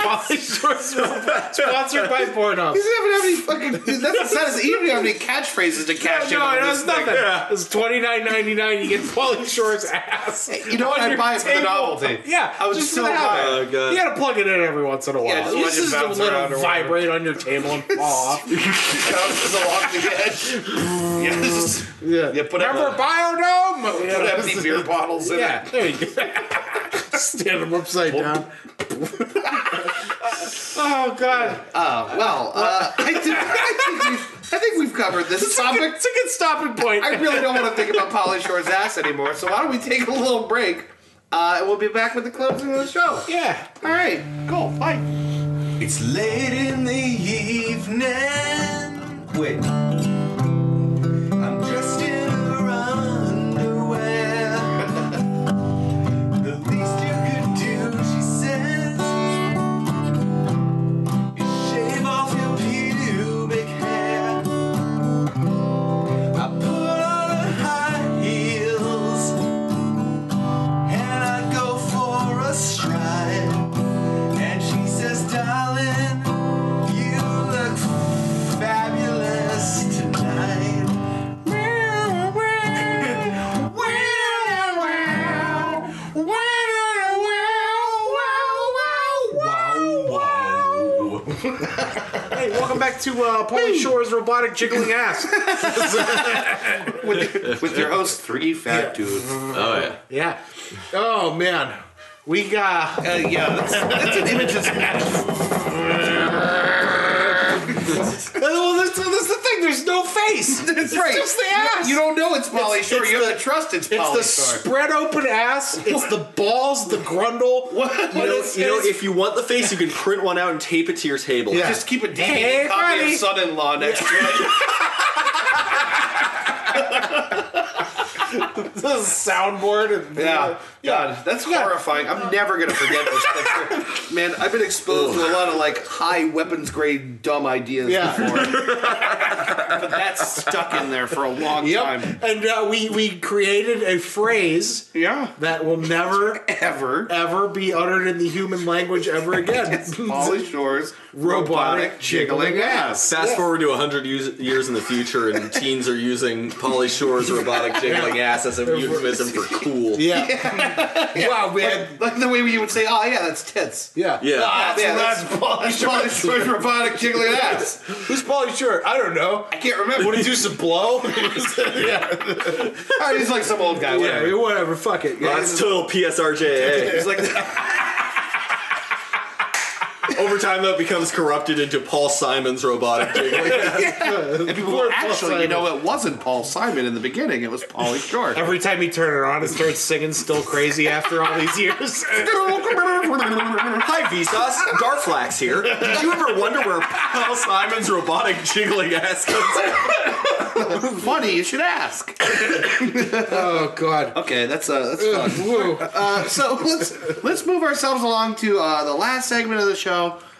Speaker 3: Polly Shore's sponsored by Pornhub.
Speaker 1: He doesn't have any fucking. dude, That's not his. He doesn't have any catchphrases to cash in
Speaker 3: No,
Speaker 1: on
Speaker 3: no,
Speaker 1: this
Speaker 3: it's
Speaker 1: thing.
Speaker 3: nothing. It's twenty nine ninety nine. You get Pauly Shore's ass.
Speaker 1: You know what?
Speaker 3: on
Speaker 1: I
Speaker 3: your
Speaker 1: buy it for the
Speaker 3: table.
Speaker 1: novelty.
Speaker 3: Yeah,
Speaker 1: I was
Speaker 3: just
Speaker 1: so
Speaker 3: for the habit.
Speaker 1: high.
Speaker 2: Oh, God.
Speaker 3: You gotta plug it in every once in a while.
Speaker 1: Yeah, just
Speaker 3: you
Speaker 1: let it
Speaker 3: just
Speaker 1: bounce
Speaker 3: let
Speaker 1: around
Speaker 3: it
Speaker 1: or whatever.
Speaker 3: vibrate on your table and fall off.
Speaker 1: Bounces along the edge. Yes.
Speaker 3: Yeah,
Speaker 1: Yeah, put up
Speaker 3: remember
Speaker 1: a-
Speaker 3: Biodome?
Speaker 1: Put empty beer bottles in
Speaker 3: Yeah,
Speaker 1: it.
Speaker 3: there you go. Stand them upside down. oh god,
Speaker 1: Uh, well, uh, I, think, I, think we've, I think we've covered this topic.
Speaker 3: it's a good stopping point.
Speaker 1: I really don't want to think about Polly Shore's ass anymore. So why don't we take a little break? Uh, and we'll be back with the closing of the show.
Speaker 3: yeah.
Speaker 1: All right. Cool. Bye.
Speaker 7: It's late in the evening. Wait. I'm dressed in her underwear. the least you could do, she says, is shave off your pubic hair. I put on her high heels and I go for a stride. And she says, darling, you look fabulous tonight.
Speaker 3: Hey, welcome back to uh, Pauly Shore's robotic jiggling ass.
Speaker 1: With, with your host, Three Fat Dudes.
Speaker 2: Oh yeah.
Speaker 3: yeah. Oh man, we got.
Speaker 1: Uh, yeah, that's, that's an image that's
Speaker 3: well, that's, that's the thing. There's no face. It's
Speaker 1: right.
Speaker 3: just the ass.
Speaker 1: You don't know it's Polly Shore.
Speaker 3: it's
Speaker 1: you
Speaker 3: the-
Speaker 1: have to trust it's,
Speaker 3: It's
Speaker 1: Polly
Speaker 3: the
Speaker 1: Shore.
Speaker 3: spread open ass. It's the balls, the grundle.
Speaker 1: What?
Speaker 2: You know,
Speaker 1: is-
Speaker 2: you know
Speaker 1: is-
Speaker 2: if you want the face, you can print one out and tape it to your table.
Speaker 3: Yeah.
Speaker 1: just keep a DVD
Speaker 3: Hey,
Speaker 1: copy
Speaker 3: buddy.
Speaker 1: of Son-in-Law next to it.
Speaker 3: This is a soundboard. And,
Speaker 1: Yeah, God, that's horrifying. I'm never gonna forget this picture. Man, I've been exposed to a lot of like high weapons grade dumb ideas
Speaker 3: Yeah.
Speaker 1: before, but that's stuck in there for a long
Speaker 3: Yep.
Speaker 1: time.
Speaker 3: And uh, we we created a phrase
Speaker 1: Yeah,
Speaker 3: that will never
Speaker 1: ever.
Speaker 3: ever be uttered in the human language ever again.
Speaker 1: Polly Shore's
Speaker 3: Robotic jiggling ass.
Speaker 2: Fast forward to 100 years, years in the future, and teens are using Polly Shore's robotic jiggling ass as a euphemism for cool.
Speaker 3: yeah. Wow, man.
Speaker 1: Like, like the way you would say, "Oh yeah, that's tits."
Speaker 3: Yeah.
Speaker 2: Yeah.
Speaker 1: yeah, that's, that's Polly Shore's robotic jiggling ass.
Speaker 3: Who's Polly Shore? I don't know.
Speaker 1: can't remember.
Speaker 3: What did you used to blow? yeah.
Speaker 1: Ah, He's like some old guy.
Speaker 3: yeah,
Speaker 1: Whatever.
Speaker 3: whatever. Fuck it. Yeah.
Speaker 2: That's total PSRJA.
Speaker 1: He's like,
Speaker 2: Over time, that becomes corrupted into Paul Simon's robotic jiggling.
Speaker 1: and people
Speaker 3: Poor
Speaker 1: were,
Speaker 3: Paul
Speaker 1: actually, you know, it wasn't Paul Simon in the beginning. It was Paulie Shore.
Speaker 3: Every time you turn it on, it starts singing "Still Crazy" after all these years.
Speaker 2: Hi, Vsauce. Garflax here. Did you ever wonder where Paul Simon's robotic jiggling ass comes from?
Speaker 1: Funny, you should ask.
Speaker 3: oh God.
Speaker 1: Okay, that's uh, that's fun.
Speaker 3: Woo.
Speaker 1: Uh, so let's let's move ourselves along to uh, the last segment of the show.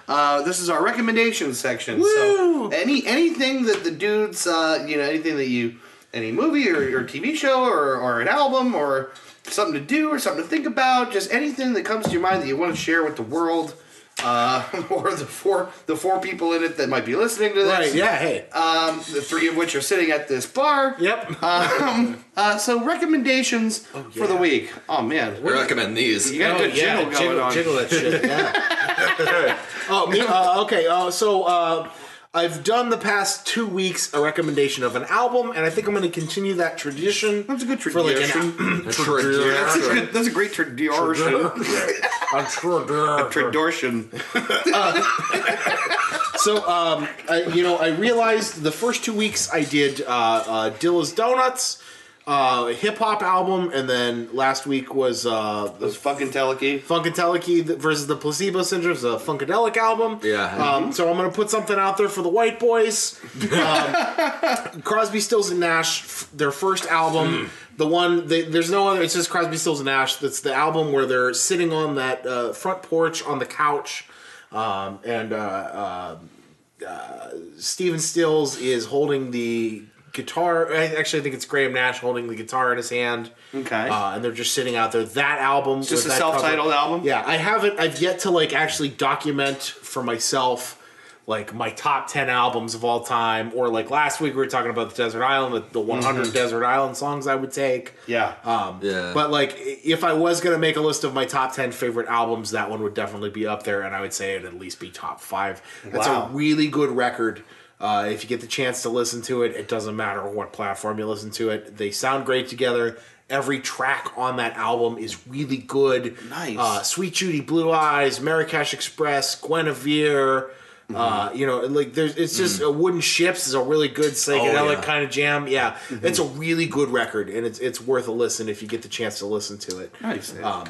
Speaker 1: Uh, this is our recommendation section. So any anything that the dudes, uh, you know, anything that you, any movie or, or TV show or, or an album or something to do or something to think about, just anything that comes to your mind that you want to share with the world uh, or the four the four people in it that might be listening to this.
Speaker 3: Right. Yeah. Hey.
Speaker 1: Um, the three of which are sitting at this bar.
Speaker 3: yep.
Speaker 1: Um, uh, so recommendations for the
Speaker 3: yeah.
Speaker 1: week. Oh man,
Speaker 2: We recommend these.
Speaker 1: you got a good jingle going
Speaker 3: jiggle,
Speaker 1: on.
Speaker 3: jiggle that shit. Yeah. oh, me, uh, okay. Uh, so uh, I've done the past two weeks a recommendation of an album, and I think I'm going to continue that tradition.
Speaker 1: That's a good
Speaker 3: For like an
Speaker 1: tradition.
Speaker 3: al-
Speaker 1: That's a, good, that's a great tradition.
Speaker 3: a tradition.
Speaker 1: Tradition.
Speaker 3: So, um, I, you know, I realized the first two weeks I did uh, uh, Dilla's Donuts, uh, hip hop album, and then last week was uh, the
Speaker 1: Those fucking teleki.
Speaker 3: Funkadelic versus the Placebo Syndrome, is a Funkadelic album.
Speaker 2: Yeah.
Speaker 3: Um, so I'm gonna put something out there for the white boys. Um, Crosby, Stills, and Nash, f- their first album. The one they, there's no other. It's just Crosby, Stills, and Nash. That's the album where they're sitting on that uh, front porch on the couch, um, and uh, uh, Steven Stills is holding the guitar. I- Actually, I think it's Graham Nash holding the guitar in his hand.
Speaker 1: Okay.
Speaker 3: Uh, and they're just sitting out there. That album,
Speaker 1: Just
Speaker 3: with
Speaker 1: a
Speaker 3: that
Speaker 1: self-titled
Speaker 3: cover-
Speaker 1: album?
Speaker 3: Yeah, I haven't. I've yet to like actually document for myself like my top ten albums of all time. Or like last week we were talking about the Desert Island, the, the 100 Desert Island songs I would take.
Speaker 1: Mm-hmm. Yeah.
Speaker 3: Um,
Speaker 2: Yeah.
Speaker 3: But like, i- if I was gonna make a list of my top ten favorite albums, that one would definitely be up there, and I would say it'd at least be top five. That's
Speaker 1: Wow.
Speaker 3: a really good record. Uh, if you get the chance to listen to it, it doesn't matter what platform you listen to it. They sound great together. Every track on that album is really good.
Speaker 1: Nice.
Speaker 3: Uh, Sweet Judy, Blue Eyes, Marrakesh Express, Guinevere. Uh, you know, like there's it's just uh, Wooden Ships is a really good psychedelic
Speaker 2: Mm. Oh, yeah.
Speaker 3: kind of jam. Yeah, it's a really good record, and it's it's worth a listen if you get the chance to listen to it.
Speaker 1: nice.
Speaker 3: um,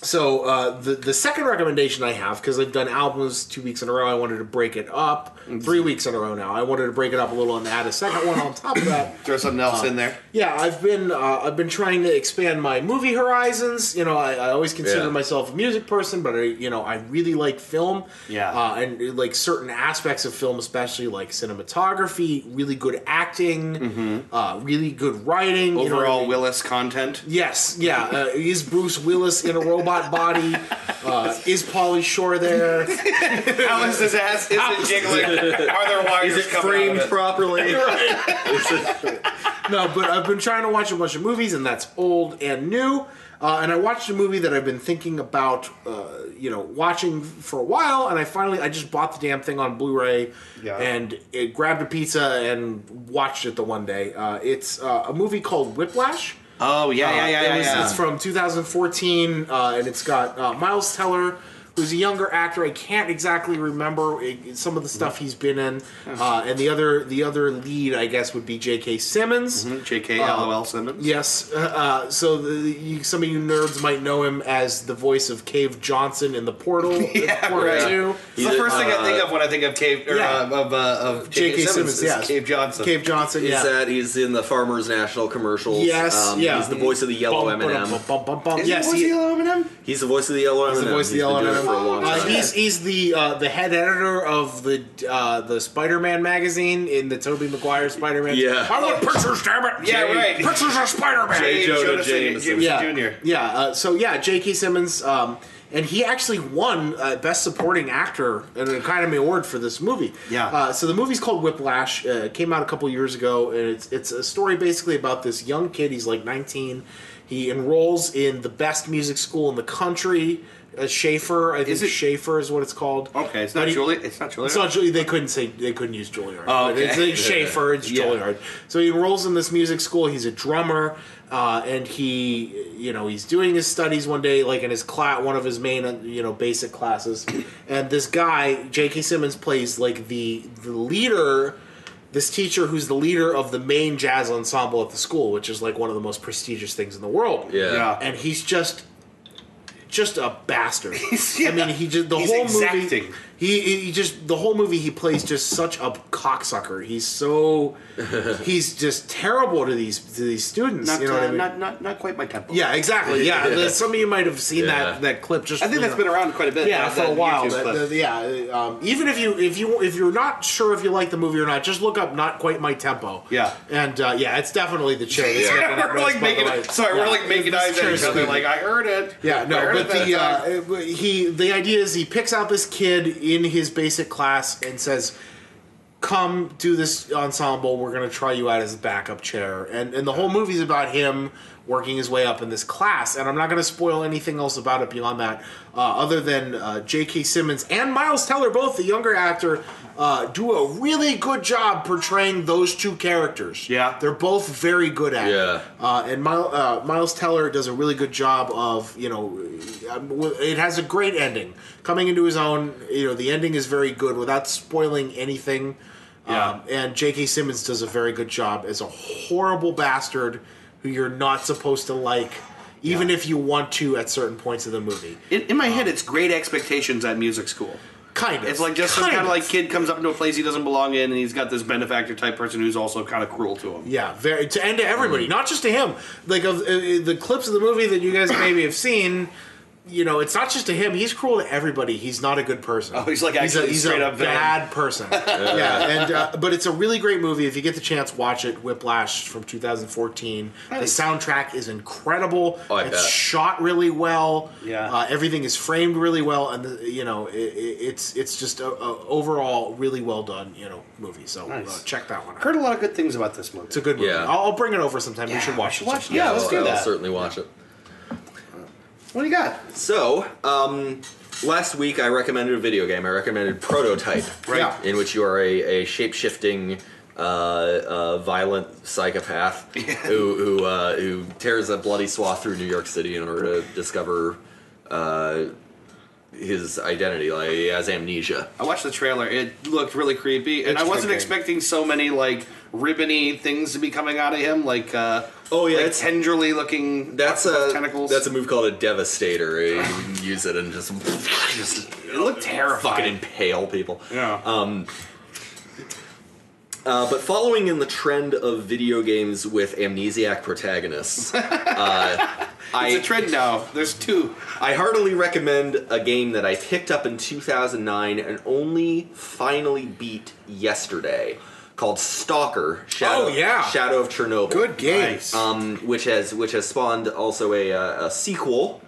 Speaker 3: So uh, the the second recommendation I have because I've done albums two weeks in a row, I wanted to break it up. Three weeks in a row now, I wanted to break it up a little and add a second one on top of that.
Speaker 1: Throw something else
Speaker 3: um,
Speaker 1: in there.
Speaker 3: Yeah, I've been uh, I've been trying to expand my movie horizons. You know, I, I always consider
Speaker 2: Yeah.
Speaker 3: myself a music person, but I, you know, I really like film.
Speaker 1: Yeah.
Speaker 3: uh, and like certain aspects of film, especially like cinematography, really good acting, uh, really good writing. you
Speaker 1: Mm-hmm.
Speaker 3: know what I
Speaker 1: Overall
Speaker 3: mean?
Speaker 1: Willis content.
Speaker 3: Yes, yeah. Uh, is Bruce Willis in a robot body? Uh, is Polly Shore there?
Speaker 1: How is this ass? Is it jiggling? Are there wires
Speaker 2: Is it
Speaker 1: coming
Speaker 2: framed
Speaker 1: out of it?
Speaker 2: properly?
Speaker 3: No, but I've been trying to watch a bunch of movies, and that's old and new. Uh, and I watched a movie that I've been thinking about, uh, you know, watching for a while, and I finally I just bought the damn thing on Blu-ray,
Speaker 1: Yeah.
Speaker 3: and it grabbed a pizza and watched it the one day. Uh, it's uh, a movie called Whiplash.
Speaker 1: Oh yeah, yeah, yeah,
Speaker 3: Uh, it
Speaker 1: yeah.
Speaker 3: was-
Speaker 1: yeah.
Speaker 3: It's from 2014, uh, and it's got uh, Miles Teller, who's a younger actor. I can't exactly remember uh, some of the stuff he's been in, uh, and the other the other lead, I guess, would be J.K. Simmons.
Speaker 1: Mm-hmm.
Speaker 3: Uh,
Speaker 1: J.K. LOL Simmons.
Speaker 3: Yes. Uh, uh, so the, you, some of you nerds might know him as the voice of Cave Johnson in the Portal, in Portal
Speaker 1: right.
Speaker 3: Two.
Speaker 1: It's the first thing I think of when I think of Cave or,
Speaker 3: uh, Yeah.
Speaker 1: uh, of uh, of J.K.
Speaker 3: J.K.
Speaker 1: Simmons.
Speaker 3: Simmons,
Speaker 1: is
Speaker 3: yeah.
Speaker 1: Cave Johnson.
Speaker 3: Cave Johnson.
Speaker 2: He's
Speaker 3: yeah.
Speaker 2: that he's in the Farmers National commercials. Um,
Speaker 3: Yes, yeah.
Speaker 2: He's the voice of the yellow
Speaker 3: Bum,
Speaker 2: M&M.
Speaker 3: bum, bum, bum, bum.
Speaker 1: Is
Speaker 3: Yes.
Speaker 1: it, was
Speaker 3: he-
Speaker 1: he Yellow Eminem?
Speaker 2: He's the voice of the yellow M&M.
Speaker 3: He's the voice of the Yellow
Speaker 2: been doing it
Speaker 3: M&M.
Speaker 2: for a long
Speaker 3: Uh,
Speaker 2: time.
Speaker 3: he's he's the uh, the head editor of the uh, the Spider Man magazine in the Toby Maguire Spider Man.
Speaker 2: Yeah.
Speaker 3: I want pictures, damn it.
Speaker 1: Yeah, right.
Speaker 3: Pictures of Spider Man.
Speaker 1: J.
Speaker 2: Jonah
Speaker 1: Jonah
Speaker 2: Jameson.
Speaker 1: Jameson
Speaker 3: Yeah,
Speaker 1: Jr.
Speaker 3: Yeah. Uh, so yeah, J.K. Simmons. Um, and he actually won uh, Best Supporting Actor at an Academy Award for this movie.
Speaker 1: Yeah.
Speaker 3: Uh, so the movie's called Whiplash. Uh, it came out a couple years ago, and it's it's a story basically about this young kid. He's like 19. He enrolls in the best music school in the country. Uh, Schaefer, I think
Speaker 1: Is it-
Speaker 3: Schaefer is what it's called.
Speaker 1: Okay, it's
Speaker 3: But
Speaker 1: not
Speaker 3: he-
Speaker 1: Julia. It's not Julia.
Speaker 3: it's not Juilliard. They couldn't say they couldn't use Juilliard.
Speaker 1: Oh,
Speaker 3: But
Speaker 1: okay.
Speaker 3: It's like Schaefer. It's
Speaker 1: Yeah.
Speaker 3: Juilliard. So he enrolls in this music school. He's a drummer, uh, and he, you know, he's doing his studies one day, like in his class, one of his main, uh, you know, basic classes. And this guy, J.K. Simmons, plays like the the leader. This teacher, who's the leader of the main jazz ensemble at the school, which is like one of the most prestigious things in the world
Speaker 2: Yeah.
Speaker 1: Yeah.
Speaker 3: and he's just just a bastard.
Speaker 1: yeah.
Speaker 3: I mean, he just the
Speaker 1: He's
Speaker 3: whole
Speaker 1: exacting.
Speaker 3: movie. He, he he just the whole movie he plays just such a cocksucker. He's so he's just terrible to these to these students.
Speaker 1: Not,
Speaker 3: you know what
Speaker 1: uh,
Speaker 3: I mean?
Speaker 1: not, not, not quite my tempo.
Speaker 3: yeah, exactly. Yeah,
Speaker 2: Yeah.
Speaker 3: some of you might have seen
Speaker 2: Yeah.
Speaker 3: that that clip. Just
Speaker 1: I think
Speaker 3: that's
Speaker 1: that's been around quite a bit.
Speaker 3: yeah
Speaker 1: uh,
Speaker 3: for a
Speaker 1: that
Speaker 3: while.
Speaker 1: YouTube
Speaker 3: but,
Speaker 1: clip.
Speaker 3: uh, yeah, um, even if you if you if you're not sure if you like the movie or not, just look up "Not Quite My Tempo."
Speaker 1: Yeah.
Speaker 3: and uh, yeah, it's definitely the chick. that's making
Speaker 1: yeah, we're
Speaker 3: that noise,
Speaker 1: like
Speaker 3: by the
Speaker 1: making
Speaker 3: way.
Speaker 1: sorry, we're
Speaker 3: Yeah.
Speaker 1: like making
Speaker 3: It's
Speaker 1: eyes at each
Speaker 3: curious.
Speaker 1: other. Like I heard it.
Speaker 3: Yeah,
Speaker 1: I
Speaker 3: no,
Speaker 1: heard
Speaker 3: but
Speaker 1: it that
Speaker 3: the
Speaker 1: time.
Speaker 3: uh, he the idea is he picks out this kid in his basic class and says, "Come do this ensemble. We're gonna try you out as a backup chair." And and the whole movie's about him working his way up in this class. And I'm not gonna spoil anything else about it beyond that, uh, other than uh, J.K. Simmons and Miles Teller, both the younger actor. Uh, do a really good job portraying those two characters.
Speaker 1: Yeah.
Speaker 3: they're both very good at it.
Speaker 2: Yeah.
Speaker 3: Uh, and Miles, uh, Miles Teller does a really good job of, you know, um, w- it has a great ending. Coming into his own, you know, the ending is very good without spoiling anything.
Speaker 1: Yeah.
Speaker 3: Um, and J.K. Simmons does a very good job as a horrible bastard who you're not supposed to like, even if you want to at certain points of the movie.
Speaker 1: in, in my head, it's great expectations at music school.
Speaker 3: Kind of.
Speaker 1: It's like just some kind of like kid comes up to a place he doesn't belong in, and he's got this benefactor type person who's also kind of cruel to him.
Speaker 3: Yeah, very to and to everybody,
Speaker 1: Mm.
Speaker 3: not just to him. Like of uh, uh, the clips of the movie that you guys maybe have seen, you know, it's not just to him. He's cruel to everybody. He's not a good person. Oh,
Speaker 1: he's like actually
Speaker 3: he's
Speaker 1: straight
Speaker 3: a
Speaker 1: up villain.
Speaker 3: bad person. yeah. and uh, but it's a really great movie. If you get the chance, watch it. Whiplash from 2014.
Speaker 1: Nice. Oh,
Speaker 3: The soundtrack is incredible.
Speaker 2: I
Speaker 3: it's
Speaker 2: bet.
Speaker 3: shot really well.
Speaker 1: Yeah.
Speaker 3: uh, everything is framed really well, and the, you know, it, it- it's it's just a, a overall really well done, you know, movie. So
Speaker 1: Nice.
Speaker 3: uh, check that one out.
Speaker 1: Heard a lot of good things about this movie.
Speaker 3: It's a good movie.
Speaker 2: Yeah.
Speaker 3: I'll, I'll bring it over sometime. we should watch it.
Speaker 1: watch
Speaker 3: sometime.
Speaker 1: it. Yeah,
Speaker 2: I'll-
Speaker 1: let's do
Speaker 2: I'll
Speaker 1: that.
Speaker 2: certainly watch it.
Speaker 1: What do you got?
Speaker 2: So, um, last week I recommended a video game. I recommended Prototype,
Speaker 1: Right. Yeah.
Speaker 2: in which you are a, a shape shifting, uh, uh, violent psychopath who who, uh, who tears a bloody swath through New York City in order to discover uh, his identity. Like he has amnesia.
Speaker 1: I watched the trailer. It looked really creepy, and I wasn't
Speaker 3: trippy.
Speaker 1: expecting so many like ribbony things to be coming out of him, like uh,
Speaker 2: Oh, yeah,
Speaker 1: like
Speaker 2: it's-
Speaker 1: tenderly looking.
Speaker 2: That's
Speaker 1: octopus
Speaker 2: a
Speaker 1: tentacles.
Speaker 2: that's a move called a devastator. You can use it and just just
Speaker 1: It looked terrifying.
Speaker 2: fucking impale people.
Speaker 1: yeah.
Speaker 2: Um, Uh, but following in the trend of video games with amnesiac protagonists, uh,
Speaker 1: it's
Speaker 2: I,
Speaker 1: a trend now. There's two.
Speaker 2: I heartily recommend a game that I picked up in 2009 and only finally beat yesterday called Stalker Shadow,
Speaker 3: Oh, yeah.
Speaker 2: Shadow of Chernobyl.
Speaker 3: Good game.
Speaker 2: Um, which has which has spawned also a, uh, a sequel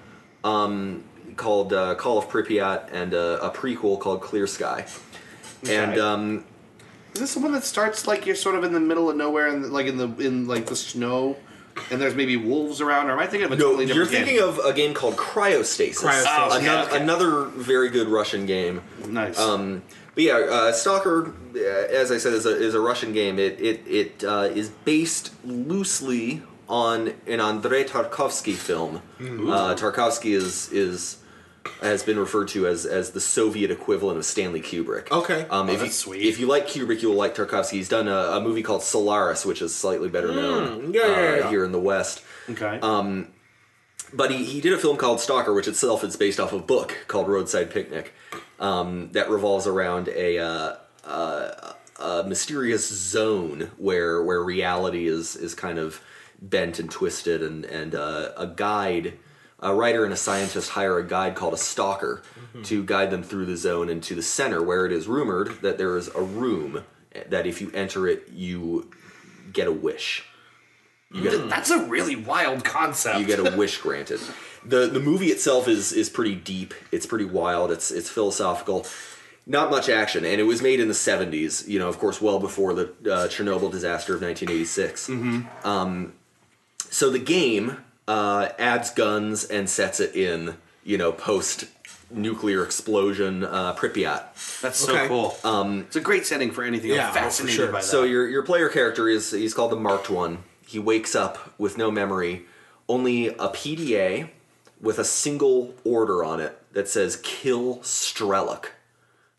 Speaker 2: um, called uh, Call of Pripyat and a, a prequel called Clear Sky. And
Speaker 1: Okay.
Speaker 2: um,
Speaker 1: Is this the one that starts like you're sort of in the middle of nowhere and like in the in like the snow, and there's maybe wolves around? Or am I thinking of a
Speaker 2: No,
Speaker 1: totally
Speaker 2: you're
Speaker 1: different
Speaker 2: thinking of a game called Cryostasis.
Speaker 3: Cryostasis. Oh,
Speaker 1: okay,
Speaker 2: another,
Speaker 1: okay.
Speaker 2: another very good Russian game.
Speaker 1: of nice.
Speaker 2: Um, but yeah, uh, Stalker, uh, as I said, is a, is a Russian game. It it it uh, is based loosely on an Andrei Tarkovsky film. Uh, Tarkovsky is is has been referred to as as the Soviet equivalent of Stanley Kubrick.
Speaker 3: Okay.
Speaker 2: Um, if
Speaker 1: that's
Speaker 2: you,
Speaker 1: sweet.
Speaker 2: If you like Kubrick, you'll like Tarkovsky. He's done a, a movie called Solaris, which is slightly better known
Speaker 3: Hmm, yeah,
Speaker 2: uh,
Speaker 3: yeah, yeah.
Speaker 2: here in the West. Um,
Speaker 1: okay.
Speaker 2: But he, he did a film called Stalker, which itself is based off a book called Roadside Picnic, um, that revolves around a, uh, uh, a mysterious zone where where reality is is kind of bent and twisted, and and uh, a guide, a writer and a scientist hire a guide called a stalker to guide them through the zone and to the center, where it is rumored that there is a room that if you enter it, you get a wish. You get a,
Speaker 1: That's a really wild concept.
Speaker 2: you get a wish granted. the The movie itself is is pretty deep. It's pretty wild. It's it's philosophical. Not much action, and it was made in the '70s. You know, of course, well before the uh, Chernobyl disaster of 1986. Um, so the game uh, adds guns and sets it in. You know, post nuclear explosion uh, Pripyat.
Speaker 1: That's so
Speaker 2: Okay.
Speaker 1: cool. Um, it's a great setting for anything.
Speaker 3: Yeah, oh,
Speaker 1: I'm
Speaker 3: for
Speaker 1: fascinated
Speaker 3: sure.
Speaker 1: by that.
Speaker 2: So your your player character is he's called the marked one. He wakes up with no memory, only a PDA with a single order on it that says "kill Strelic."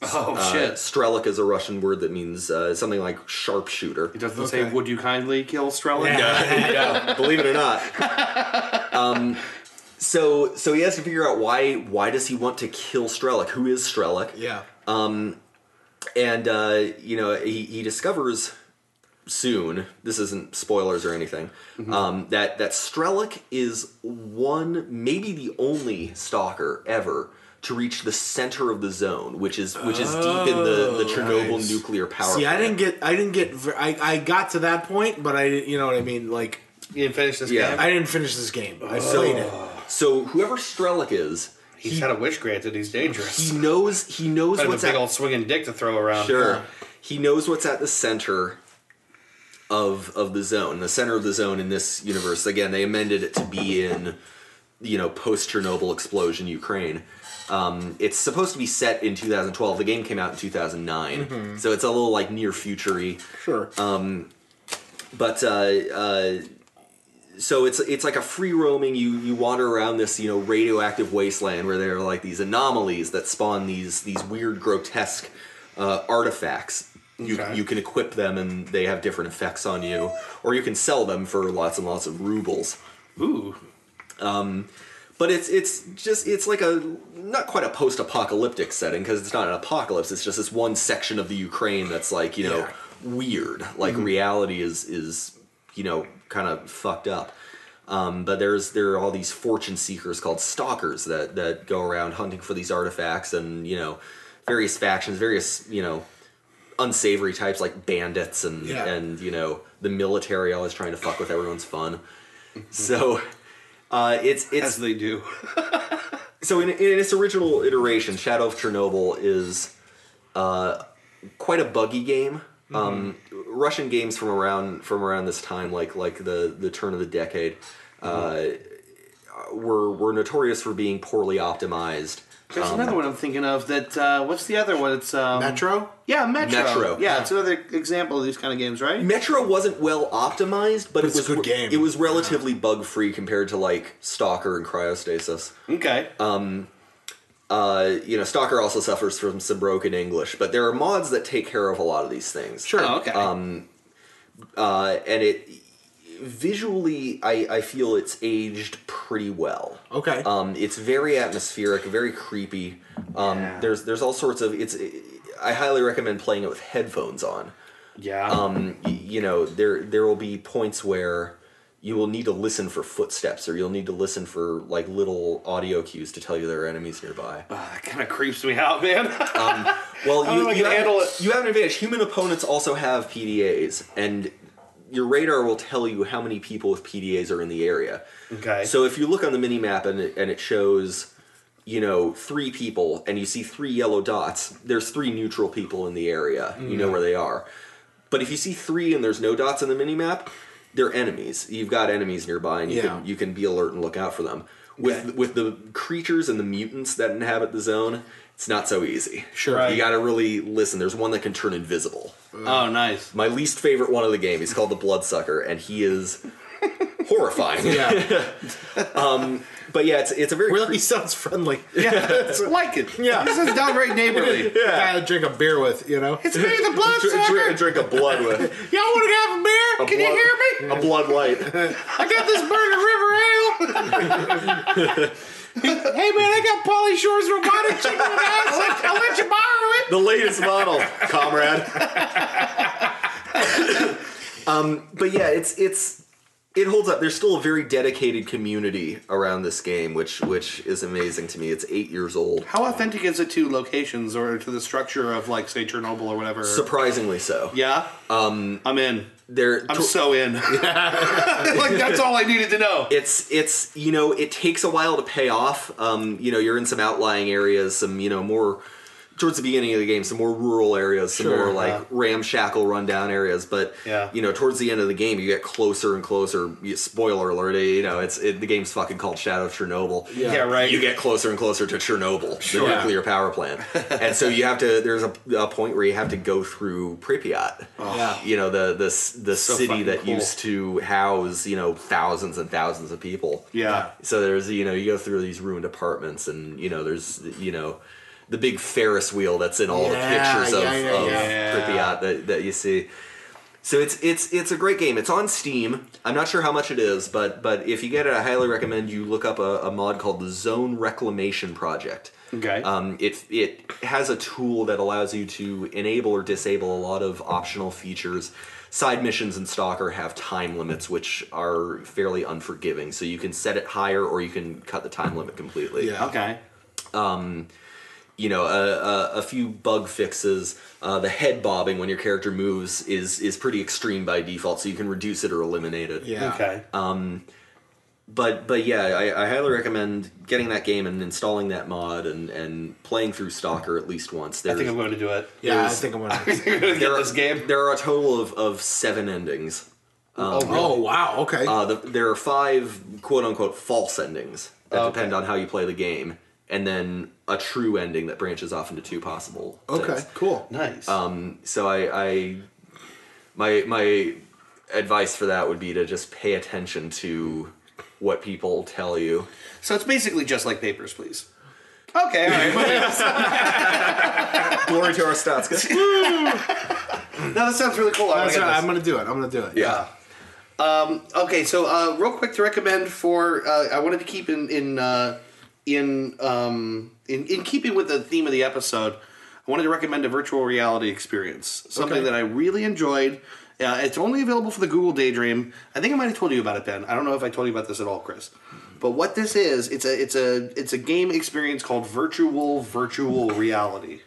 Speaker 1: oh
Speaker 2: Uh,
Speaker 1: shit!
Speaker 2: Strelic is a Russian word that means uh, something like sharpshooter.
Speaker 1: It doesn't say, "Would you kindly kill Strelin?"
Speaker 2: yeah, believe it or not. Um, so so he has to figure out why why does he want to kill Strelic? Who is Strelic?
Speaker 3: Yeah.
Speaker 2: and uh, you know he, he discovers soon this isn't spoilers or anything
Speaker 3: Mm-hmm.
Speaker 2: um, that that Strelic is one maybe the only stalker ever to reach the center of the zone which is which is deep in the, the Chernobyl nuclear power
Speaker 3: Oh, See, I didn't
Speaker 2: plant.
Speaker 3: get, I didn't get, ver- I, I got to that point, but I, didn't- you know what I mean? Like,
Speaker 1: You didn't finish this
Speaker 2: Yeah.
Speaker 1: game.
Speaker 3: I didn't finish this game. I
Speaker 2: Um,
Speaker 3: played it.
Speaker 2: so whoever Strelic is
Speaker 1: He's had a wish granted. He's dangerous.
Speaker 2: he knows he knows
Speaker 1: But
Speaker 2: what's
Speaker 1: a big
Speaker 2: at
Speaker 1: old swinging dick to throw around.
Speaker 2: Sure. He knows what's at the center of of the zone. The center of the zone in this universe. Again, they amended it to be in you know post Chernobyl explosion Ukraine. Um, it's supposed to be set in 2012. The game came out in 2009, so it's a little like near future-y. Um,
Speaker 3: Sure.
Speaker 2: But uh, uh, so it's it's like a free roaming. You you wander around this you know radioactive wasteland where there are like these anomalies that spawn these these weird grotesque uh, artifacts. You
Speaker 1: Okay.
Speaker 2: you can equip them and they have different effects on you, or you can sell them for lots and lots of rubles.
Speaker 1: Ooh.
Speaker 2: But it's it's just it's like a not quite a post-apocalyptic setting because it's not an apocalypse. It's just this one section of the Ukraine that's like you know weird. Like reality is is you know kind of fucked up. Um, but there's there are all these fortune seekers called stalkers that that go around hunting for these artifacts and you know various factions, various you know unsavory types like bandits and
Speaker 3: Yeah.
Speaker 2: and you know the military always trying to fuck with everyone's fun. So. Uh, it's it's
Speaker 1: As they do.
Speaker 2: so in, in its original iteration, Shadow of Chernobyl is uh, quite a buggy game.
Speaker 1: Mm-hmm.
Speaker 2: Um, Russian games from around from around this time, like like the the turn of the decade, uh,
Speaker 1: Mm-hmm.
Speaker 2: were were notorious for being poorly optimized.
Speaker 1: There's
Speaker 2: Um,
Speaker 1: another one I'm thinking of. That uh, what's the other one? It's um,
Speaker 3: Metro?
Speaker 1: Yeah, Metro.
Speaker 2: Metro.
Speaker 1: Yeah, it's another example of these kind of games, right?
Speaker 2: Metro wasn't well optimized, but, it
Speaker 3: it's a
Speaker 2: was
Speaker 3: good game.
Speaker 2: It was relatively bug free compared to like Stalker and Cryostasis.
Speaker 1: Okay.
Speaker 2: Uh, you know, Stalker also suffers from some broken English, but there are mods that take care of a lot of these things. Sure.
Speaker 1: Oh, okay.
Speaker 2: uh, and it visually I, I feel it's aged pretty well
Speaker 3: Okay.
Speaker 2: um, it's very atmospheric very creepy um, there's there's all sorts of it's i highly recommend playing it with headphones on
Speaker 1: yeah.
Speaker 2: um, y- you know there there will be points where you will need to listen for footsteps or you'll need to listen for like little audio cues to tell you there are enemies nearby
Speaker 1: that kind of creeps me out, man.
Speaker 2: Well,
Speaker 1: don't know
Speaker 2: you,
Speaker 1: if I
Speaker 2: you,
Speaker 1: can
Speaker 2: have,
Speaker 1: handle it.
Speaker 2: you have an advantage. Human opponents also have PDAs, and your radar will tell you how many people with PDAs are in the area.
Speaker 1: okay.
Speaker 2: So if you look on the mini map and it, and it shows, you know, three people, and you see three yellow dots, there's three neutral people in the area. You
Speaker 1: Mm.
Speaker 2: know where they are. But if you see three and there's no dots on the mini map, they're enemies. You've got enemies nearby, and you
Speaker 3: Yeah.
Speaker 2: can you can be alert and look out for them. With
Speaker 1: Okay.
Speaker 2: with the creatures and the mutants that inhabit the zone, it's not so easy.
Speaker 3: Sure.
Speaker 2: you got to really listen. There's one that can turn invisible.
Speaker 1: oh, nice.
Speaker 2: My least favorite one of the game. He's called the Bloodsucker, and he is horrifying. Um,
Speaker 3: yeah.
Speaker 2: But yeah, it's it's a very
Speaker 3: really sounds friendly.
Speaker 1: Yeah, it's like it.
Speaker 3: Yeah.
Speaker 1: This is downright neighborly.
Speaker 3: The guy to drink a beer with, you know?
Speaker 1: It's me, the bloodsucker.
Speaker 2: drink, drink a blood with.
Speaker 3: Y'all want to have a beer?
Speaker 1: Can
Speaker 2: blood-
Speaker 1: you hear me?
Speaker 2: A blood light.
Speaker 3: I got this Burning River Ale. hey, man, I got Polly Shore's robotic chicken and ass. I'll, I'll let you borrow it.
Speaker 2: The latest model, comrade. um, but yeah, it's it's it holds up. There's still a very dedicated community around this game, which which is amazing to me. It's eight years old.
Speaker 1: How authentic is it to locations or to the structure of, like, say, Chernobyl or whatever?
Speaker 2: Surprisingly so.
Speaker 1: yeah. Um, I'm in.
Speaker 2: they're
Speaker 1: I'm so in. like that's all I needed to know.
Speaker 2: it's it's you know it takes a while to pay off. Um, you know you're in some outlying areas, some you know more towards the beginning of the game, some more rural areas, some more like ramshackle, rundown areas. But
Speaker 1: Yeah.
Speaker 2: you know towards the end of the game, you get closer and closer. You, spoiler alert! eh, You know it's it, the game's fucking called Shadow of Chernobyl.
Speaker 1: Yeah, right.
Speaker 2: You get closer and closer to Chernobyl, the nuclear power plant, and so you have to. There's a, a point where you have to go through Pripyat.
Speaker 3: Yeah.
Speaker 2: You know the the s- the city
Speaker 1: Oh. fucking
Speaker 2: that
Speaker 1: cool.
Speaker 2: used to house you know thousands and thousands of people.
Speaker 1: Yeah.
Speaker 2: So there's you know you go through these ruined apartments and you know there's you know the big Ferris wheel that's in
Speaker 3: Yeah,
Speaker 2: all the pictures of,
Speaker 3: yeah, yeah,
Speaker 2: of
Speaker 1: yeah.
Speaker 2: Pripyat that, that you see. So it's it's it's a great game. It's on Steam. I'm not sure how much it is, but but if you get it, I highly recommend you look up a, a mod called the Zone Reclamation Project.
Speaker 1: Okay.
Speaker 2: Um, it it has a tool that allows you to enable or disable a lot of optional features. Side missions in Stalker have time limits, which are fairly unforgiving. So you can set it higher, or you can cut the time limit completely
Speaker 3: Yeah.
Speaker 1: okay.
Speaker 2: you know a, a, a few bug fixes uh, the head bobbing when your character moves is is pretty extreme by default so you can reduce it or eliminate it
Speaker 3: Yeah.
Speaker 1: Okay.
Speaker 2: but but yeah I, I highly recommend getting that game and installing that mod and and playing through stalker at least once
Speaker 1: I
Speaker 2: there's
Speaker 1: think I'm going to do it.
Speaker 3: Yeah, I think I'm gonna.
Speaker 1: I'm going to get
Speaker 2: there are,
Speaker 1: this game.
Speaker 2: there are a total of, of seven endings
Speaker 3: Oh wow. Okay.
Speaker 2: uh, the, there are five quote unquote false endings that
Speaker 1: Oh, Okay.
Speaker 2: depend on how you play the game and then a true ending that branches off into two possible
Speaker 3: okay.
Speaker 2: things.
Speaker 3: Cool.
Speaker 1: Nice.
Speaker 2: so I, I my my advice for that would be to just pay attention to what people tell you.
Speaker 1: so it's basically just like Papers, Please. Okay. All right.
Speaker 2: Glory to our stats.
Speaker 1: no, that sounds really cool. I wanna
Speaker 3: That's
Speaker 1: get
Speaker 3: right,
Speaker 1: this.
Speaker 3: I'm gonna do it. I'm gonna do it.
Speaker 2: yeah.
Speaker 1: Okay, so uh, real quick to recommend for uh, I wanted to keep in in uh, in, um, in in keeping with the theme of the episode. I wanted to recommend a virtual reality experience, something
Speaker 3: Okay.
Speaker 1: that I really enjoyed. Uh, it's only available for the Google Daydream. I think I might have told you about it, Ben. I don't know if I told you about this at all, Chris. But what this is, it's a it's a it's a game experience called Virtual Virtual Reality.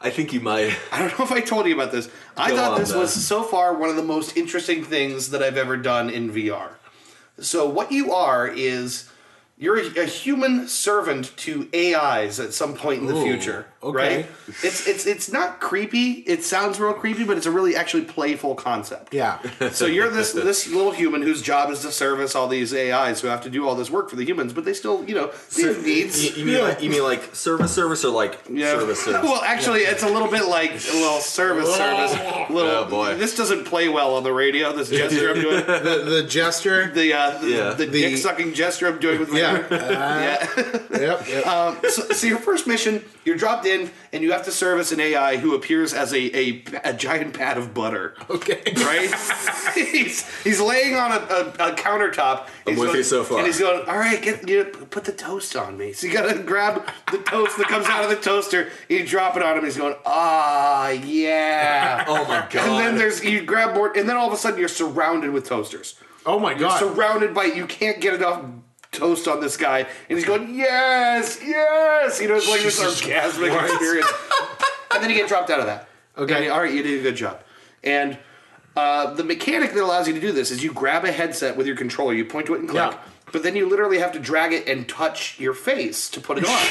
Speaker 2: I think you might.
Speaker 1: I don't know if I told you about this. I
Speaker 2: Go
Speaker 1: thought
Speaker 2: on,
Speaker 1: this
Speaker 2: then.
Speaker 1: was so far one of the most interesting things that I've ever done in VR. So what you are is you're a, a human servant to AIs at some point in the future,
Speaker 3: okay.
Speaker 1: right? It's it's it's not creepy. It sounds real creepy, but it's a really actually playful concept.
Speaker 3: Yeah.
Speaker 1: So you're this this little human whose job is to service all these AIs who have to do all this work for the humans, but they still, you know, they have needs.
Speaker 2: You, you mean like you mean like service service or like service service?
Speaker 1: Well, actually, it's a little bit like a little service service. Little,
Speaker 2: Oh, boy.
Speaker 1: This doesn't play well on the radio. This gesture I'm doing,
Speaker 3: The, the gesture.
Speaker 1: the uh, the,
Speaker 2: Yeah.
Speaker 1: the
Speaker 3: The-
Speaker 1: dick sucking gesture I'm doing with my Um,
Speaker 3: yeah. Uh, Yep. yep.
Speaker 1: so, so your first mission, you're dropped in, and you have to service an AI who appears as a a, a giant pad of butter.
Speaker 3: okay.
Speaker 1: Right? he's he's laying on a, a, a countertop.
Speaker 2: I'm
Speaker 1: He's
Speaker 2: with
Speaker 1: going-
Speaker 2: you so far.
Speaker 1: And he's going, all right, get you know, put the toast on me. So you gotta grab the toast that comes out of the toaster. You drop it on him. He's going, ah, yeah.
Speaker 2: oh my god.
Speaker 1: And then there's you grab more, and then all of a sudden you're surrounded with toasters.
Speaker 3: Oh my god.
Speaker 1: Surrounded by you can't get enough toast on this guy, and he's going yes, yes. You know, it's like this orgasmic experience. and then you get dropped out of that.
Speaker 3: Okay.
Speaker 1: And, all right, you did a good job. And uh, the mechanic that allows you to do this is you grab a headset with your controller, you point to it and click.
Speaker 3: Yeah.
Speaker 1: But then you literally have to drag it and touch your face to put it on.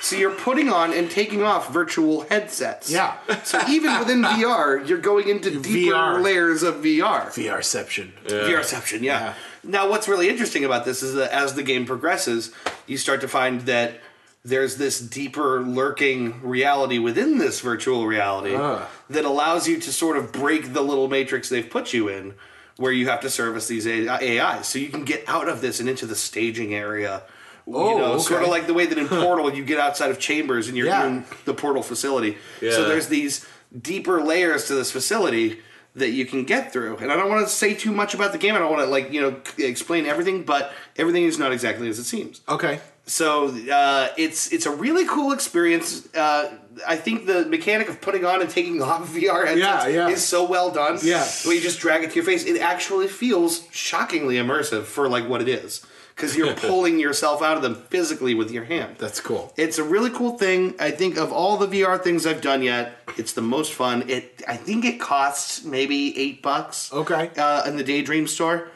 Speaker 1: so you're putting on and taking off virtual headsets.
Speaker 3: Yeah.
Speaker 1: So even within VR, you're going into deeper
Speaker 3: VR.
Speaker 1: layers of VR.
Speaker 3: VRception.
Speaker 1: VRception, yeah.
Speaker 3: Yeah.
Speaker 1: Now, what's really interesting about this is that as the game progresses, you start to find that there's this deeper lurking reality within this virtual reality
Speaker 3: Ah.
Speaker 1: that allows you to sort of break the little matrix they've put you in, where you have to service these A- AIs. So you can get out of this and into the staging area. you
Speaker 3: Oh,
Speaker 1: know,
Speaker 3: okay.
Speaker 1: sort of like the way that in Portal you get outside of chambers and you're
Speaker 3: Yeah.
Speaker 1: in the Portal facility. So
Speaker 2: Yeah.
Speaker 1: there's these deeper layers to this facility that you can get through. And I don't want to say too much about the game. I don't want to like you know c- explain everything, but everything is not exactly as it seems.
Speaker 3: Okay.
Speaker 1: So uh, it's it's a really cool experience. Uh, I think the mechanic of putting on and taking off VR headsets
Speaker 3: Yeah, yeah.
Speaker 1: is so well done.
Speaker 3: Yeah.
Speaker 1: when you just drag it to your face, it actually feels shockingly immersive for like what it is, because you're pulling yourself out of them physically with your hand.
Speaker 3: That's cool.
Speaker 1: It's a really cool thing. I think of all the VR things I've done yet, it's the most fun. It I think it costs maybe eight bucks.
Speaker 3: Okay.
Speaker 1: Uh, in the Daydream store,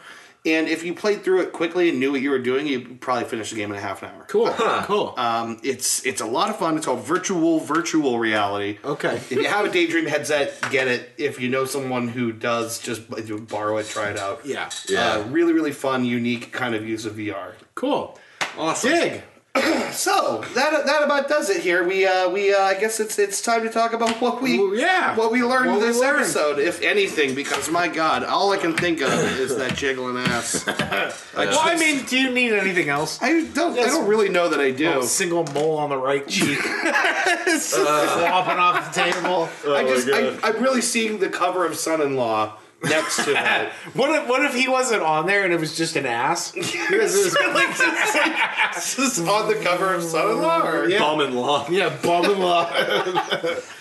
Speaker 1: and if you played through it quickly and knew what you were doing, you probably finished the game in a half an hour.
Speaker 3: Cool. Cool.
Speaker 1: Um, it's it's a lot of fun. It's called virtual virtual reality.
Speaker 3: okay.
Speaker 1: If you have a Daydream headset, get it. If you know someone who does, just borrow it, try it out.
Speaker 3: Yeah.
Speaker 1: Uh, really, really fun, unique kind of use of VR.
Speaker 3: Cool. Awesome. Dig.
Speaker 1: So that that about does it here. We uh, we uh, I guess it's it's time to talk about what we
Speaker 3: Well, yeah.
Speaker 1: what we learned
Speaker 3: What we
Speaker 1: this
Speaker 3: learned.
Speaker 1: episode, if anything, because my God, all I can think of is that jiggling ass.
Speaker 3: Well, I mean, do you need anything else?
Speaker 1: I don't I don't really know that I do.
Speaker 3: A single mole on the right cheek, Uh. flopping off the table.
Speaker 1: I
Speaker 6: my
Speaker 1: just
Speaker 3: oh
Speaker 1: I,
Speaker 6: God.
Speaker 1: I'm really seeing the cover of Son-in-Law next to it.
Speaker 3: What if what if he wasn't on there and it was just an ass?
Speaker 1: This is on the cover of Son-in-Law. Or?
Speaker 3: Yeah.
Speaker 2: Bomb and law.
Speaker 3: yeah, bum and law.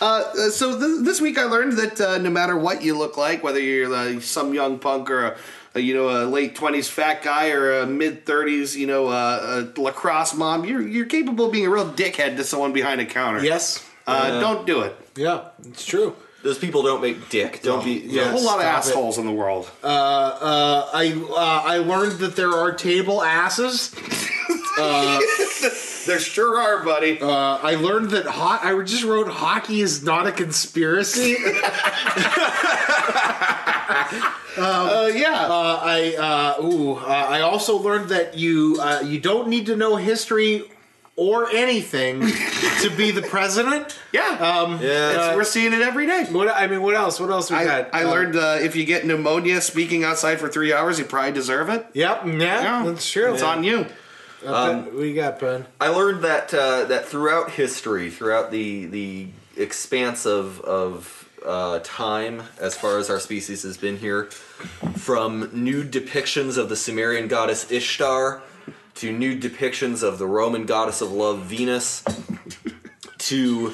Speaker 1: Uh, so th- this week I learned that uh, no matter what you look like, whether you're uh, some young punk or a, a, you know a late twenties fat guy or a mid thirties you know uh, a lacrosse mom, you're you're capable of being a real dickhead to someone behind a counter.
Speaker 3: Yes.
Speaker 1: uh, don't do it.
Speaker 3: Yeah, it's true.
Speaker 2: Those people don't make dick. Don't be.
Speaker 1: There's a whole lot of
Speaker 3: stop it.
Speaker 1: assholes in the world.
Speaker 3: Uh, I uh, I learned that there are table asses.
Speaker 1: there sure are, buddy.
Speaker 3: Uh, I learned that hot. I just wrote hockey is not a conspiracy.
Speaker 1: Uh, yeah.
Speaker 3: Uh, I uh, ooh. Uh, I also learned that you uh, you don't need to know history or anything to be the president. uh,
Speaker 1: yeah. Um,
Speaker 2: Yeah.
Speaker 1: we're seeing it every day.
Speaker 3: What I mean, what else? What else we
Speaker 1: I,
Speaker 3: got?
Speaker 1: I
Speaker 3: Uh,
Speaker 1: learned uh, if you get pneumonia speaking outside for three hours, you probably deserve it.
Speaker 3: Yep. Yeah, that's true.
Speaker 1: It's on you.
Speaker 3: Um, we got Ben.
Speaker 2: I learned that uh, that throughout history, throughout the the expanse of of uh, time, as far as our species has been here, from nude depictions of the Sumerian goddess Ishtar to nude depictions of the Roman goddess of love Venus to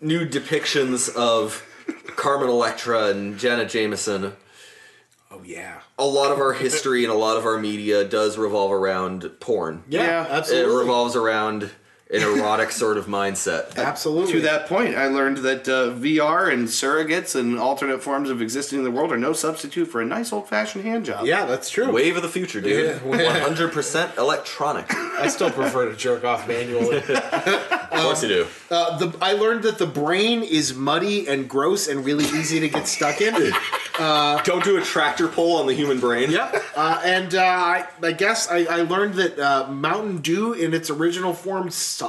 Speaker 2: nude depictions of Carmen Electra and Janet Jameson
Speaker 3: Oh yeah.
Speaker 2: a lot of our history and a lot of our media does revolve around porn.
Speaker 1: Yeah.
Speaker 3: Yeah.
Speaker 2: It
Speaker 3: absolutely.
Speaker 2: revolves around an erotic sort of mindset.
Speaker 3: absolutely.
Speaker 1: To that point, I learned that uh, VR and surrogates and alternate forms of existing in the world are no substitute for a nice old fashioned hand job.
Speaker 3: Yeah, that's true.
Speaker 2: Wave of the future, dude.
Speaker 3: Yeah. Um,
Speaker 2: 100% electronic. Of
Speaker 3: I still prefer to jerk off manually.
Speaker 2: course you do.
Speaker 3: Uh, the, I learned that the brain is muddy and gross and really easy to get stuck in.
Speaker 2: Don't do a tractor pull on the human brain.
Speaker 3: Yep. Uh, and uh, I, I guess I, I learned that uh, Mountain Dew in its original form sucks.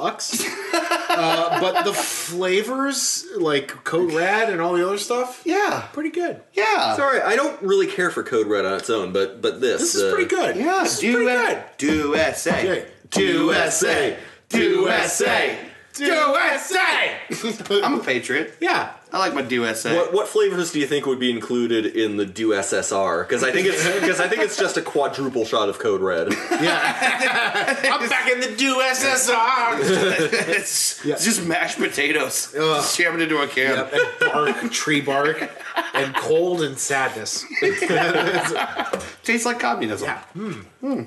Speaker 3: uh, but the flavors, like Code Red and all the other stuff,
Speaker 1: Yeah.
Speaker 3: pretty good.
Speaker 1: Yeah.
Speaker 2: It's all right. I don't really care for Code Red on its own, but but this. uh,
Speaker 3: This is pretty good.
Speaker 1: Yeah.
Speaker 3: This is
Speaker 1: do
Speaker 3: pretty
Speaker 1: it.
Speaker 3: good.
Speaker 1: Do
Speaker 3: Okay.
Speaker 1: USA. Do USA. Do USA.
Speaker 3: USA!
Speaker 1: I'm a patriot.
Speaker 3: yeah.
Speaker 1: I like my do USA.
Speaker 2: What, what flavors do you think would be included in the Do SSR? Because I think it's because I think it's just a quadruple shot of Code Red.
Speaker 3: I'm back in the do SSR!
Speaker 1: It's, it's just mashed potatoes. Just jam it into a can.
Speaker 3: yep, and bark, tree bark, and cold and sadness.
Speaker 1: Tastes like communism.
Speaker 3: Yeah. Hmm.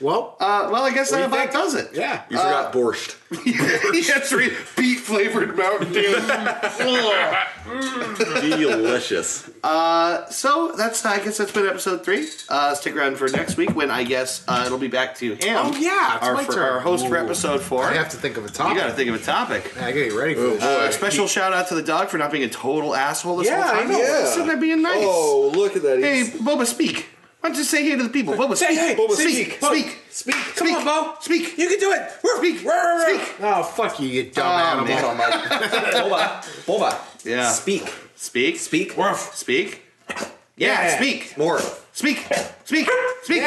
Speaker 3: well,
Speaker 1: Uh, well, I guess that about does it.
Speaker 3: yeah.
Speaker 2: You forgot borscht.
Speaker 1: That's right. Beet flavored Mountain Dew.
Speaker 2: Delicious.
Speaker 1: So that's I guess that's been episode three. Uh, stick around for next week when I guess uh, it'll be back to Ham.
Speaker 3: Oh, yeah, it's
Speaker 1: our,
Speaker 3: my
Speaker 1: for,
Speaker 3: turn.
Speaker 1: our host for
Speaker 3: Ooh.
Speaker 1: episode four.
Speaker 3: I have to think of a topic.
Speaker 1: you got to think of a topic.
Speaker 3: I gotta get ready for this.
Speaker 1: Uh, special shout out to the dog for not being a total asshole this
Speaker 3: Yeah, Oh,
Speaker 1: whole time.
Speaker 3: I know.
Speaker 1: He's Sitting there being nice.
Speaker 2: look at that.
Speaker 1: Hey, Boba, speak. Why don't you say hey to the people? Boba, speak.
Speaker 3: hey,
Speaker 1: Boba,
Speaker 3: speak.
Speaker 1: speak. Speak.
Speaker 3: Speak. Come on, Bo.
Speaker 1: Speak.
Speaker 3: You can do it.
Speaker 1: Speak. Speak.
Speaker 3: Oh, fuck you, you dumb
Speaker 1: Oh,
Speaker 3: animal.
Speaker 1: man.
Speaker 2: Boba. Boba.
Speaker 1: Yeah.
Speaker 2: Speak.
Speaker 1: Speak.
Speaker 2: Speak.
Speaker 1: Speak. Yeah,
Speaker 3: Yeah.
Speaker 1: speak.
Speaker 2: More.
Speaker 1: Speak. Speak. Speak.
Speaker 3: Yay.
Speaker 1: Speak.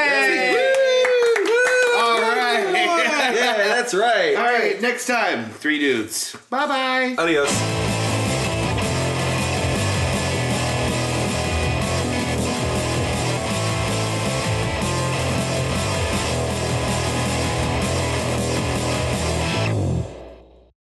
Speaker 1: All right.
Speaker 2: Yeah, that's right.
Speaker 1: All right, next time, three dudes. Bye bye.
Speaker 2: Adios.